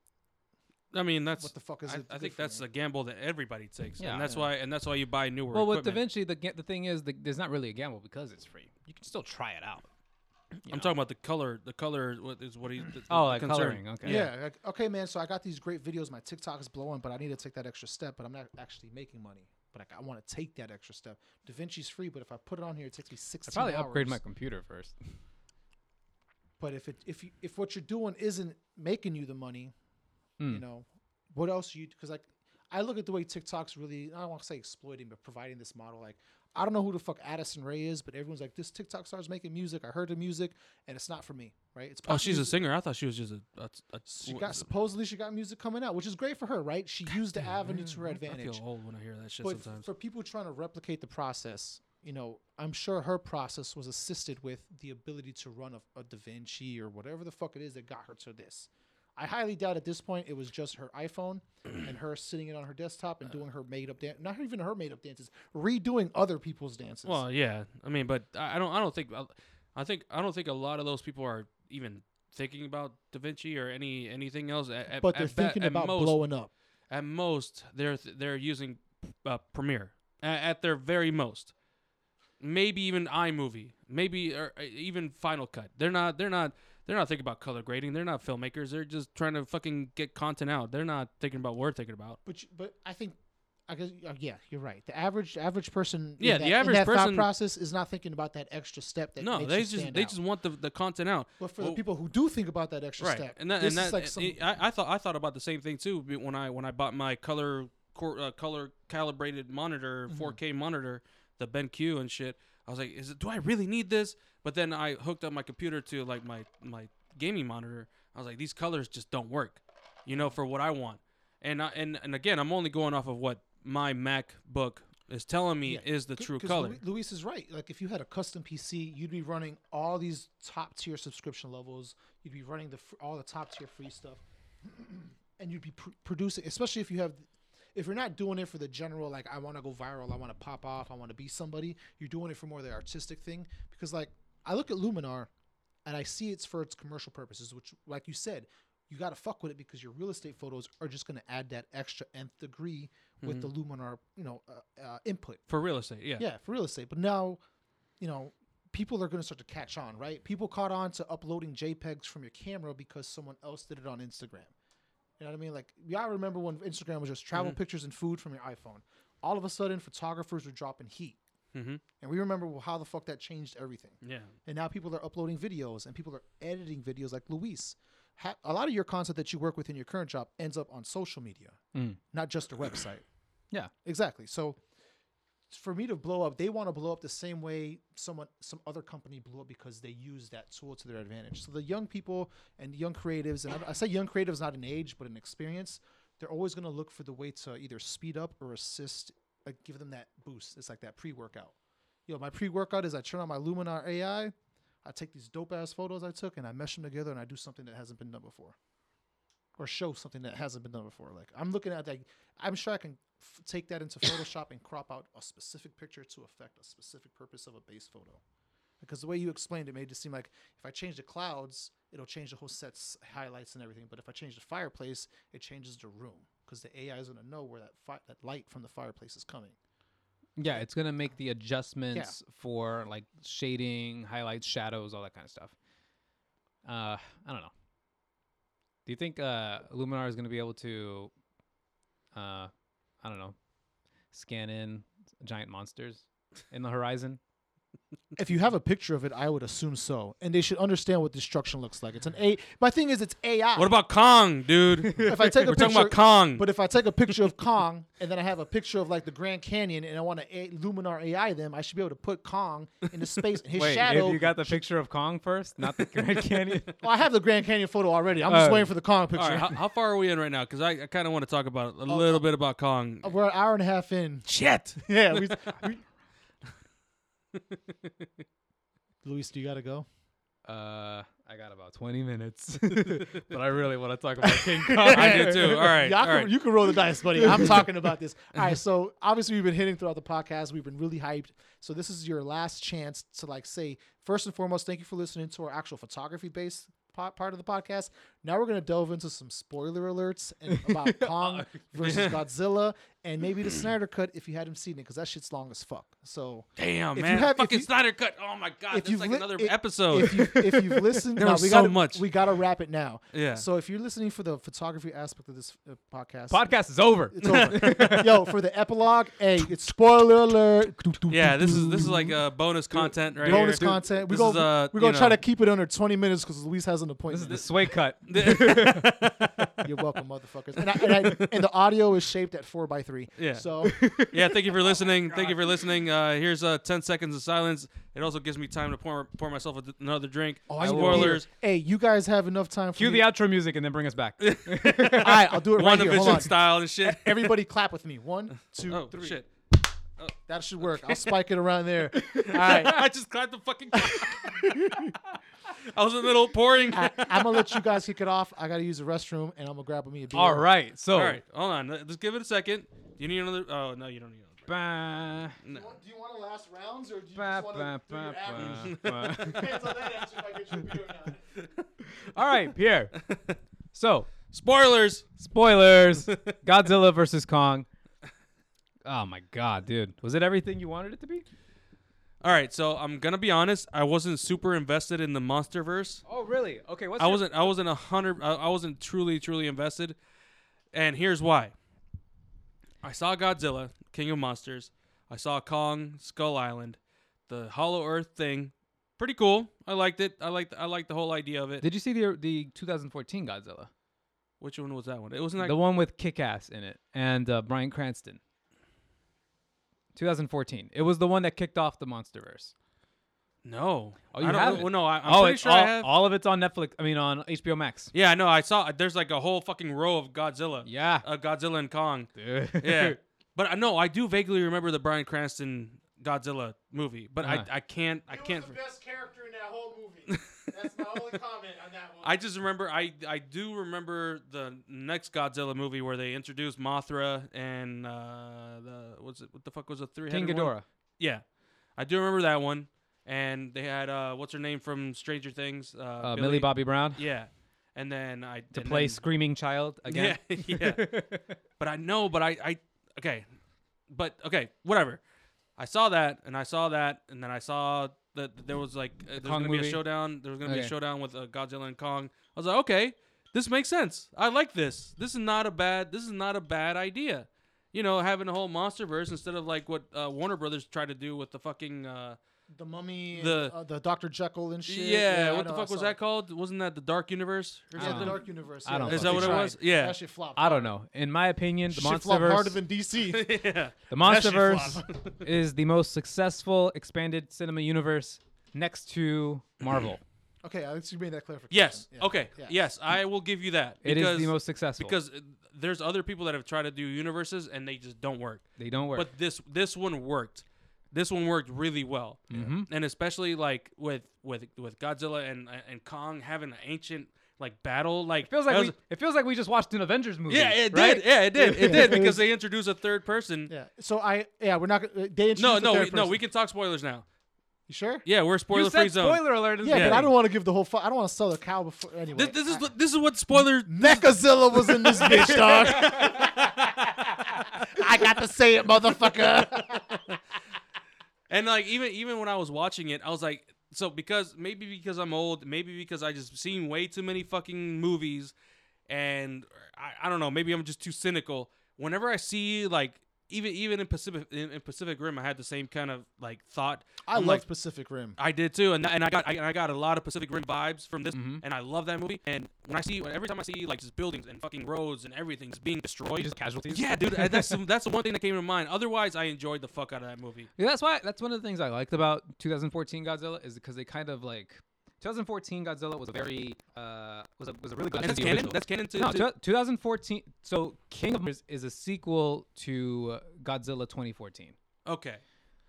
I mean, that's what the fuck is I, it? I good think for that's me? a gamble that everybody takes, Yeah. and that's why and that's why you buy newer. Well, with equipment. DaVinci, the ga- the thing is, the, there's not really a gamble because it's free. You can still try it out. I'm talking about the color. The color is what- is what he. The, the Oh, like concern. coloring. Okay. yeah. Like, okay, man. So I got these great videos. My TikTok is blowing, but I need to take that extra step. But I'm not actually making money. But like, I, want to take that extra step. DaVinci's free, but if I put it on here, it takes me I 16 probably upgrade my hours. computer first. But if it if you, if what you're doing isn't making you the money, you Mm. know, what else you? Because like, I look at the way TikTok's really. I don't want to say exploiting, but providing this model. Like, I don't know who the fuck Addison Ray is, but everyone's like, this TikTok star's making music. I heard the music, and it's not for me, right? It's Oh, pop she's a music. singer. I thought she was just a. a, a She what got is it? supposedly she got music coming out, which is great for her, right? She used the avenue to her I advantage. feel old when I hear that shit But f- sometimes. for people trying to replicate the process, you know, I'm sure her process was assisted with the ability to run a, a Da Vinci or whatever the fuck it is that got her to this. I highly doubt at this point it was just her [CLEARS THROAT] iPhone and her sitting it on her desktop and doing her made up dance, not even her made up dances, redoing other people's dances. Well, yeah. I mean, but I I don't. I don't think. I- I think. I don't think a lot of those people are even thinking about Da Vinci or any anything else. At, at- but they're at be- thinking at about most, blowing up. At most, they're th- they're using uh, Premiere A- at, their very most. Maybe even iMovie. Maybe or uh, even Final Cut. They're not. They're not. They're not thinking about color grading. They're not filmmakers. They're just trying to fucking get content out. They're not thinking about what we're thinking about. But you- but I think I guess uh, yeah, you're right. The average average person in Yeah, the that- in average that thought person- process is not thinking about that extra step that No, makes they you just stand they out. just want the, the content out. But for the Well, people who do think about that extra right. step, And that, this and that, eh, is like some I, I thought I thought about the same thing too be- when I when I bought my color cor, uh, color calibrated monitor, Mm-hmm. 4K monitor, the BenQ and shit. I was like, is it, do I really need this? But then I hooked up my computer to like my my gaming monitor. I was like, these colors just don't work, you know, for what I want. And I, and and again, I'm only going off of what my MacBook is telling me Yeah. is the Good, true 'cause color. Lu- Luis is right. Like if you had a custom PC, you'd be running all these top tier subscription levels. You'd be running the fr- all the top tier free stuff, [CLEARS THROAT] and you'd be pr- producing. Especially if you have, if you're not doing it for the general like I want to go viral, I want to pop off, I want to be somebody. You're doing it for more the artistic thing because like I look at Luminar, and I see it's for its commercial purposes, which like you said. You gotta fuck with it because your real estate photos are just gonna add that extra nth degree with the Mm-hmm. Luminar, you know, uh, uh, input for real estate, yeah. yeah, for real estate. But now, you know, people are going to start to catch on, right? People caught on to uploading JPEGs from your camera because someone else did it on Instagram. You know what I mean? Like, y'all remember when Instagram was just travel pictures and food from your iPhone. All of a sudden, photographers were dropping heat. Mhm. And we remember how the fuck that changed everything. Yeah. And now people are uploading videos and people are editing videos like Luis. Ha- a lot of your content that you work with in your current job ends up on social media, not just a website. Yeah. Exactly. So for me to blow up, they want to blow up the same way someone some other company blew up because they use that tool to their advantage. So the young people and young creatives, and I- I say young creatives not in age but in experience, they're always going to look for the way to either speed up or assist, like give them that boost. It's like that pre-workout. You know, my pre-workout is I turn on my Luminar AI, I take these dope ass photos I took and I mesh them together and I do something that hasn't been done before or show something that hasn't been done before. Like I'm looking at like I'm sure I can f- take that into Photoshop and crop out a specific picture to affect a specific purpose of a base photo. Because the way you explained it made it just seem like if I change the clouds, it'll change the whole set's highlights and everything. But if I change the fireplace, it changes the room because the AI is going to know where that fi- that light from the fireplace is coming. Yeah, it's gonna make the adjustments for like shading, highlights, shadows, all that kind of stuff. Uh, I don't know. Do you think uh, Luminar is gonna be able to, uh, I don't know, scan in giant monsters in the horizon? If you have a picture of it, I would assume so, and they should understand what destruction looks like. It's an A. My thing is, it's AI. What about Kong, dude? [LAUGHS] if I take a picture? We're talking about Kong. But if I take a picture of Kong and then I have a picture of like the Grand Canyon and I want to a- Luminar AI them, I should be able to put Kong into space and his [LAUGHS] Wait, shadow. if you got the picture of Kong first, not [LAUGHS] the Grand Canyon. Oh, I have the Grand Canyon photo already. I'm just Oh. waiting for the Kong All picture. right, how, how far are we in right now? Because I, I kind of want to talk about Oh, a little bit about Kong. We're an hour and a half in. Shit. [LAUGHS] Yeah. We, we... Luis, do you got to go? Uh, I got about 20 [LAUGHS] minutes, but I really want to talk about [LAUGHS] King Kong. [LAUGHS] I do too. All right. Yeah, I all can, right. you can roll the dice, buddy. I'm talking about [LAUGHS] this. All right, so obviously we've been hitting throughout the podcast. We've been really hyped. So this is your last chance to like say first and foremost, thank you for listening to our actual photography based po- part of the podcast. Now we're gonna delve into some spoiler alerts [LAUGHS] and about Kong versus Godzilla and maybe the Snyder Cut if you hadn't seen it because that shit's long as fuck. So Damn, If man. you have- if Fucking you- Snyder Cut. Oh, my God. if That's you've like li- another if- episode. if, you, if [LAUGHS] you've listened, There no, was we so gotta, much. We gotta wrap it now. Yeah. So if you're listening for the photography aspect of this uh, podcast, Podcast is over. It's over. Yo, for the epilogue, hey, it's spoiler alert. yeah, this is this [LAUGHS] is like uh, bonus content right bonus here. content. We This go. is, uh, we're gonna you try know. to keep it under 20 minutes because Luis has an appointment. [LAUGHS] This is the sway [LAUGHS] cut. [LAUGHS] You're [LAUGHS] welcome, motherfuckers. And, I, and, I, and the audio is shaped at four by three. Yeah. [LAUGHS] So yeah, [LAUGHS] thank Oh you for listening. Thank you for listening. Uh, here's uh, 10 seconds of silence. It also gives me time to pour, pour myself a- another drink. Oh, I need a beer. Spoilers. Hey, you guys have enough time for Cue the me. outro music and then bring us [LAUGHS] back. [LAUGHS] All right, I'll do it right here. Hold on. WandaVision style and shit. [LAUGHS] Everybody, clap with me. One, two, Oh, three. shit. That should work. I'll spike it around there. [LAUGHS] All right. I just clapped the fucking. [LAUGHS] I was in the middle of pouring. I, I'm gonna let you guys kick it off. I gotta use the restroom, and I'm gonna grab me a beer. All right. So, All right, hold on. Let- Let's give it a second. Do you need another? Oh no, you don't need another. Bah, Do you want- do you want to last rounds, or do you bah, just want bah, to do your average? bah, bah, bah. [LAUGHS] Depends on that answer if I get you a beer or not. All right, Pierre. So, [LAUGHS] Spoilers. spoilers Godzilla versus Kong. Oh my god, dude. Was it everything you wanted it to be? All right, so I'm gonna be honest. I wasn't super invested in the MonsterVerse. Oh, really? Okay, what's I wasn't. I wasn't a hundred. I I wasn't truly, truly invested. And here's why. I saw Godzilla, King of Monsters. I saw Kong, Skull Island, the Hollow Earth thing. Pretty cool. I liked it. I liked. I liked the whole idea of it. Did you see the the 2014 Godzilla? Which one was that one? It wasn't that. The one with Kick-Ass in it and uh, Brian Cranston. 2014. It was the one that kicked off the MonsterVerse. no. Oh, you I don't, have well, it? No, I, I'm oh, pretty it's sure all, I have. all of it's on Netflix. I mean, on HBO Max. Yeah, I know. I saw there's like a whole fucking row of Godzilla. Yeah. Uh, Godzilla [LAUGHS] and Kong. Dude. Yeah. but I know I do vaguely remember the Brian Cranston Godzilla movie, but Uh-huh. I I can't I can't best character in that whole movie. [LAUGHS] That's my only comment on that one. I just remember I I do remember the next Godzilla movie where they introduced Mothra and uh the what's it what the fuck was the three King one? Ghidorah. Yeah. I do remember that one and they had uh what's her name from Stranger Things uh, Uh, Millie Bobby Brown Yeah. And then I to and play then- Screaming Child [LAUGHS] again. Yeah, yeah. [LAUGHS] but I know, but I, I, okay, but okay, whatever. I saw that, and I saw that, and then I saw that th- there was like uh, there's Kong gonna be movie? a showdown. There was gonna be Okay. a showdown with uh, Godzilla and Kong. I was like, okay, this makes sense. I like this. This is not a bad. This is not a bad idea. You know, having a whole monster verse instead of like what uh, Warner Brothers tried to do with the fucking uh, the mummy, and, The- uh, the Doctor Jekyll and shit. yeah, I what know, the fuck I was saw that called? Um, Wasn't that the Dark Universe or it. Yeah, the something? Dark Universe. I yeah, don't that's know. what Is that they what it tried. was? Yeah. that shit flopped. I don't know. In my opinion, the Shit flopped harder MonsterVerse, than DC. [LAUGHS] yeah. the that shit [LAUGHS] MonsterVerse is the most successful expanded cinema universe next to Marvel. okay, I think you made that clarification. Yes. Yeah. Okay. Yeah. Yes, I will give you that. it is the because- most successful because uh, there's other people that have tried to do universes and they just don't work. they don't work. But this this one worked. This one worked really well, Mhm. and especially like with with with Godzilla and and Kong having an ancient like battle. Like It feels like that we, was- it feels like we just watched an Avengers movie. yeah, it right? did. Yeah, it did. [LAUGHS] It did because they introduced a third person. Yeah. So I yeah, we're not. gonna- uh, They introduced No, the no, third we, no. person. We can talk spoilers now. You sure? Yeah, we're a You spoiler free said zone. spoiler alert. in the Yeah, but I beginning. don't want to give the whole. Fu- I don't want to sell the cow before anyway. This, this is I- what- this is what spoiler. Mechazilla was [LAUGHS] in this bitch, dog. I got to say it, motherfucker. And like even even when I was watching it, I was like, so because maybe because I'm old, maybe because I just seen way too many fucking movies, and I, I don't know, maybe I'm just too cynical. Whenever I see like even even in Pacific in, in Pacific Rim, I had the same kind of like thought. I I'm love like, Pacific [LAUGHS] Rim. I did too, and and I got I, and I got a lot of Pacific Rim vibes from this, Mhm. and I love that movie. And when I see every time I see like just buildings and fucking roads and everything just being destroyed, Just casualties. yeah, dude, that's [LAUGHS] the- that's the one thing that came to mind. Otherwise, I enjoyed the fuck out of that movie. Yeah, that's why that's one of the things I liked about 2014 Godzilla is because they kind of like 2014 Godzilla was a very uh was a was a really good And that's canon. That's canon too. no, too. tw- 2014. So King of Monsters is a sequel to uh, Godzilla 2014. Okay.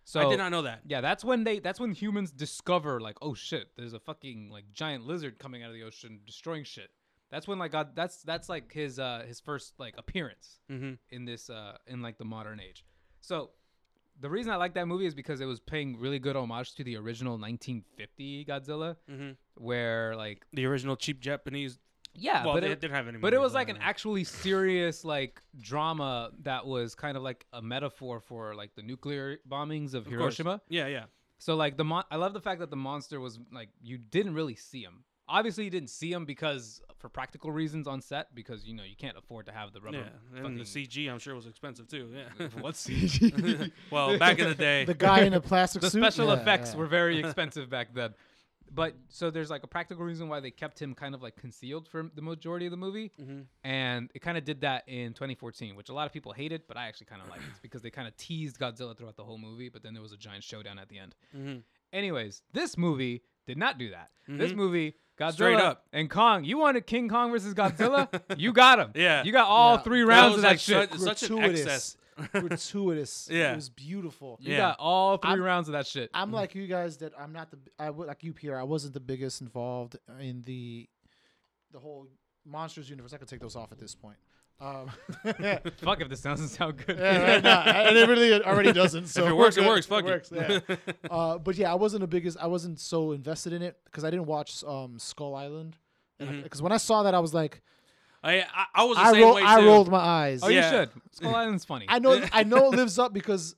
So I did not know that. Yeah, that's when they that's when humans discover like, oh shit, there's a fucking like giant lizard coming out of the ocean destroying shit. That's when like God that's that's like his uh his first like appearance Mm-hmm. in this uh in like the modern age. So the reason I like that movie is because it was paying really good homage to the original 1950 Godzilla Mhm. where like The original cheap Japanese. yeah, well, but they it, didn't have any. Uh, but it movies was like an then. actually serious like drama that was kind of like a metaphor for like the nuclear bombings of, Of course. Hiroshima. Yeah, yeah. So like the mon- I love the fact that the monster was like you didn't really see him. Obviously, you didn't see him because for practical reasons on set because you know you can't afford to have the rubber. Yeah, and fucking- the CG I'm sure was expensive too. [LAUGHS] Yeah. [LAUGHS] What CG? well, back in the day, The guy in a plastic [LAUGHS] the suit. special Yeah, effects yeah. were [LAUGHS] very expensive back then. But so there's like a practical reason why they kept him kind of like concealed for the majority of the movie, Mhm. and it kind of did that in 2014, which a lot of people hated, but I actually kind of liked [CLEARS THROAT] it because they kind of teased Godzilla throughout the whole movie, but then there was a giant showdown at the end. Mhm. Anyways, this movie did not do that. This Mhm. movie, Godzilla Straight up. and Kong. You wanted King Kong versus Godzilla? you got him. [LAUGHS] Yeah. You got all Yeah. three That rounds was of that like shit. such- such an Gratuitous. excess. [LAUGHS] [LAUGHS] gratuitous. Yeah. It was beautiful. You Yeah. got all 3 I'm- rounds of that shit. I'm like you guys that I'm not the b- I would like you Pierre. I wasn't the biggest involved in the the whole monsters universe. I could take those off at this point. [LAUGHS] Um, [LAUGHS] yeah, Fuck if this doesn't sound good. right, [LAUGHS] no, and it really it already doesn't. So if it we're works, it good. works. Fuck it. yeah. uh, but yeah, I wasn't the biggest. I wasn't so invested in it because I didn't watch um, Skull Island. Because when I saw that, I was like, [LAUGHS] I, I I Mm-hmm. was the I same roll, way I too. rolled my eyes. Oh, Yeah. you should. Skull Island's funny. I [LAUGHS] know, I know it lives up because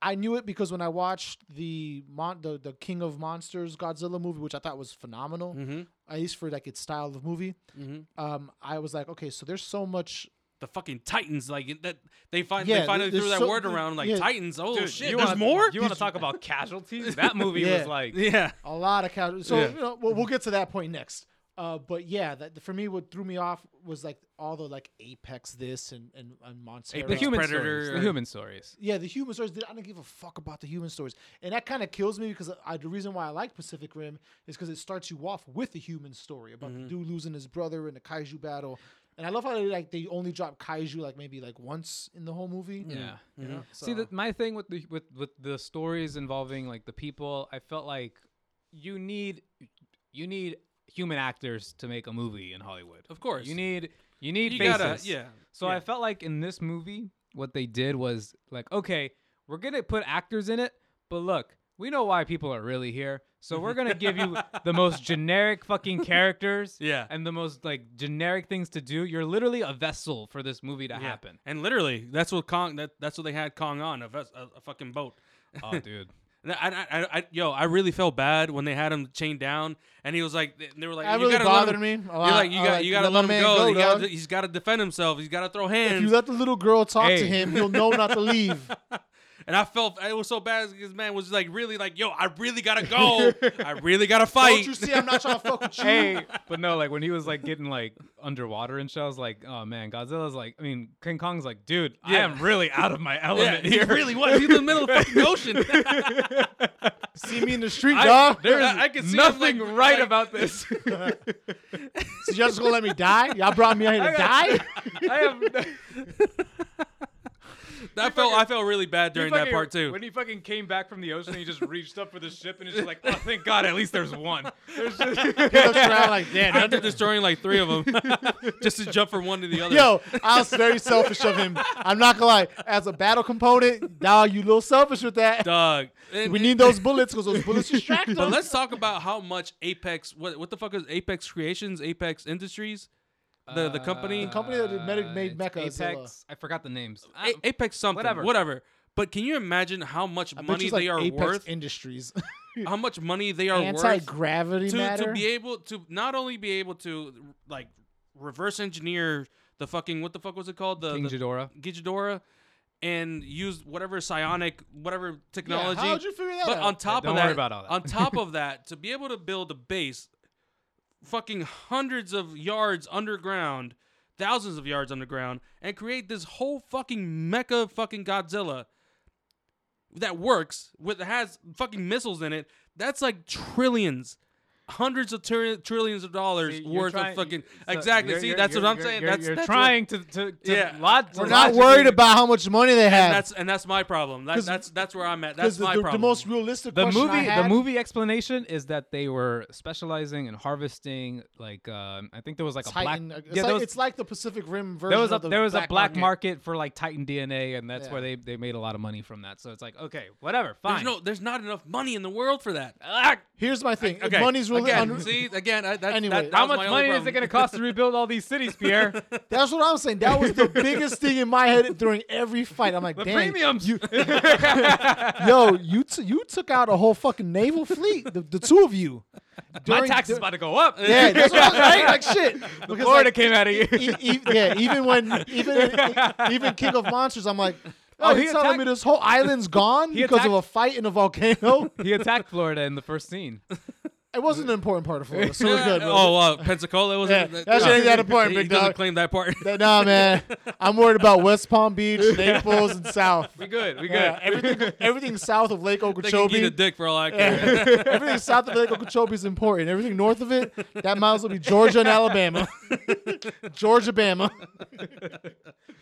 I knew it because when I watched the mon- the, the King of Monsters Godzilla movie, which I thought was phenomenal, Mm-hmm. at least for like its style of movie. Mm-hmm. Um, I was like, okay, so there's so much. The fucking Titans, like it- that. They find Yeah, they finally there's threw that so- word around, like yeah. Titans. Oh Dude, shit, you there's wanna- more. You want to talk about casualties? [LAUGHS] That movie Yeah. was like [LAUGHS] yeah. A lot of casual. So Yeah. you know, we'll, we'll get to that point next. Uh, but yeah, that for me, what threw me off was like all the like apex this and and, and monster. the Apex human Predator stories. The or- human stories. Yeah, the human stories. I don't give a fuck about the human stories, and that kind of kills me because I, the reason why I like Pacific Rim is because it starts you off with the human story about the dude losing his brother in the kaiju battle, and I love how they like they only drop kaiju like maybe like once in the whole movie. Yeah. you know? See, So- the, my thing with the with with the stories involving like the people, I felt like you need you need human actors to make a movie in Hollywood. Of course. You need you need You faces. gotta- yeah. So Yeah. I felt like in this movie, what they did was like, okay, we're gonna put actors in it, but look, we know why people are really here, so we're gonna give [LAUGHS] you the most generic fucking characters. Yeah. And the most like generic things to do. You're literally a vessel for this movie to Yeah. [LAUGHS] happen. And literally, that's what Kong. That that's what they had Kong on a, ves- a, a fucking boat. Oh, dude. And I, I, I, I- yo, I really felt bad when they had him chained down, and he was like, they- they were like, That you really gotta let bothered him- me a You're lot. like, you I got, like, you gotta let let him my man go. go, He gotta- dog. he's gotta defend himself. He's gotta throw if you hands. let the little girl talk to Hey. him, he'll know not to leave. and I felt it was so bad because man was like, really, like, yo, I really [LAUGHS] gotta go. I really gotta fight. Don't you see? I'm not trying to fuck with you. [LAUGHS] [LAUGHS] hey, but no, like when he was like getting like underwater and shit, I was like, oh man, Godzilla's like, I mean, King Kong's like, dude, I Yeah. am really out of my [LAUGHS] [LAUGHS] yeah, element he here. really was. He's in the middle [LAUGHS] of the [LAUGHS] fucking ocean. [LAUGHS] See me in the street, I, dog. there is I, I can could see see him, nothing like- right like- about this. [LAUGHS] So y'all just gonna let me die? Y'all brought me out here to die? I am. [LAUGHS] I felt, I felt really bad during that fucking- part too. When he fucking came back from the ocean, he just reached up for the ship and he's just like, oh, thank God, at least there's one. [LAUGHS] There's just- He looks around like, damn, that After destroying like [LAUGHS] three of them, [LAUGHS] just to jump from one to the other. Yo, [LAUGHS] I was very selfish of him. I'm not gonna lie. As a battle component, dog, you a little selfish with that. dog. And- We need those bullets because those bullets distract But them. let's talk about how much Apex. What what the fuck is Apex Creations? Apex Industries, [LAUGHS] the the company. Uh, company that did Medic- made it's Mecha Godzilla. Apex. I forgot the names. I- A- Apex something. Whatever. whatever. Whatever. But can you imagine how much I bet money you it's like they are Apex worth? Industries. how much money they are Anti worth gravity to, matter. to be able to not only be able to like reverse engineer the fucking what the fuck was it called the, King the Ghidorah. Gidgadora and use whatever psionic whatever technology. How'd you figure that but out? on top don't of that, worry about all that. [LAUGHS] on top of that, to be able to build a base, fucking hundreds of yards underground, thousands of yards underground, and create this whole fucking mecha fucking Godzilla that works with has fucking missiles in it. That's like trillions. Hundreds of trillion trillions of dollars See, you're worth trying- of fucking so exactly. you're- See, you're- that's what you're- I'm saying. you're- that's you're that's what- trying to to, to Yeah. lot. We're to not logically- worried about how much money they and have. that's and that's my problem. That, 'Cause- that's that's where I'm at. 'Cause That's my the, the problem. most realistic the question I movie. The had- movie explanation is that they were specializing in harvesting. Like um, I think there was like Titan. a uh, black. it's, yeah, like, there was, it's like the Pacific Rim version. there was a of the there was black a black market. market. for like Titan DNA, and that's Yeah. where they they made a lot of money from that. So it's like okay, whatever, there's fine. no there's not enough money in the world for that. Ah, Here's my thing. Okay. If money's really again. un- see again. I, that, Anyway, that, that how was much my money only is it going to problem. cost to rebuild all these cities, [LAUGHS] Pierre? the That's what I'm saying. That was the biggest thing in my head during every fight. I'm like, damn, premiums. [LAUGHS] [LAUGHS] yo, you t- you took out a whole fucking naval fleet, the, the two of you. My During- tax is dur- about to go up. [LAUGHS] yeah, that's what [LAUGHS] I'm right? Like shit. Because, Florida like, came out of you. e- e- yeah, even when even [LAUGHS] e, even King of Monsters, I'm like, oh, Oh, you're he telling attacked- me this whole island's gone He because of a attacked- fight in a volcano? [LAUGHS] [LAUGHS] he attacked Florida in the first scene. It wasn't an important part of Florida, so [LAUGHS] we're good. Yeah, bro. Oh, uh, Pensacola was Yeah, that shit ain't that important, He big doesn't dog. claim that part. [LAUGHS] That- Nah, man. I'm worried about West Palm Beach, [LAUGHS] Naples, and South. We good. We good. Yeah, everything, everything south of Lake they can eat a Okeechobee, dick for all I [LAUGHS] care. everything south of Lake Okeechobee is important. Everything north of it, that might as well be Georgia and Alabama, [LAUGHS] Georgia Bama.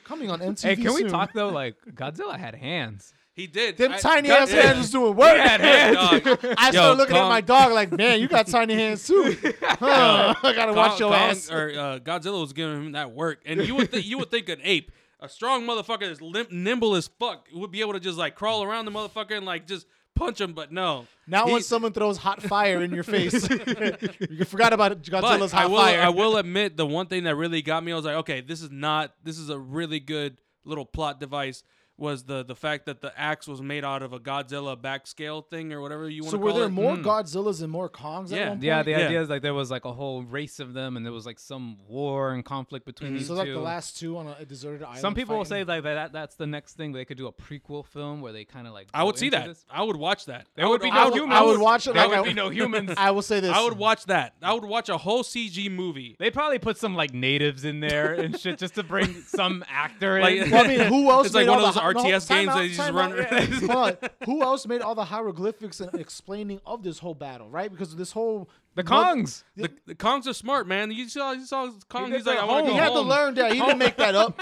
Coming on MTV. hey, can we soon. talk though? Like Godzilla had hands. He did. Them I- tiny God ass damn. [LAUGHS] hands was doing work. had hands. Dog. I started Yo, looking at Kong- my dog like, man, you got tiny hands [LAUGHS] too. Huh, I gotta [LAUGHS] watch Kong- your Kong- ass. Or uh, Godzilla was giving him that work, and you would think you would think an ape, a strong motherfucker that's limp, nimble as fuck, would be able to just like crawl around the motherfucker and like just punch him. But no, Now He- when someone throws hot fire in your [LAUGHS] face, you forgot about Godzilla's But hot I will, [LAUGHS] fire. I will admit the one thing that really got me, I was like, okay, this is not, this is a really good little plot device. Was the the fact that the axe was made out of a Godzilla back scale thing or whatever you want so to were call there it? Hmm. more Godzillas and more Kongs Yeah. at one point? Yeah, the Yeah. idea is like there was like a whole race of them, and there was like some war and conflict between these Mm-hmm. So like two. the last two on a deserted island. Some people will fighting. say like that, that that's the next thing they could do a prequel film where they kind of like I would go see into that. this. I would watch that. There I would be no I would, humans. I would watch it There like I would [LAUGHS] be no humans. I will say this. I would watch that. I would watch a whole CG movie. They probably put some like natives in there and shit just to [LAUGHS] bring some actor Like- in. Well, I mean, who else? It's like made one all of the hi- those no, RTS time games out, that you just time run out, yeah. Hold on. Who else made all the hieroglyphics and explaining of this whole battle? Right, because this whole [LAUGHS] the Kongs. The, the Kongs are smart, man. You saw, you saw Kong. did He's like, the I want whole- to go He had to home. learn that. He didn't make that up.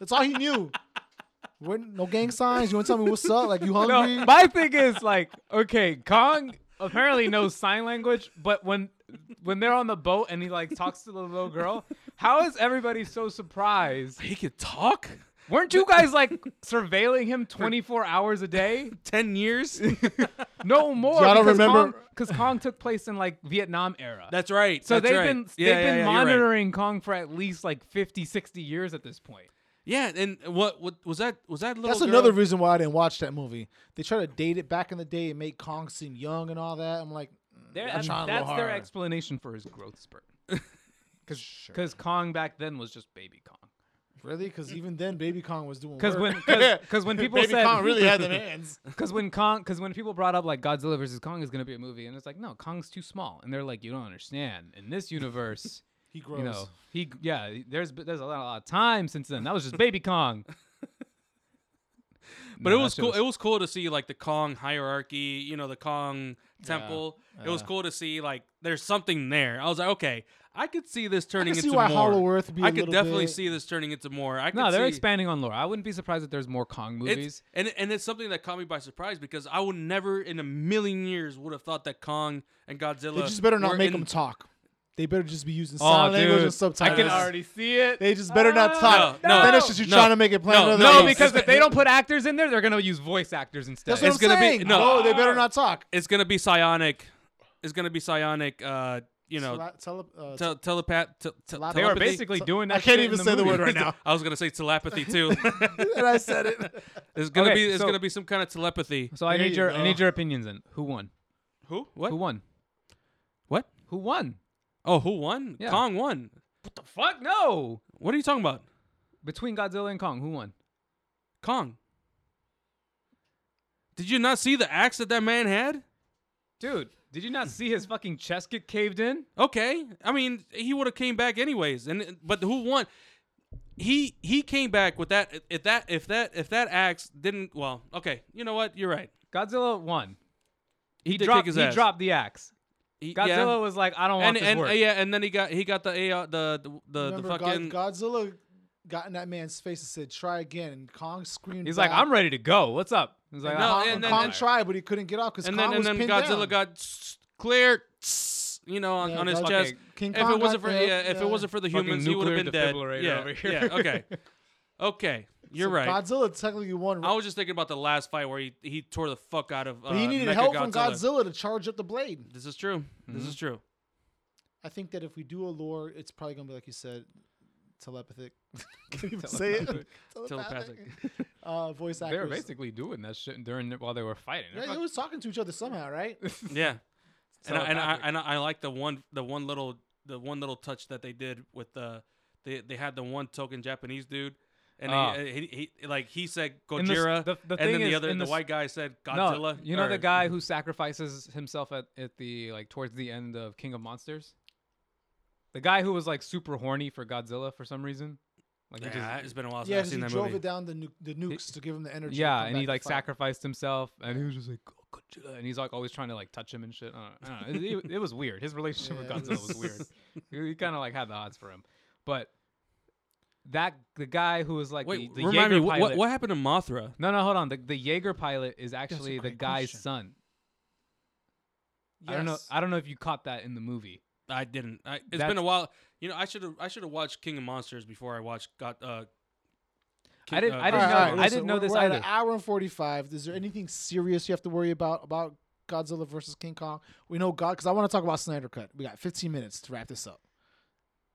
That's all he knew. We're, no gang signs. You want to tell me what's up? Like you hungry? No, my thing is like, okay, Kong apparently knows sign language, but when when they're on the boat and he like talks to the little girl, how is everybody so surprised? He could talk. [LAUGHS] Weren't you guys like surveilling him 24 hours a day? Ten years. No more. Y'all don't because remember- Kong- cause Kong took place in like Vietnam era. That's right. so that's they've right. been they've Yeah, yeah, been yeah, you're right. monitoring Kong for at least like 50, 60 years at this point. Yeah, and what, what was that? Was that little? That's girl? another reason why I didn't watch that movie. They try to date it back in the day and make Kong seem young and all that. I'm like, They're- I'm trying a little that's their hard. explanation for his growth spurt. Because Sure. Kong back then was just baby Kong. really? Because even then, Baby Kong was doing. Because work. when because when people [LAUGHS] Baby said Kong really had the hands. because when Kong because when people brought up like Godzilla versus Kong is gonna be a movie and it's like no Kong's too small and they're like you don't understand in this [LAUGHS] universe He grows. you know he [LAUGHS] yeah there's there's a lot, a lot of time since then that was just baby Kong No, But it that was shit cool. It was cool to see like the Kong hierarchy, you know, the Kong temple. It was yeah. cool to see like there's something there. I was like, okay, I could see this turning I can see into why more. Hollow Earth be. I a could little definitely bit- see this turning into more. I could No, they're see, expanding on lore. I wouldn't be surprised if there's more Kong It's, movies. and and it's something that caught me by surprise because I would never in a million years would have thought that Kong and Godzilla. They just better were not make in- them talk. They better just be using Oh, sign language dude, and I subtitles. can already see it. They just better not Ah, talk. no, then no, it's just you no, trying to make it plain. no, other No, ways. because if they don't put actors in there, they're gonna use voice actors instead. that's what it's I'm gonna be- saying. Oh, no. they better not talk. It's gonna be psionic. It's gonna be psionic. Uh, you know, Tele- tele- uh, tel- telepath. Te- te- Telepathy. they were telepathy? basically doing that. I can't shit in even the say the movie. word right now. I was gonna say [LAUGHS] telepathy too. and I said [LAUGHS] it. It's gonna Okay, be it's so- gonna be some kind of telepathy. So I There need you your go. I need your opinions in who won. Who? What? Who won? What? Who won? Oh, who won? Yeah. Kong won. What the fuck? No. What are you talking about? Between Godzilla and Kong, who won? Kong. Did you not see the axe that that man had? Dude, did you not see his fucking chest get caved in? Okay, I mean he would have came back anyways, and but who won? He he came back with that if that if that if that axe didn't well okay you know what you're right Godzilla won. He, did dropped. kick his he ass. dropped the axe. He- Godzilla yeah. was like, I don't want and this and work. uh, yeah and then he got he got the AR, the the the, the Remember, fucking God- Godzilla got in that man's face and said, "Try again." And Kong screamed. He's like, back. I'm ready to go. What's up? He's like, No, "Ah, Kong, and then- Kong and- tried, but he couldn't get off because and Kong then and was then pinned Godzilla down. got s- cleared s- you know on, Yeah, on his God- chest. King If Kong it wasn't got for yeah, there, if it wasn't for the Fucking humans, he would nuclear have been dead. defibrillator Yeah, over here. yeah, [LAUGHS] okay, okay, you're So right. Godzilla technically won. I was just thinking about the last fight where he, he tore the fuck out of. Uh, but he needed Mecha help Godzilla. from Godzilla to charge up the blade. This is true. This Mm-hmm. is true. I think that if we do a lore, it's probably gonna be like you said, telepathic. [LAUGHS] Can you say it? Telepathic. [LAUGHS] Uh, voice They were actors. basically doing [LAUGHS] that shit during while they were fighting. Yeah, they was talking to each other somehow, [LAUGHS] right? yeah. And I, and I Telepathic. and I like the one the one little the one little touch that they did with the they they had the one token Japanese dude. And Ah. he, uh, he, he, like he said, In the s- Gojira, the- the and thing then the is, other, in the, the s- white guy said No, Godzilla. you know or- the guy who sacrifices himself at, at the like towards the end of King of Monsters. The guy who was like super horny for Godzilla for some reason. Like he Yeah, it's just, been a while since yeah, I've 'cause seen he that drove movie. it down the, nu- the nukes to give him the energy. to yeah, come and he back like to fight. sacrificed himself, and he was just like "Oh, Godzilla, and he's like always trying to like touch him and shit. I don't, I don't know. It, it- it was weird. His relationship Yeah. with Godzilla was weird. [LAUGHS] He, kind of like had the odds for him, but that the guy who was like Wait, the, the remind me, Jaeger what, pilot. what what happened to Mothra? No, no, hold on. The the Jaeger pilot is actually the great guy's question. son. I don't know. Yes. I don't know if you caught that in the movie. I didn't. I, it's That's- been a while. You know, I should have. I should have watched King of Monsters before I watched. Got. Uh, I didn't- I All didn't right, know- all right, I listen, didn't know we're- this we're at either. an hour and forty-five. Is there anything serious you have to worry about about Godzilla versus King Kong? We know God because I want to talk about Snyder Cut. We got fifteen minutes to wrap this up.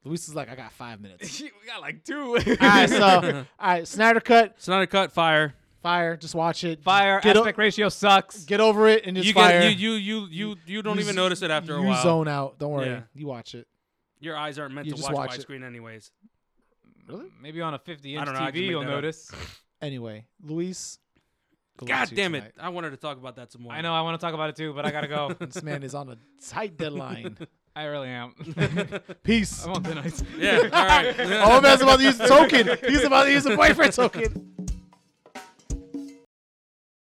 Luis is like, I got five minutes. we got like two. all right, [LAUGHS] so [LAUGHS] all right, Snyder Cut, It's not a cut. Fire. fire. Just watch it. Just Fire Get, o- aspect ratio sucks. get over it and just You fire. get. You you you you you don't You even z- notice it after a you while. zone out. Don't worry. Yeah. You watch it. Your eyes aren't meant You to just watch, watch it. widescreen, anyways. Really? Maybe on a 50 I inch don't know, I just TV made you'll that up. notice. Anyway, Luis. good luck God to you damn it! tonight. I wanted to talk about that some more. I know I want to talk about it too, but I gotta go. This man is on a tight [LAUGHS] deadline. I really am. [LAUGHS] Peace. I'm on thin ice. Yeah. All right. [LAUGHS] [LAUGHS] Oh, man's about to use a token. He's about to use a boyfriend token.